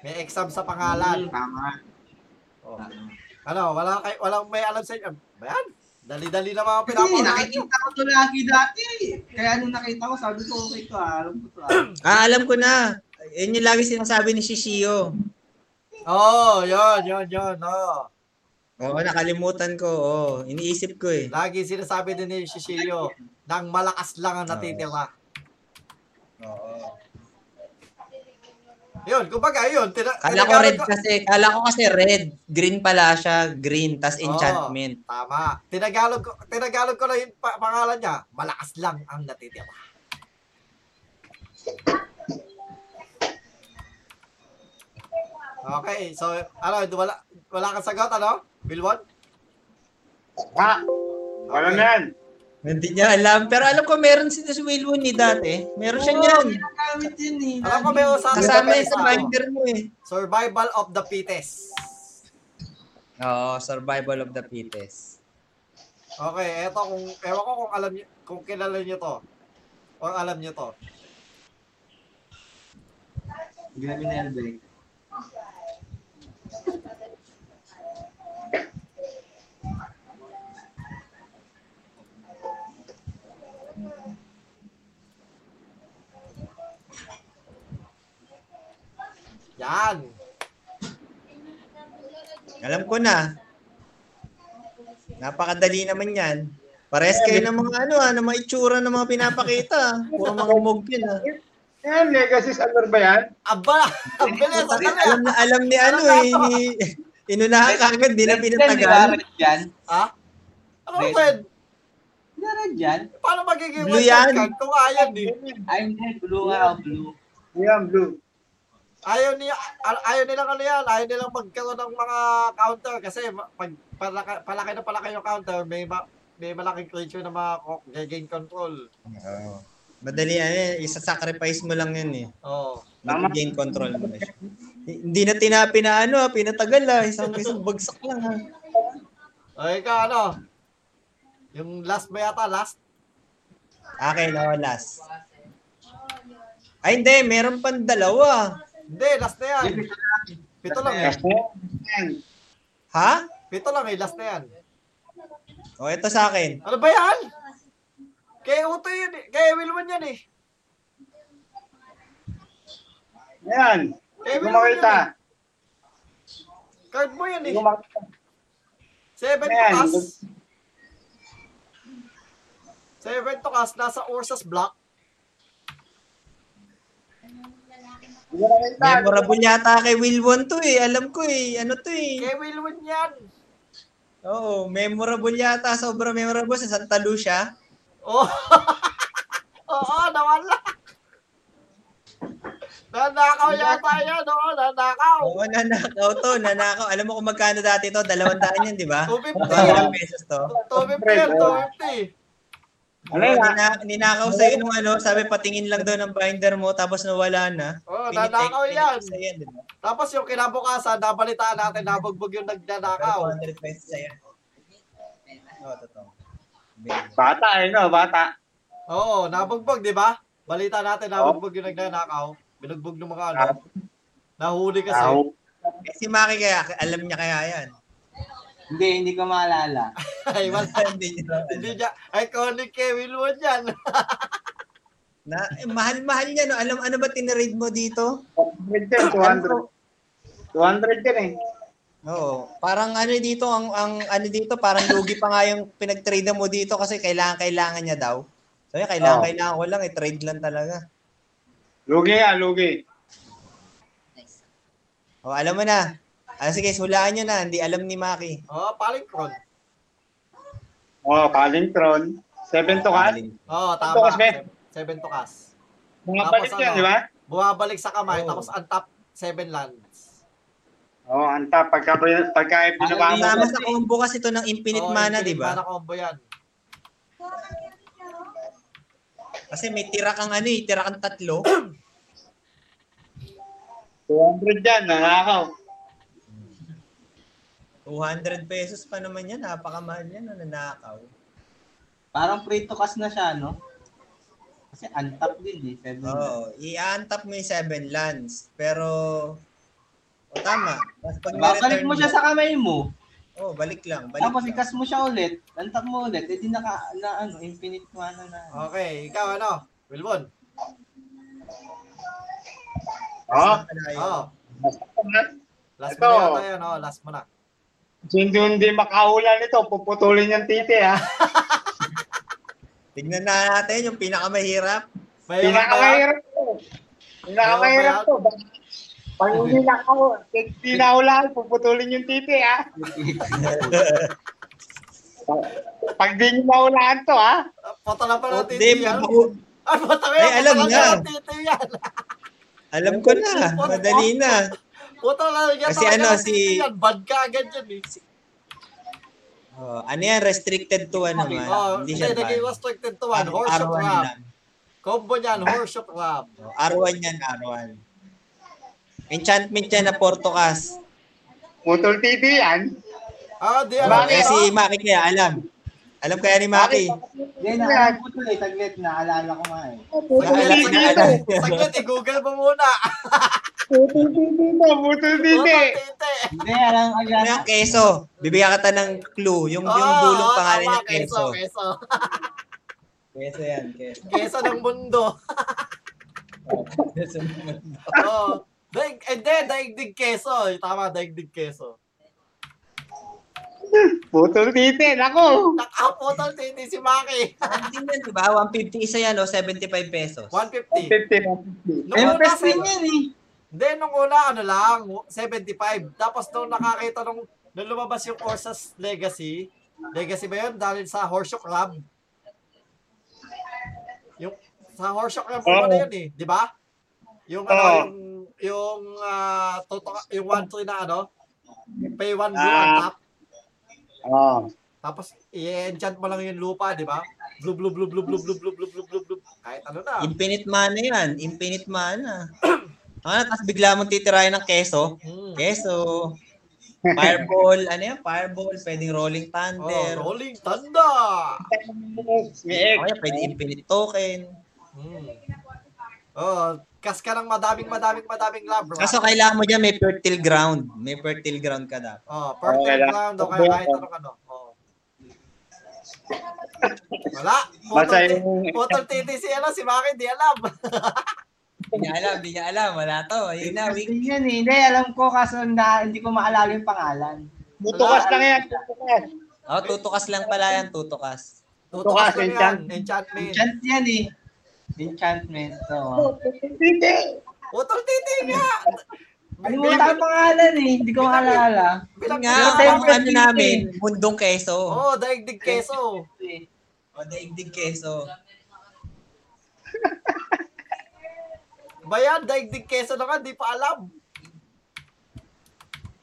S1: May exam sa pangalan.
S5: mm, Tama. Ah.
S1: Oh.
S5: Tama.
S1: Ano, wala kay walang may alam sa inyo. Ba yan? Dali-dali na mga
S5: Kasi
S1: pinapawalan.
S5: nakikita ko to lagi dati. Kaya nung nakita ko, sabi ko, okay to ah. Alam ko to ah.
S3: Ah, alam ko na. Yun yung lagi sinasabi ni Shishio.
S1: Oo, oh, yun, yun, yun. Oh.
S3: Oo, nakalimutan ko. Oo, iniisip ko eh.
S1: Lagi sinasabi din ni Shishio, nang malakas lang ang natitira.
S3: Oo.
S1: Yun, kumbaga yun. Tina-
S3: Kala ko
S1: tinagalan
S3: red kasi. Kala ko kasi red. Green pala siya. Green, tas enchantment.
S1: Oo, tama. Tinagalog ko, tinagalog ko na yung pa- pangalan niya. Malakas lang ang natitira. Okay, so ano, wala, wala kang sagot, ano? Bilwon?
S4: Ha? Wala na yan.
S3: Hindi niya alam. Pero alam ko meron si Des Wilwon ni dati. Meron siya niyan.
S5: Ginagamit yun eh.
S1: Alam ko may usapan
S3: Kasama
S1: kami sa-
S3: yung
S1: ano,
S3: survivor mo eh.
S1: Survival of the fittest.
S3: Oo, survival of the fittest.
S1: Okay, eto kung ewan ko kung alam niyo kung kilala niyo to. Or alam niyo to.
S5: Grabe na yan, Beck.
S1: Yan.
S3: Alam ko na. Napakadali naman yan. Pares kayo ng mga ano ah, ng mga itsura ng mga pinapakita. ah. Puro mga mugpin ah.
S4: Yan, Legacies Honor ba yan?
S1: Aba, ang bilis ang dali, ah.
S3: Alam na alam ni ano eh, ni inunahan ka agad, di na pinatagal.
S5: Red yan?
S1: Ha? ah. Ano
S5: Red.
S1: red?
S5: Hindi red yan?
S1: Paano magiging
S3: Blue
S1: red
S3: yan.
S1: yan? Kung ayaw ni
S5: Ay, hindi. Blue nga. oh, Blue.
S4: Yan, blue.
S1: ayaw niya a- ayaw nilang ano yan, ayaw nilang magkaroon ng mga counter kasi ma- pag palaki, palaki na palaki yung counter, may ma- may malaking creature na ma-gain control.
S3: Oo. Madali ano eh, isasacrifice mo lang yun eh.
S1: Oh.
S3: Mag-gain control mo na siya. Hindi na tinapi na ano ah, pinatagal ah, isang isang bagsak lang ah.
S1: O ikaw ano? Yung last ba yata? Last?
S3: Akin na last. Ay hindi, meron pang dalawa.
S1: Hindi, last na yan. Pito lang eh.
S4: Kasi, yan.
S3: Ha?
S1: Pito lang eh, last na yan.
S3: O ito sa akin.
S1: Ano ba yan? Kay Uto yun eh. Kay Wilman yan eh.
S4: Yan.
S1: Kay
S4: Hindi
S1: Wilman
S4: mo makita.
S1: yan eh. Card mo yan
S4: Hindi
S1: eh.
S4: mo makita.
S1: Seven to
S4: Yan.
S1: cast. Seven to cast. Nasa Ursus block.
S4: Hindi mo makita.
S3: Memorable yata kay Wilwon to eh. Alam ko eh. Ano to eh.
S1: Kay Wilman yan.
S3: Oo, memorable yata. Sobrang memorable sa Santa Lucia.
S1: Oh. Oo, nawala. Nanakaw yata yan. Oo, nanakaw.
S3: Oo, nanakaw to. Nanakaw. Alam mo kung magkano dati to? Dalawang daan yan, di ba?
S1: 250.
S3: Dalawang pesos to.
S1: 250 yan, 250.
S6: Ano yun, ah?
S3: Nina- ninakaw sa'yo nung ano, sabi patingin lang daw ng binder mo, tapos nawala na.
S1: Oh,
S3: Pinitake-
S1: nanakaw
S3: pinitake
S1: yan.
S3: sa'yo yan, di ba?
S1: Tapos yung kinabukasan, nabalitaan natin na bugbog yung nagnanakaw.
S3: 200 pesos sa'yo. Oo, totoo.
S6: Bata, eh, no? Bata.
S1: Oo, nabugbog, di ba? Balita natin, nabugbog yung nagnanakaw. Binugbog ng mga ano. Nahuli kasi.
S6: Tao.
S3: Eh, si Maki kaya, alam niya kaya yan.
S5: Hindi, hindi ko maalala.
S1: Ay, wala.
S3: Hindi niya lang alam.
S1: Hindi niya. Iconic Kevin Wood yan.
S3: Na, eh, mahal-mahal niya, no? Alam, ano ba tinarade mo dito?
S6: 100 yan, 200. 200 yan eh.
S3: Oo. Parang ano dito, ang, ang ano dito, parang lugi pa nga yung pinag-trade mo dito kasi kailangan-kailangan niya daw. So, yun,
S6: Oo.
S3: kailangan-kailangan ko lang, i-trade lang talaga.
S6: Lugi ah, lugi.
S3: O, alam mo na. Ah, sige, hulaan nyo na. Hindi alam ni Maki.
S1: Oo, palingkron.
S6: Oh, Calintron. 7 to cut.
S1: Oo, Oh, tama.
S6: Tukas, Ben.
S1: Seven tukas.
S6: Mga
S1: Tapos
S6: palit yan,
S1: ano?
S6: di ba?
S1: Bumabalik sa kamay,
S3: Oo.
S1: tapos ang top seven lands.
S6: Oo, oh, anta. Pagka, pagka pinaba mo.
S3: Kasama sa combo kasi ito ng Infinite
S1: Oo,
S3: Mana,
S1: infinite
S3: di ba?
S1: Mana Oh, combo yan.
S3: Kasi may tira kang ano eh, tira kang tatlo.
S6: 200 yan, nanakaw.
S3: 200 pesos pa naman yan, napakamahal yan, ano, nanakaw.
S5: Parang free to cast na siya, no? Kasi untap din eh. Seven
S3: Oo, i-untap mo yung 7 lands. Pero, o tama. Mas pag
S5: Babalik
S3: ma-return
S5: mo siya sa kamay mo.
S3: Oo, balik lang. Balik
S5: Tapos
S3: lang.
S5: ikas mo siya ulit. Untap mo ulit. Eh di naka, na ano, infinite mana na.
S3: Oh.
S1: Okay, ikaw ano? Wilbon.
S6: Oo.
S3: Ano na yun?
S1: Oo. Oh, Last
S6: Ito.
S1: mo na yata yan. Oo, last mo na.
S6: Hindi, hindi makahula nito. Puputulin yung titi, ah. ha?
S3: Tignan na natin yung pinakamahirap.
S1: May
S6: Pinakamahirap to. Pinakamahirap to. Pag hindi nakaw, hindi nahula, puputulin yung titi, ha? Pag di nyo nahulaan to, ha?
S1: Pota na pala ng
S3: O, Oh, di,
S1: titi yan.
S3: mahu-
S1: Ay, pota na
S3: Ay,
S1: yan.
S3: alam
S1: putang ina
S3: niya.
S1: ng titi yan.
S3: alam ko na. Madali na.
S1: Pota na yan.
S3: Kasi
S1: talaga
S3: ano,
S1: ng titi
S3: si-
S1: yan. Bad ka agad yan eh.
S3: Oh, ano yan? Restricted to ano man.
S1: Oo,
S3: hindi
S1: Oh, hindi,
S3: siya
S1: naging
S3: ban.
S1: restricted to one. Horseshoe
S3: R1
S1: crab.
S3: lang.
S1: Combo niyan, horseshoe crab.
S3: Oh, R1 yan, R1. Enchantment yan na Portocas.
S6: Putol titi yan.
S1: Ah, di
S3: Oh,
S1: alam
S6: Bakit?
S3: eh,
S1: niya.
S3: si
S1: no?
S3: Maki kaya alam. Alam kaya ni Maki.
S5: Hindi, nakalang ko tuloy. Taglit, naalala ko nga eh.
S6: Putol
S1: Saglit,
S3: Naalala-
S6: titi
S1: saglit,
S6: to.
S3: naalala.
S1: saglit, i-google mo muna.
S6: Putol titi to. Putol titi.
S1: Putang titi.
S5: Hindi, alam ko
S3: Ano
S5: yan.
S3: yung keso? Bibigyan kita ng clue. Yung, yung dulong pangalan
S1: tama,
S3: ng keso.
S1: Keso,
S3: Keso yan, keso.
S1: keso ng mundo.
S3: Keso ng mundo.
S1: Oo. Daig, hindi, daigdig keso. Tama, daigdig keso.
S6: Putol titi. Nako.
S1: Nakaputol titi si Maki.
S3: Something yan, diba? 150 isa yan, o 75 pesos.
S1: 150.
S6: 50.
S1: Nung una,
S5: Empress
S1: se-
S5: din yan eh.
S1: hindi, nung una, ano lang, 75. Tapos nung nakakita nung, nung lumabas yung Orsas Legacy, Legacy ba yun? Dahil sa Horseshoe Crab. Yung, sa Horseshoe Crab,
S6: Oo.
S1: oh. ano yun eh, di ba? Yung, ano,
S6: Oo.
S1: yung, yung, ah, toto- yung 1-3 na ano, pay 1 blue
S6: Ah.
S1: on top.
S6: Oh.
S1: Tapos i-enchant mo lang yung lupa, di ba? Blub blub blub blub blub blub blub blub blub blub blub. Kahit ano na.
S3: Infinite mana yan. Infinite mana. Ah, tapos bigla mong titirayan ng keso.
S1: Mm.
S3: Keso. Fireball. ano yan? Fireball. Pwedeng
S1: Oh,
S3: rolling thunder.
S1: rolling thunder.
S6: May
S3: Okay, pwede infinite token.
S1: Mm. Oh, kas ka ng madaming madaming madaming labra.
S3: Kaso kailangan mo dyan may fertile ground. May fertile ground ka dapat.
S1: Oh, perfect
S6: Okay lang.
S1: round o kaya kahit anong ano. Oh. Wala.
S6: Basta
S1: Putol,
S6: yung-
S1: ti- putol titi si ano, si Maki, di alam.
S3: Hindi niya alam, hindi niya alam. Wala to. Ayun na,
S5: Empress
S3: week.
S5: din yan eh. Hindi, alam ko kaso na hindi ko maalala yung pangalan.
S6: Butukas lang yan. Butukas.
S3: Oh, tutukas lang pala yan, tutukas.
S1: Tutukas
S6: Tutukas,
S1: lang yan.
S6: enchant.
S1: Enchantment.
S5: Enchant yan eh. Enchantment. So,
S6: Titi.
S1: Putol titi nga.
S5: Nalimutan ang pangalan eh. Hindi ko maalala.
S3: Yun
S1: Bilang
S3: nga,
S1: bilang-
S5: Pero
S3: ang ano
S5: ten-
S3: namin, mundong keso.
S1: Oh, daigdig keso.
S5: Eh,
S3: O, daigdig keso.
S1: Ba yan? Daigdig keso na ka, di pa alam.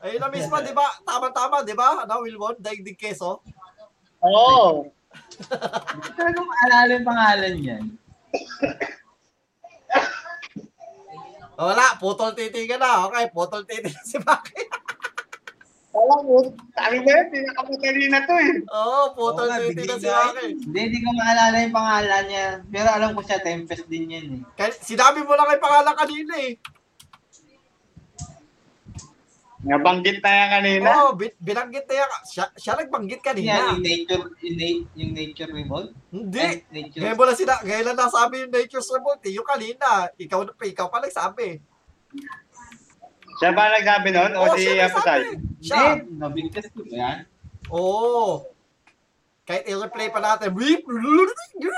S1: Ayun na mismo, di ba? Tama-tama, di ba? Ano, Wilbon? Daigdig keso?
S6: Oo.
S5: Talaga maalala yung pangalan niyan.
S1: Oh, Wala, putol titi ka na. Okay, putol titi na si Maki.
S6: Alam mo, sabi mo yun, pinakamatali na to eh.
S1: Oo, oh, putol
S3: Oo nga,
S1: titi na si
S3: bigay
S1: Maki.
S5: Hindi, hindi ko maalala yung pangalan niya. Pero alam ko siya, Tempest din yan eh.
S1: Kaya, sinabi mo lang kay pangalan kanina eh.
S6: Nabanggit na yan kanina.
S1: Oo, oh, binanggit na yan. Siya, siya nagbanggit
S5: Yan,
S1: kanina.
S5: yung nature, yung, na- yung nature revolt.
S1: Hindi.
S5: Ay, nature.
S1: Ngayon mo lang sina, ngayon lang nasabi yung Nature's Revolt. eh. Yung kanina, ikaw, ikaw pa nagsabi.
S6: Siya ba nagsabi noon o
S1: Oo,
S6: si
S1: siya nagsabi.
S6: Apatay?
S1: Siya.
S5: Hindi, nabigkas ko ba yan.
S1: Oo. Kahit i-replay pa natin. Weep.
S5: Hindi.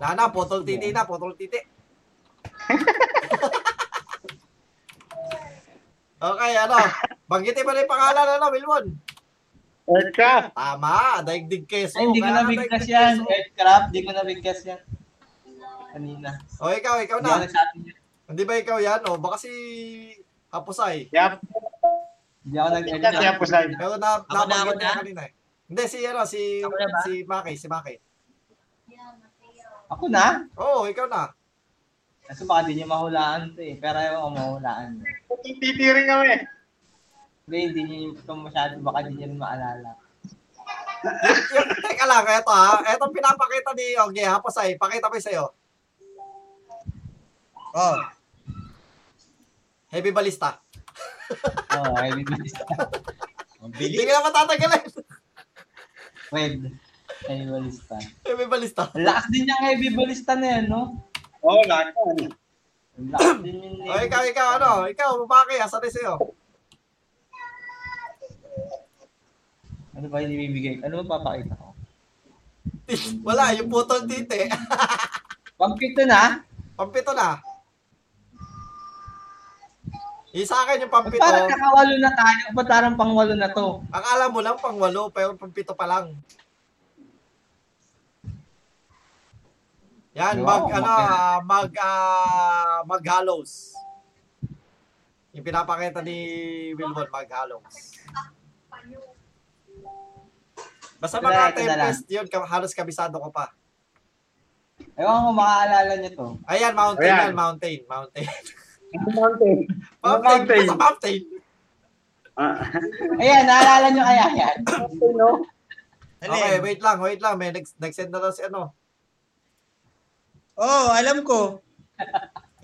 S1: Na na, potol titi na, potol titi. okay, ano? Banggitin mo na yung pangalan, ano, Wilwon?
S6: Earthcraft.
S1: Tama, daigdig keso.
S5: Ay, hindi ko
S1: Kaya
S5: nabigkas
S1: daigdig
S5: yan.
S1: keso.
S5: Aircraft, hindi ko nabigkas yan. Kanina.
S1: O, ikaw, ikaw
S5: Hindi ako
S1: na.
S5: nagsabi niya.
S1: Hindi ba ikaw yan? O, baka si Hapusay.
S6: Yap.
S5: Hindi ako
S6: Siya si
S5: nag-edit.
S6: Apatay.
S1: Pero na,
S3: Ako na, ako
S1: nabanggit niya
S3: na.
S1: kanina eh. Hindi, si, ano, si,
S3: Ako na ba?
S1: si Maki, si Maki.
S5: Ako na?
S1: Oo, ikaw na.
S5: Kasi baka di niyo mahulaan to eh. Pero ayaw ko mahulaan.
S6: Titirin kami.
S5: Hindi, hindi niyo yung ito masyado. Baka di niyo rin maalala.
S1: Yung, teka lang, eto ha. Eto pinapakita ni Ogie Hapusay. Pakita mo yung sa'yo.
S3: Oh,
S1: Heavy balista.
S5: Oo, oh, heavy balista.
S3: ang
S1: Hindi
S3: bilis.
S1: ka na matatagalan.
S5: Red. Heavy balista.
S1: Heavy balista.
S5: Ang lakas din niyang heavy balista na yan, no?
S6: Oo, lakas.
S5: Ang lakas din yun.
S1: O ikaw, ikaw, ano? Ikaw, mabaki, asa na sa'yo.
S5: Ano ba yung ibibigay? Ano ba papakita ko?
S1: Wala, yung putol titi.
S5: Pampito na?
S1: pampito na. Isa akin yung pampito.
S5: Parang kakawalo na tayo. Ba't parang pangwalo na to?
S1: Akala mo lang pangwalo, pero pampito pa lang. Yan, mag,
S5: Wow,
S1: ano,
S5: okay.
S1: ah, mag, ah, maghalos. Yung pinapakita ni Wilbon, maghalos. Basta mga
S5: Wala, ito na lang.
S1: tempest yun, ka- halos kabisado ko pa.
S5: Ewan ko maaalala niyo to.
S1: Ayan, mountain
S6: Ayan.
S1: yan, mountain, mountain.
S6: Mountain.
S1: Mountain,
S6: Mountain.
S1: basta mountain.
S6: Ah.
S5: Ayan, naalala niyo kaya yan?
S1: Okay, wait lang, wait lang. May nag- nag-send na lang si ano.
S3: Oh, alam ko.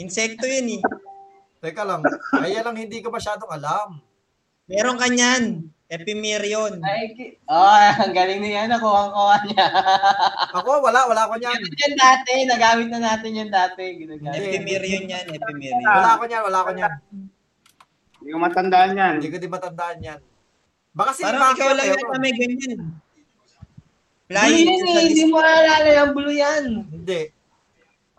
S3: Insekto yun eh.
S1: Teka lang. Ayan lang, hindi ko masyadong alam.
S3: Meron ka niyan. Epimerion.
S5: Ay, ki- oh, ang galing niya. Nakuha-kuha niya.
S1: Ako, wala, wala ko niyan.
S5: Yan yan dati. Nagamit na natin yan dati. Ginagamit.
S1: Hindi.
S3: Epimerion yan. Epimerion.
S1: Wala ko niyan, wala ko niyan.
S6: Hindi ko matandaan yan.
S1: Hindi ko din matandaan yan. Baka si
S3: Parang
S1: Maki,
S3: ikaw lang
S1: pero-
S3: yata may ganyan.
S5: Blue
S3: Flying
S5: yun
S3: sa
S5: eh. Hindi
S3: dis-
S5: mo maalala yung blue yan.
S1: Hindi,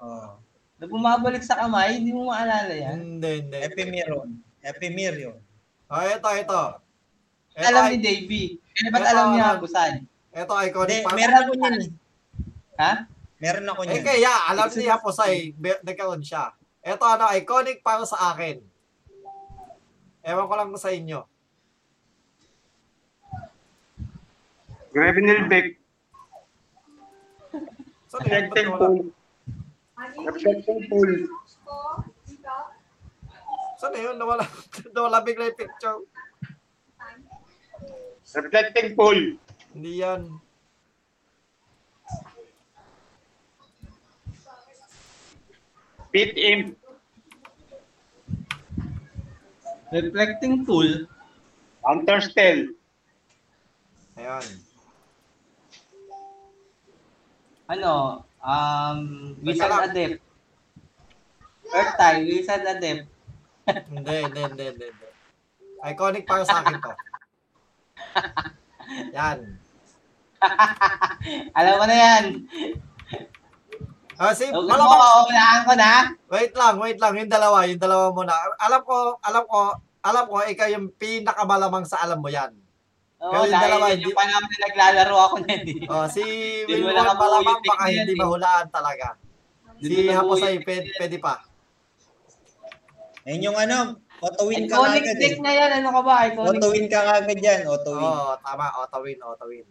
S3: Oh,
S5: Na bumabalik sa kamay, hindi mo maalala yan.
S1: hindi, hindi.
S3: Epimerion. Epimerion.
S1: Oh, ito, ito. Ito,
S5: alam ni
S1: ay-
S5: Davey. Kaya ba't
S1: Eto,
S5: alam niya
S1: ano?
S5: ako saan?
S1: ito
S3: Hindi,
S1: iconic pa.
S3: meron ako niyan eh.
S5: Ha?
S3: Meron ako
S1: Eh,
S3: niyan.
S1: kaya, alam ni Haposay, be- nagkaroon siya. Ito, ano, iconic para sa akin. Ewan ko lang sa inyo.
S6: Grevenil Beck.
S1: So,
S6: Protecting
S1: nilibot ko
S6: pool.
S1: lang.
S6: Protecting pool.
S1: So, na yun, nawala, nawala bigla yung picture.
S6: Reflecting pool.
S1: Hindi yan.
S6: Pit imp.
S5: Reflecting tool.
S6: Counterspell.
S1: Ayan.
S5: Ano? Um, Wizard
S1: lang.
S5: Adept. Earth type, Wizard Adept.
S1: Hindi, hindi, hindi, hindi. hindi. Iconic para sa akin to. Yan.
S5: Alam ko na yan.
S1: Ah, si,
S5: Huwag mo,
S1: malamang,
S5: uunahan ko na.
S1: wait lang, wait lang. Yung dalawa, yung dalawa muna. Alam ko, alam ko, alam ko, ikaw yung pinakamalamang sa alam mo yan. Pero
S5: Oo,
S1: yung
S5: dahil
S1: dalawa,
S5: yun
S1: hindi-
S5: yung panahon na naglalaro ako na yun. eh.
S1: Oh, si
S5: Yun,
S1: Wilwon
S5: wala ka
S1: malamang
S5: mauulitin
S1: baka
S5: yan
S1: hindi
S5: eh.
S1: mahulaan talaga. Si
S5: Yun yung
S1: Haposay,
S5: mauulitin
S1: pwede,
S5: yan.
S1: pwede pa.
S3: Ayun yung ano, auto-win ka
S5: Iconic
S3: agad eh.
S5: trick na yan. Ano ka ba? Iconic
S1: Oh.
S3: Auto-win ka agad yan, auto-win.
S1: Oo, tama. Otawin, Otawin.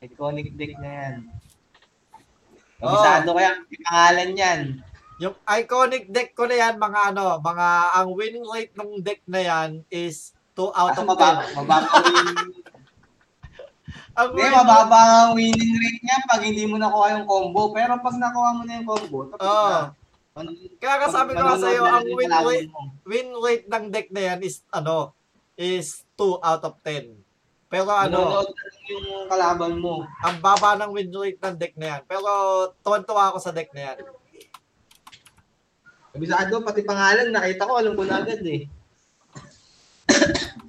S5: Iconic deck na yan.
S1: Oh.
S5: Kabisado kaya ang pangalan yan.
S1: Yung iconic deck ko na yan, mga ano, mga, ang winning rate ng deck na yan is 2 out
S5: Kaso
S1: of 10.
S5: mababa, mababa yung,
S1: Ang
S5: hindi,
S1: winning-
S5: mababa ang winning rate niya pag hindi mo nakuha yung combo. Pero pag nakuha mo na yung combo, tapos
S1: Oo.
S5: na. Pan-
S1: Kaya nga Oh. sabi ko nga
S5: panonood
S1: sa'yo,
S5: na lang
S1: ang
S5: yung
S1: win
S5: kalaban
S1: rate,
S5: mo.
S1: win rate ng deck na yan is, ano, is 2 out of 10. Pero ano,
S5: Panonood na lang yung kalaban mo.
S1: ang baba ng win rate ng deck na yan. Pero tuwan-tuwa ako sa deck na yan.
S5: Kabisado, pati pangalan, nakita ko, alam ko na agad eh.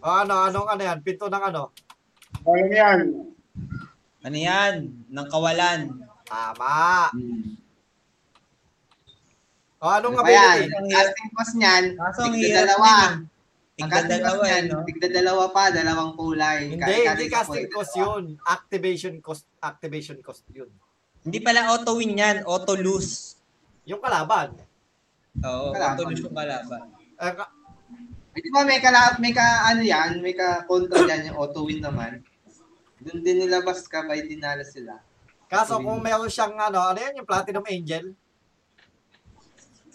S1: O ano, anong ano yan? Pinto ng ano?
S6: Alam yan.
S3: Ano yan? Nang kawalan.
S1: Tama. O anong
S5: Ano
S1: ability?
S5: Ang casting cost niyan,
S3: Kaso ang
S5: tigda
S3: hirap
S5: dalawa.
S1: eh.
S3: niyan.
S5: Ang
S3: Tignan
S5: casting cost
S3: dalawa,
S5: niyan,
S3: eh, no?
S5: tigda dalawa pa, dalawang kulay.
S1: Hindi,
S5: Kahit
S1: hindi
S5: isa
S1: casting
S5: kulay,
S1: cost
S5: dalawa.
S1: yun. Activation cost, activation cost yun.
S3: Hindi pala auto-win yan. Auto-lose.
S1: Yung kalaban.
S3: Oo,
S5: Kalaban.
S3: auto-lose yung kalaban.
S1: Eh, ka-
S5: Eh, di ba may ka, may ka, ano yan, may ka control yan, yung auto-win naman. Doon din nilabas ka, by dinala sila.
S1: Kaso kung meron siyang ano, ano yan yung Platinum Angel,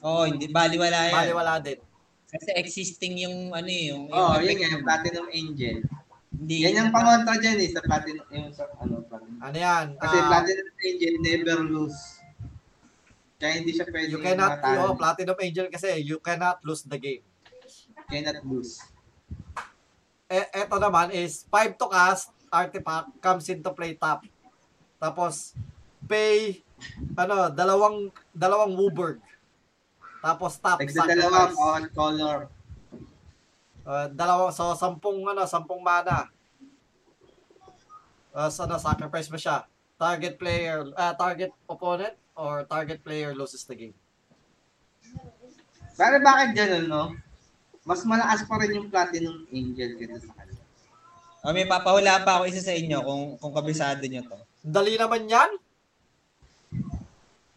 S3: Oo, hindi. Baliwala
S5: Eh.
S3: yan.
S1: baliwala din.
S3: Kasi existing yung ano eh, yung,
S5: Oo, oh,
S3: yung
S5: yun nga, yung Platinum Angel.
S3: Hindi.
S5: Yan yung pangontra dyan eh, sa Platinum, yung sa, ano, Platinum.
S1: Ano yan?
S5: Kasi
S1: Ah,
S5: Platinum Angel never lose. Kaya hindi siya pwede
S1: you cannot,
S5: matalo.
S1: oh, Platinum Angel kasi you cannot lose the game.
S5: cannot lose.
S1: eh, eto naman is 5 to cast, artifact comes into play top. Tapos pay ano, dalawang dalawang Wooburg. Tapos top
S5: Nagdadalawa
S1: sacrifice.
S5: on color.
S1: Uh, dalawang so sampung ano, sampung mana. Tapos ano, sacrifice mo siya. Target player, ah, target opponent or target player loses the game.
S5: Pero bakit ganun, no? Mas malakas pa rin yung Platinum Angel kaysa sa kanila.
S3: Oh, may papahula pa ako isa sa inyo kung kung kabisado nyo to.
S1: Ang Dali naman 'yan.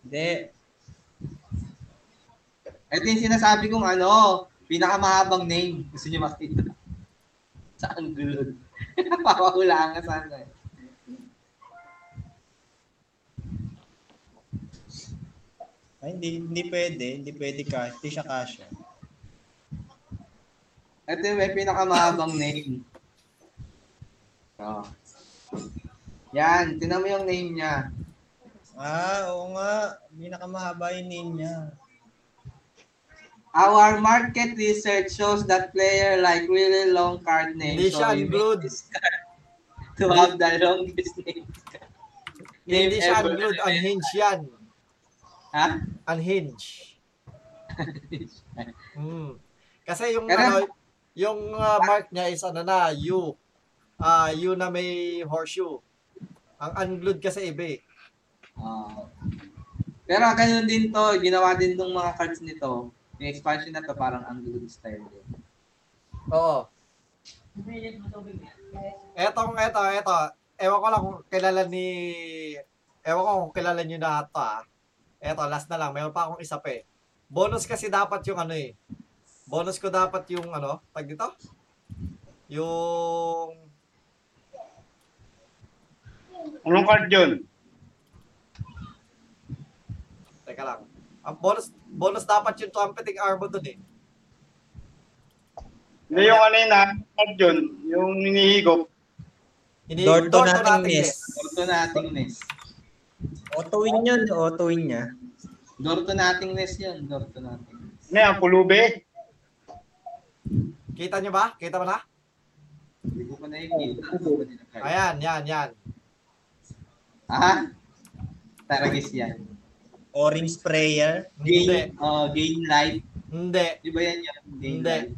S3: Hindi.
S5: Ito yung sinasabi kong ano, pinakamahabang name. Gusto niyo makita. Sa Anglod. Papahulaan ka sana. eh.
S3: Ay, hindi, hindi pwede. Hindi pwede cash. Hindi siya cash.
S5: Ito yung may pinakamahabang name. Oh. Yan, tinan mo yung name niya.
S3: Ah, oo nga. Pinakamahaba yung name niya.
S5: Our market research shows that player like really long card names.
S1: Hindi siya
S5: we make
S1: unglued.
S5: this card To have the longest name. Name
S1: Hindi siya
S5: ever.
S1: unglued, unhinged 'yan.
S5: Ha?
S1: Unhinged. Mm. Kasi yung
S5: Pero-
S1: ano, yung uh, mark niya is ano na, U. Ah, U na may horseshoe. Ang unglued kasi iba eh.
S5: Ah. Pero ganun din to, ginawa din tong mga cards nito. Yung expansion na to parang ang good style din.
S1: Oo. Etong, eto, eto. Ewan ko lang kung kilala ni... Ewan ko kung kilala niyo na ito ah. Eto, last na lang. Meron pa akong isa pa eh. Bonus kasi dapat yung ano eh. Bonus ko dapat yung ano, tag dito? Yung
S6: Anong card yun?
S1: Teka lang. Ang bonus, bonus dapat yung trumpeting armor dun eh.
S6: Hindi yung ano yun, ha? card yun. Yung hinihigop.
S1: Ini,
S3: Door to nothing
S1: nothingness.
S3: miss.
S5: Door to nothingness.
S3: Auto-win yun. Auto-win niya.
S5: Door to nothingness yun. Door to nothingness.
S6: Ano yan, pulube?
S1: Kita nyo ba? Kita mo na?
S5: Hindi ko pa nakikita. Ano ba din ang card?
S1: Ayan, yan, yan.
S5: Ha? Taragis yan.
S3: Orange prayer.
S1: Hindi.
S5: Gain, oh, gain life.
S1: Hindi.
S5: Di ba yan yun? Gain
S1: Hindi.
S5: life.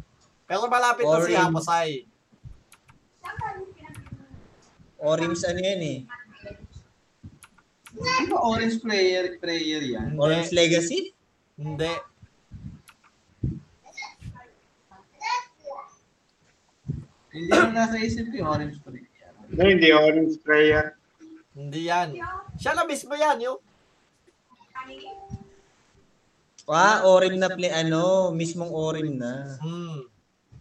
S1: Pero malapit na si
S3: Orange.
S1: Haposay.
S3: Orange ano yan eh.
S5: Di ba orange player, prayer yan?
S3: Orange
S1: Hindi.
S3: legacy?
S1: Hindi.
S5: Hindi yung nasa isip ko yung orange prayer.
S6: Hindi, hindi orange prayer.
S1: Hindi yan. Siya na mismo yan, yung
S3: Ah, orange na play. Ano, mismong orange na.
S1: Hmm.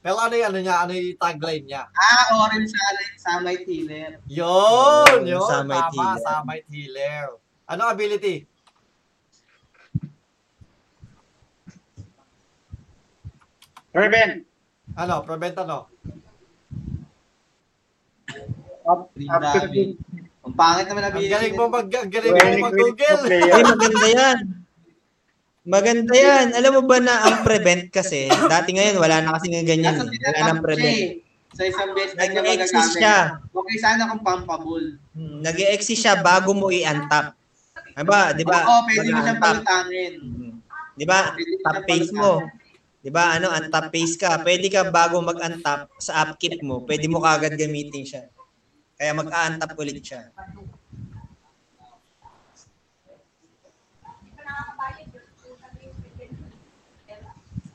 S1: Pero ano yung ano niya? Ano yung tagline niya?
S5: Ah, orange sana yung Samay Tiller.
S1: Yun,
S3: Oh,
S1: yun. tama,
S3: Samite Healer.
S1: Samite Healer. Ano ability?
S6: Ruben,
S1: Ano? Prevent ano?
S6: up, up to
S5: Grabe. Ang pangit naman
S1: Ang
S5: ability.
S1: galing mo
S5: nila.
S1: mag ang galing mo
S6: Very
S1: mag-google.
S6: critical player.
S3: Ay, maganda yan. Maganda yan. Alam mo ba na ang prevent kasi, dati ngayon, wala na kasi ng ganyan. eh.
S5: Kaso
S3: Wala
S5: tinatanong
S3: nang
S5: siya
S3: prevent.
S5: eh. Sa isang beses na niya
S3: Nag-exist
S5: magagamit.
S3: siya.
S5: Okay, sana kung pampabul.
S3: Hmm, nag exist siya bago mo i-untap. Diba, di ba?
S5: Oo, pwede mo siyang
S3: Mag-untap.
S5: palutanin.
S3: Hmm. Di ba?
S5: Pwede mo
S3: Tap
S5: siyang
S3: face
S5: palutanin.
S3: mo. Di ba? Ano, untap face ka. Pwede ka bago mag-untap sa upkeep mo. Pwede mo kagad gamitin siya. Kaya mag-untap ulit siya.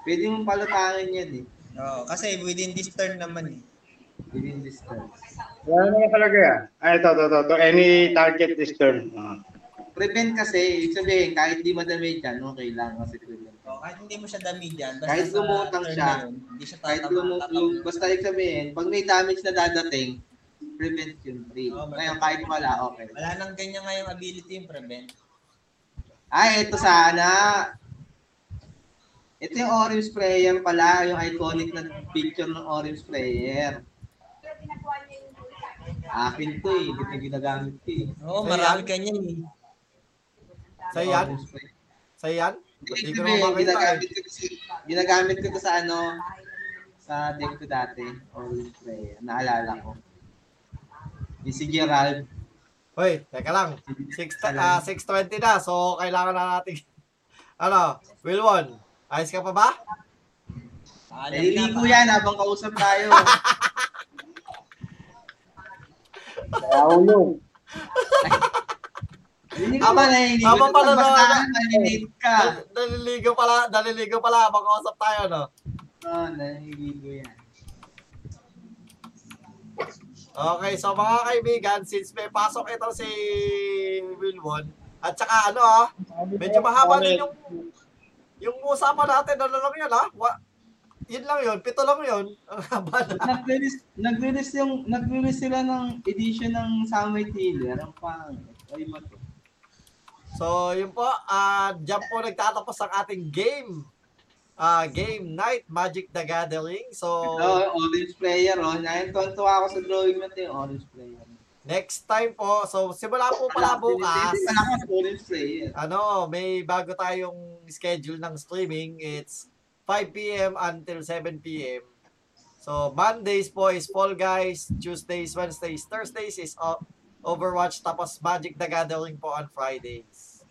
S5: Pwede mo palutanin yan eh.
S3: Oo, kasi within this turn naman eh.
S5: Within distance.
S6: Wala naman talaga yan. Ay, ito, ito, ito, ito. Any target is turn. Ah.
S5: Prevent kasi, ibig sabihin, kahit di madamage yan, okay lang kasi prevent.
S3: Oo, Oh, kahit hindi mo siya damidyan.
S5: Kahit lumutang siya,
S3: hindi siya
S5: Kahit
S3: tatama-
S5: lumu,
S3: tatama.
S5: lum, basta ibig sabihin, pag may damage na dadating, prevent yung free.
S3: Oo, basta-
S5: Ngayon, kahit wala, okay.
S3: Wala nang ganyan ngayong ability yung prevent.
S5: Ay, ito sana. Ito yung orange sprayer pala, yung iconic na picture ng orange sprayer. Akin to eh, hindi ko ginagamit to eh.
S3: Oo,
S1: Kaya-
S3: marami ganyan eh.
S1: Sa yan?
S5: Orange sprayer.
S1: Sa yan? Hindi
S5: Hindi
S1: ko
S5: ko
S1: naman makita eh.
S5: ginagamit ko kasi, ginagamit ko to sa ano, sa deck ko dati, orange sprayer. Naalala ko. Yung si Gerald.
S1: Hoy, teka lang. 6, ah, 6.20 na, so kailangan na natin. Ano? Wilwon, ayos ka pa ba?
S3: Paalam na,
S5: Naliligo
S3: paalam.
S5: yan habang kausap tayo.
S6: Tao yun.
S5: Aba, naliligo.
S1: Aba pala na-
S5: Basta ka, nalilate ka.
S1: Dal- Daliligo pala, daliligo pala, mag-usap tayo, no?
S5: Oo, Ah, naliligo yan.
S1: Okay, so mga kaibigan, since may pasok ito si Wilwon, at saka ano ah, medyo mahaba din yung yung usapan natin, ano lang yun ah, wa, yun lang yun, pito lang yun, ang haba na.
S5: nag-release, nag-release yung nag-release sila ng edition ng Samuel Taylor. Ang pangit. ah, Ay, ba to?
S1: So, yun po, ah dyan po nagtatapos ang ating game. ah game night, Magic the Gathering. So,
S5: Oh, orange player, oh. Naintuwa ako sa drawing na ito, yung orange player.
S1: next time po, so simula po pala bukas.
S5: Pala ko sa orange player.
S1: ano, may bago tayong schedule ng streaming. It's 5 p.m. until 7 p.m. So, Mondays po is Fall Guys, Tuesdays, Wednesdays, Thursdays is O- Overwatch, tapos Magic the Gathering po on Fridays.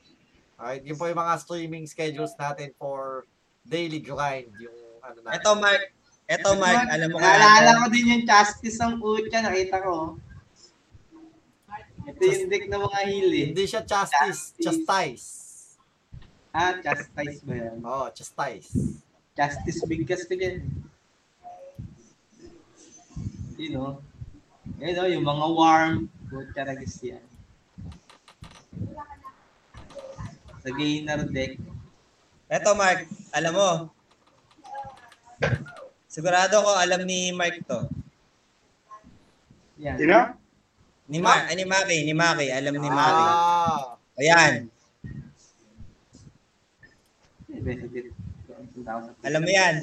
S1: Alright, yun po yung mga streaming schedules natin for daily grind, yung ano na.
S3: Eto, Mark. Eto, Mark. Oh Alam mo
S5: Naalala ko din yung chastis ng utya, nakita ko. Ito yung deck ng mga eh. hili.
S1: Hindi siya chastis, chastise.
S5: Ah, chastise ba yan?
S1: Oo, oh, chastise.
S5: Justice Bigkas ko dyan. You know, you know, yung mga warm, good characters yan. Sa gainer deck.
S3: Eto, Mark. Alam mo. Sigurado ko alam ni Mark to.
S5: Yan.
S6: Sino?
S3: Ni Mark, ah, ni Maki, ni Maki, alam ni Maki.
S1: Ah,
S3: Ayan, alam mo yan.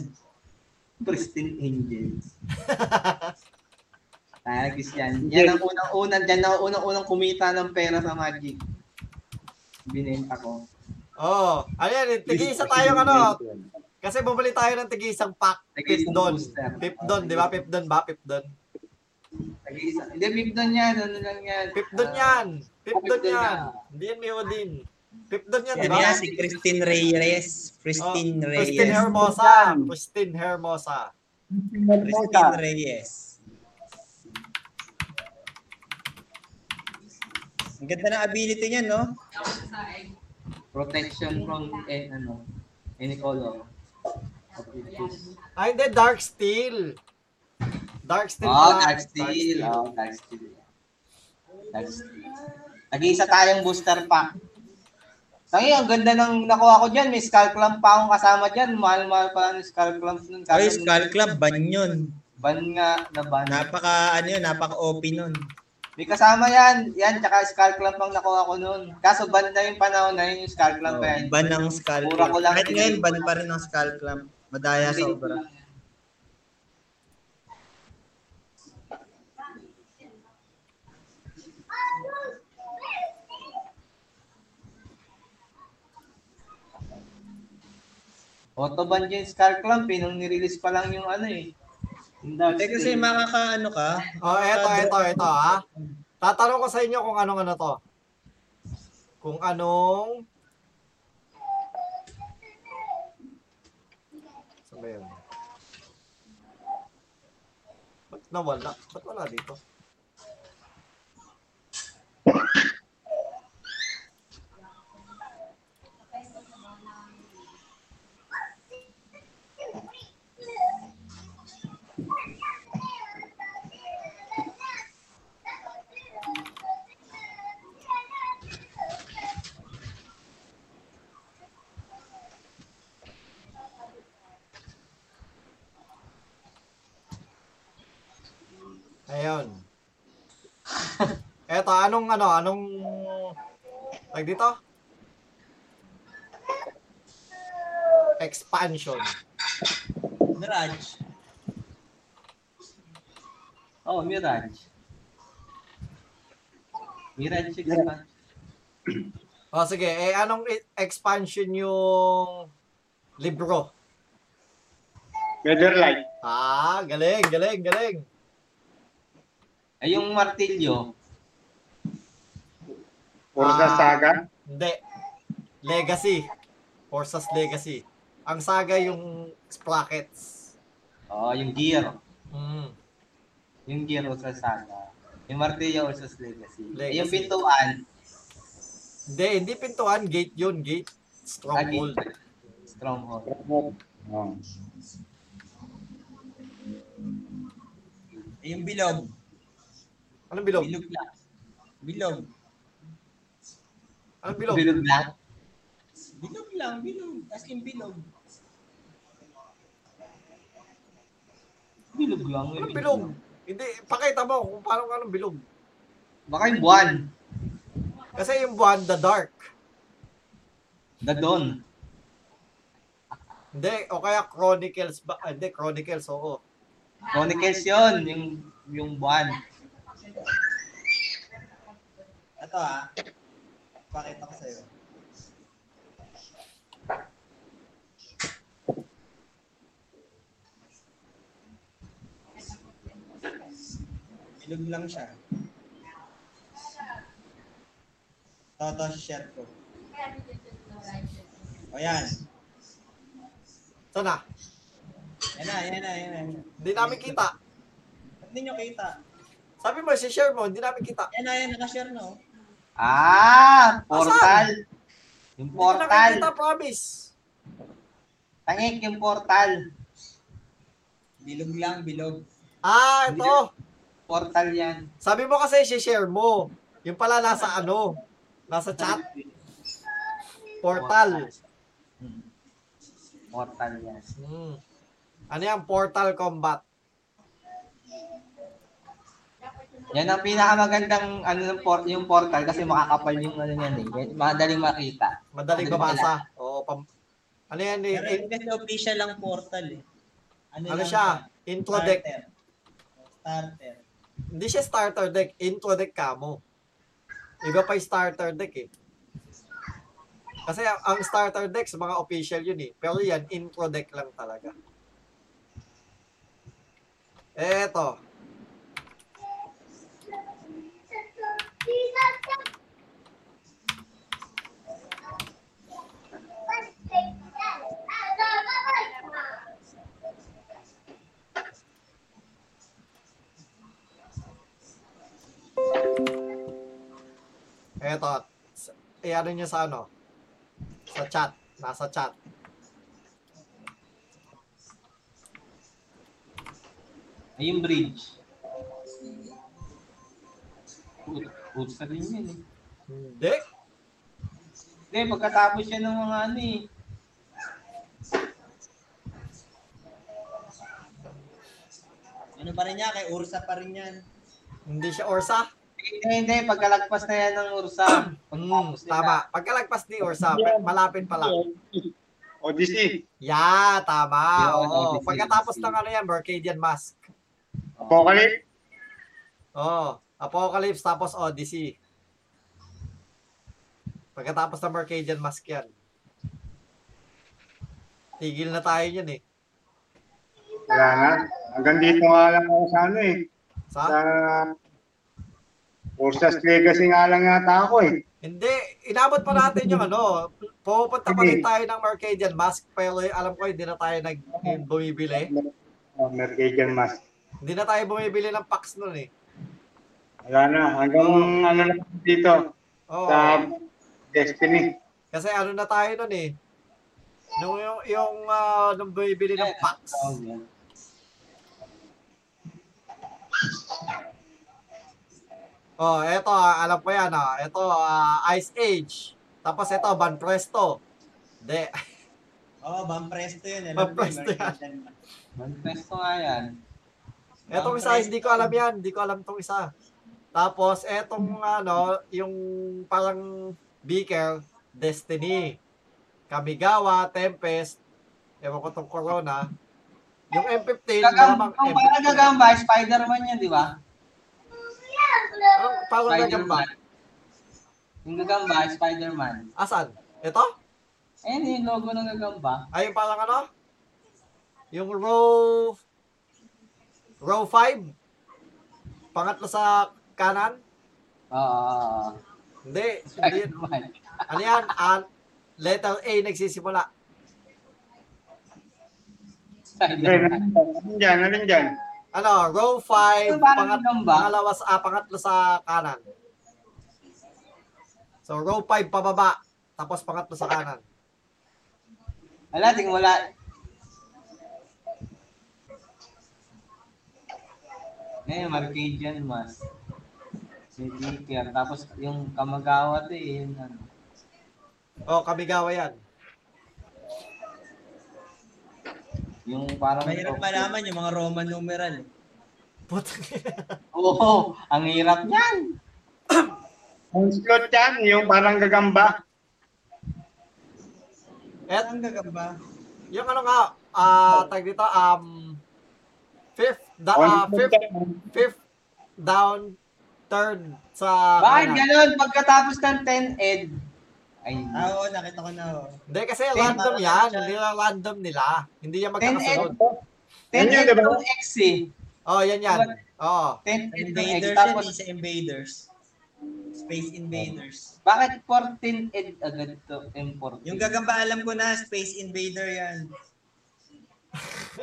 S5: Pristine Angels. Tagis yan. Yan ang unang-unang, yan ang unang-unang kumita ng pera sa Magic. Binenta ko.
S1: oh, ano yan, tigisa tayong ano, Kasi bumili tayo ng tigisang pack.
S5: Tigisang
S1: Pipdon.
S5: booster.
S1: Pipdon, di ba? Pipdon ba? Pipdon.
S5: Tag-isa. Hindi, Pipdon yan. Ano lang yan?
S1: Pipdon
S5: Ah,
S1: yan. Pipdon
S5: Pipdon
S1: yan.
S5: na.
S1: Hindi yan may Odin. Pipdon yan, di
S3: Ano Yan
S1: ba?
S3: yan, si Christine Reyes. Christine
S1: Diba? Oh,
S3: Reyes.
S1: Christine Hermosa. Christine Hermosa.
S3: Christine
S5: ah.
S3: Reyes. Ang ganda ng ability niya, no?
S5: protection from eh, ano, any color.
S1: Ay, Ah, hindi. Dark Steel. Dark Steel.
S3: Diba?
S5: Oh,
S1: pala.
S5: dark steel. Oh, dark steel. Dark steel. Nag-iisa tayong booster pack. Tangi, ang ganda ng nakuha ko dyan. May skull clamp pa akong kasama dyan. Mahal-mahal pala ng skull clamp nun.
S3: Ay,
S5: Kaso
S3: Skull Club, ban yun.
S5: Ban nga na ban.
S3: Napaka, ano yun, napaka-OP nun.
S5: May kasama yan. Yan, tsaka skull clamp ang nakuha ko nun. Kaso ban na yung panahon na yun yung skull clamp na yan.
S3: Ban ng Skull
S5: Mura
S3: Club.
S5: ko lang.
S3: Kahit ngayon, ban pa rin ang Skull Club. Madaya sobra.
S5: Autoban yung skull clamp eh. Nung nirelease pa lang yung ano eh. Yung dark
S3: Hindi kasi
S5: skin.
S3: makaka, ano ka,
S1: Oh, eto, eto, eto, ha. Tatanong ko sa inyo kung anong ano to. Kung anong... Saan ba yun? Ba't nawala? Ba't wala dito? Ayun. Eto, anong ano, anong... Tag dito? Expansion.
S3: Mirage.
S5: Oh, Mirage. Mirage diba? yung skull.
S1: O sige, eh anong i- expansion yung libro?
S6: Gather light.
S1: Ah, galing, galing, galing.
S5: Ay, Eh, yung martilyo.
S6: Ursa
S1: Ah.
S6: Saga.
S1: Hindi. Legacy. Horses Legacy. Ang saga yung sprockets.
S5: Oh, yung gear.
S1: Mm.
S5: Yung gear o sa sana. Yung martilyo o sa legacy.
S1: Legacy.
S5: eh, Yung pintuan.
S1: Hindi, hindi pintuan. Gate yun, gate. Stronghold.
S5: lagi. Stronghold.
S6: Ah.
S4: Oh.
S3: Eh, Yung bilog.
S1: Anong bilog?
S3: Bilog lang. Bilog.
S1: Anong bilog?
S5: Bilog lang.
S3: Bilog lang, bilog. As in bilog.
S5: Bilog lang. may
S1: Anong bilog? Hindi, pakita mo kung paano anong bilog.
S5: Baka yung buwan.
S1: Kasi yung buwan, the dark.
S5: The dawn.
S1: Hindi, o kaya Chronicles ba? ah, Hindi, Chronicles, oo.
S5: Chronicles yun. Yung, yung buwan.
S3: Ito ah. Pakita ko sa'yo. Bilog lang siya. Toto share ko. O yan.
S1: Sana,
S3: Yan na, yan na, yan na.
S1: hindi namin kita.
S3: Ba't di nyo kita?
S1: Sabi mo, share mo, hindi namin kita.
S3: Yan na, yan. Nakashare no?
S5: Ah! Portal. Yung
S1: Hindi ko namin kita,
S5: portal.
S1: promise.
S5: Tangik, yung portal.
S3: Bilog lang, bilog.
S1: Ah, ito.
S5: Portal yan.
S1: Sabi mo kasi, share mo. Yung pala nasa ano, nasa chat, portal.
S5: Portal yan.
S1: Hmm. Ano yan? Portal Combat.
S5: Yan ang pinakamagandang ano ng port, yung portal kasi makakapal yung ano niyan eh. Madaling makita.
S1: Madaling babasa. Oo, pam... Ano yan? eh,
S3: Pero
S1: eh,
S3: yung kasi official lang portal eh.
S1: ano
S3: lang
S1: siya? Intro deck.
S3: Starter. Starter.
S1: Hindi siya starter deck. Intro deck ka mo. Iba pa yung starter deck eh. Kasi ang, ang starter deck sa mga official yun eh. Pero yan, intro deck lang talaga. Eto. Eto. S- Eh, ano nyo sa ano? Sa chat. Nasa chat.
S5: Ay, yung bridge. Puta, puta rin yun eh.
S1: Hindi.
S5: Hindi, pagkatapos siya ng mga ano eh.
S3: Ano pa rin niya? Kay Ursa pa rin yan.
S1: Hindi siya Orsa.
S5: Hindi, Eh, hindi, pagkalagpas na yan ng Ursa.
S1: Mm,
S5: Pagkatapos nila.
S1: tama. Pagkalagpas ni Orsa, pe- malapit pa lang.
S6: Odyssey.
S1: Yeah, tama.
S5: Yun,
S1: Oo.
S5: Odyssey.
S1: Pagkatapos ng ano yan, Mercadian Mask.
S6: Apocalypse.
S1: Oo. Oh, Apocalypse tapos Odyssey. Pagkatapos ng Mercadian Mask yan. Tigil na tayo yan eh.
S6: Wala na. Hanggang dito nga lang ako sa ano eh. Sa
S1: Sa?
S6: Ursa's Legacy nga lang yata ako eh.
S1: Hindi. Inabot pa natin yung ano. Pupunta pa rin tayo ng Mercadian Mask. Pero y- alam ko hindi na tayo nag eh, bumibili.
S6: Oh, Mercadian Mask.
S1: Hindi na tayo bumibili ng packs nun eh.
S6: Wala na. Hanggang ano lang dito.
S1: Oo.
S6: Sa Destiny.
S1: Kasi ano na tayo nun eh. Nung yung, yung ah, nung bumibili ng packs.
S5: Tawag yan.
S1: Oh, eto, ah, alam ko yan, ah. Eto, ah, Ice Age. Tapos eto, Van Presto. De,
S3: Oo, oh, Bampresto yun.
S1: Alam ko yun, Bampresto yan.
S5: Pwesto nga yan.
S1: etong isa, hindi ko alam yan. Hindi ko alam tong isa. Tapos, etong ano, yung parang Beaker, Destiny, Kamigawa, Tempest, ewan ko tong Corona, yung M15,
S5: Gagamba,
S1: malamang
S5: yung oh, parang
S1: M15.
S5: gagamba, Spider-Man yan, di ba?
S1: Anong parang gagamba?
S5: Spider-Man. Yung gagamba, Spider-Man.
S1: Asan? Ito?
S5: Ayan yung logo ng gagamba.
S1: Ay, yung parang ano? Yung row... Row 5? Pangatlo sa kanan?
S5: Oo.
S1: Hindi. hindi.
S5: Spider-Man.
S1: Ano yan? An letter A nagsisimula.
S6: Ayun,
S5: Spider-Man.
S6: Alin dyan? Alin dyan?
S1: Ano? Row 5,
S5: Yung parang
S1: pangat,
S5: ganun ba?
S1: pangalawa sa, ah, pangatlo sa kanan. So, row 5 pababa. Tapos pangatlo sa kanan.
S5: Wala, tingin wala. Eh, Marcadian mas. Si Licker. Tapos yung kamagawa to eh. Yun, ano.
S1: O, Oh, kamigawa yan.
S5: Yung parang...
S3: Mahirap malaman yung mga Roman numeral.
S1: Putang
S5: Oo, ang hirap niyan.
S6: Ang slot yan, yung parang gagamba.
S1: Et,
S3: Ang gagamba.
S1: yung ano nga, ah, tag dito, um, fifth, da, ah, fifth, fifth down, third sa...
S5: Bakit
S1: kanan.
S5: ganun? Pagkatapos ng 10 ed. Ay,
S3: Ah, oo, nakita ko na. oo.
S1: Hindi kasi random
S3: para
S1: yan.
S3: sa-
S1: Hindi lang random nila. Hindi yan magkakasunod.
S5: 10
S6: Yun yun,
S5: ed
S6: diba?
S5: yung X eh.
S1: Oh, yan yan. Oh.
S5: 10 ed yung X.
S3: Invaders
S5: Tapos,
S3: yan, eh, sa invaders. Space invaders.
S5: bakit 14 ed agad
S1: Oh.
S5: to? M14.
S3: Yung gagamba alam ko na, space invader yan.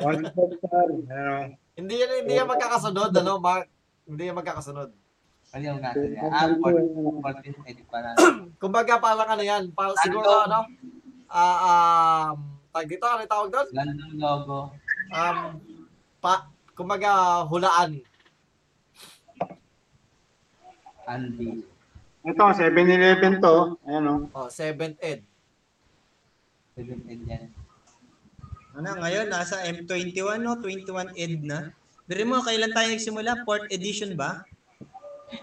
S6: One slot yan. Ano?
S1: Hindi yan, hindi yan magkakasunod, ano, Mark? Hindi yan magkakasunod.
S5: Ano yung kaso niya? Ah, 14 14 ed pa lang.
S1: Kumbaga, parang ano yan, parang siguro,
S5: Random.
S1: ano, ah, um, tag dito, ano yung tawag doon?
S5: Random logo.
S1: Um, pa, kumbaga, hulaan.
S5: Andy.
S6: Ito, 7-Eleven to. Ayan o.
S1: Oh, seventh ed.
S5: Pwede ed yan.
S3: Ano, ngayon, nasa M21, no? 21 ed na. Biri mo, kailan tayo nagsimula? Fourth edition ba?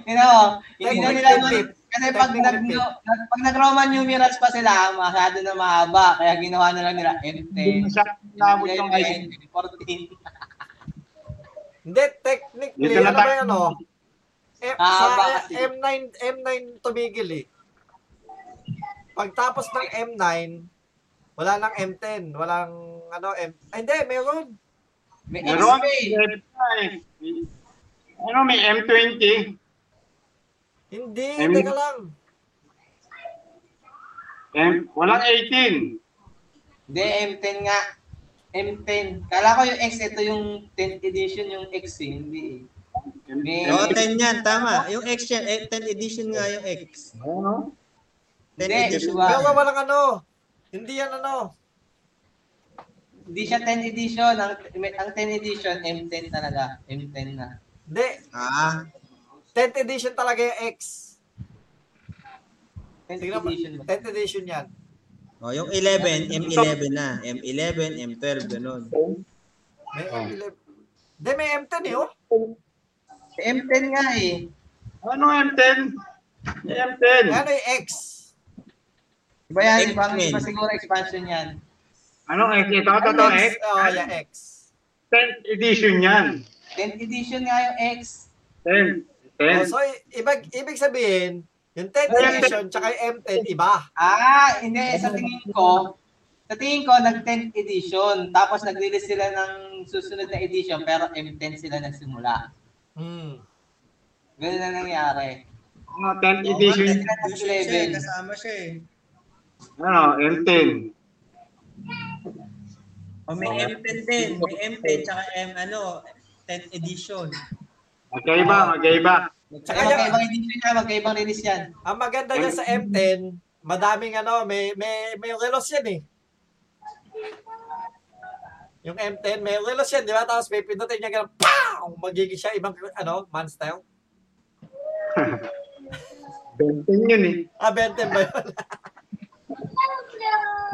S5: You know, hindi na nila
S1: Technically
S5: man, kasi pag nag,
S1: Technically
S5: no, nag- pag nag-Roman numerals pa sila, masyado na mahaba. Kaya ginawa na lang nila
S6: Hindi
S5: M10,
S6: masyadong nabot yung ice.
S5: M11, M14.
S1: Hindi, technically,
S6: Dito na
S1: ano ba
S6: tayo.
S1: yan, oh? M,
S5: Ah,
S1: sa
S5: baka sige.
S1: M9, M9 tumigil eh. Pagtapos ng M9, wala nang M10, walang ano, M... Ay, hindi, meron.
S5: May
S6: Meron.
S5: XP.
S6: Ano, may M20.
S1: Hindi,
S6: M-
S1: teka lang.
S6: M, walang 18.
S5: Hindi, M10 nga. M10. Kala ko yung X, ito yung 10th edition, yung X eh. Hindi eh. May-
S3: Oo, 10 yan, tama. Yung X yan, eh, 10 edition nga yung X.
S6: Ano?
S3: 10
S5: Hindi,
S3: edition.
S5: Joshua.
S1: Pero walang ano. Hindi yan ano.
S5: Hindi siya 10 edition. Ang, ang 10 edition, M10 talaga. M10 na.
S1: Hindi,
S3: Ah,
S1: 10th edition talaga yung X.
S5: 10 10th
S1: Tingnan mo.
S5: edition ba?
S1: 10th edition yan.
S3: Oh, yung 11, M11 na. M11, M12, ganun.
S1: May
S6: Oh.
S1: M11. Hindi, may M10 eh, oh.
S5: M10 nga eh.
S6: Ano M10? M10.
S1: Ano yung X?
S5: Iba yan, iba,
S3: X-Men.
S5: iba siguro expansion yan.
S6: Ano X? Ito, ito, ito, X.
S1: Oh, yeah, X.
S6: 10th edition yan.
S5: 10th edition nga yung X.
S6: 10.
S1: Oh,
S6: 10.
S1: so, i- ibig, ibig sabihin, yung 10th
S6: Ay,
S1: edition tsaka yung M10, iba.
S5: Ah, hindi. Sa tingin ko, sa tingin ko, nag-10th edition. Tapos nag-release sila ng susunod na edition, pero M10 sila nagsimula.
S1: Hmm.
S5: Ganun na nangyari.
S6: Ano, 10th edition.
S3: Siya, kasama siya eh.
S6: Ano, M10.
S3: Oh, may M10 din. May M10, tsaka M, ano, 10th edition.
S6: Magkaiba, magkaiba.
S1: Tsaka
S5: Kaya
S1: yung,
S5: magkaibang edition yan, magkaibang release yan.
S1: ang maganda niya sa M10, madaming ano, may, may, may relos yan eh. Yung M10, may relos yan, di ba? Tapos may pindutin niya, ganun, pow! Magiging siya, ibang, ano, man style.
S6: 10 yun eh.
S1: Ah, 20 ba yun?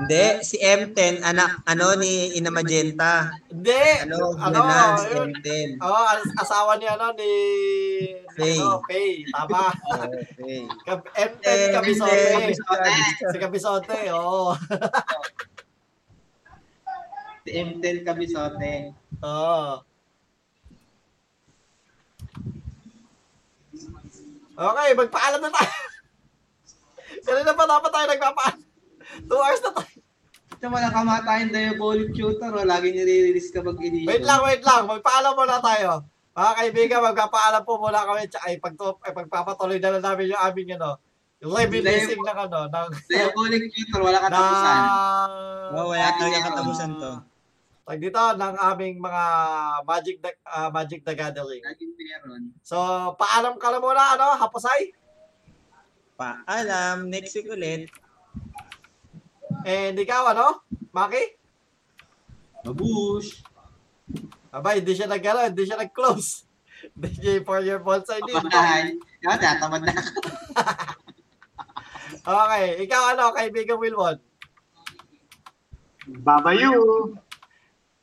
S3: Hindi, si M10, anak, ano, ni Ina Magenta.
S1: Hindi.
S3: Ano,
S1: Ano,
S3: ano, si
S1: yun.
S3: M10.
S1: Oo, as- asawa ni ano ni
S3: Faye.
S1: Ano, Faye. Tama.
S3: Okay.
S1: Kab- M10
S3: Eh,
S1: Kabisote.
S3: Kabisote.
S1: Si Kabisote, oo.
S5: Si M10 Kabisote.
S1: Oo. Okay, magpaalam na tayo. Kanina pa dapat tayo nagpapaalam. Two hours na tayo.
S5: Ito wala kamatayan diabolic tutor. O, lagi nire-release kapag edition.
S1: Wait lang, wait lang. Magpaalam muna tayo. Mga kaibigan, magpapaalam po muna kami. Tsaka ipagto, ay, pagpapatuloy na lang namin yung aming ano, yung revising ng ano, ng,
S5: Diabolic tutor, wala katapusan.
S1: ng,
S3: Oh, wala talaga katapusan to.
S1: Tag dito ng aming mga Magic the, ah, Magic the Gathering.
S5: Laging meron.
S1: So, paalam ka na muna, ano, Haposay?
S3: Paalam, next week ulit.
S1: And ikaw, ano, Maki?
S5: Mabush!
S1: Aba, hindi siya nag, ano, hindi siya nag-close. DJ for your bonsai din.
S5: Kapatahan. Yan, natamad na ako.
S1: Okay, ikaw, ano, kaibigan Wilwon?
S6: Babayu.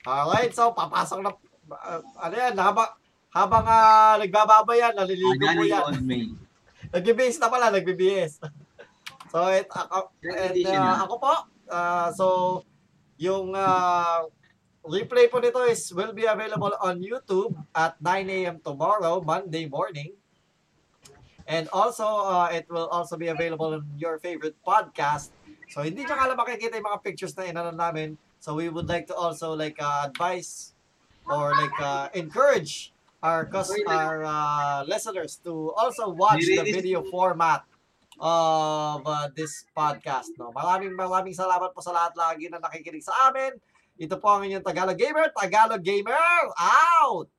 S1: Alright, so, papasok na, ah, ano yan, habang, habang ah, nagbababa yan, naliligo po
S5: Ayan,
S1: yan.
S5: on May.
S1: Nagbe-BS na pala, nagbe-BS. so, it, ako,
S5: Second
S1: and,
S5: edition
S1: uh,
S5: na.
S1: ako po, uh, so, yung uh, replay po nito is will be available on YouTube at 9 a.m. tomorrow, Monday morning. And also, uh, it will also be available on your favorite podcast. So, hindi nyo kala makikita yung mga pictures na inanon namin. So, we would like to also like uh, advise or like uh, encourage our cus- our uh, listeners to also watch the video format of uh, this podcast. No? Maraming maraming salamat po sa lahat lagi na nakikinig sa amin. Ito po ang inyong Tagalog Gamer, Tagalog Gamer out!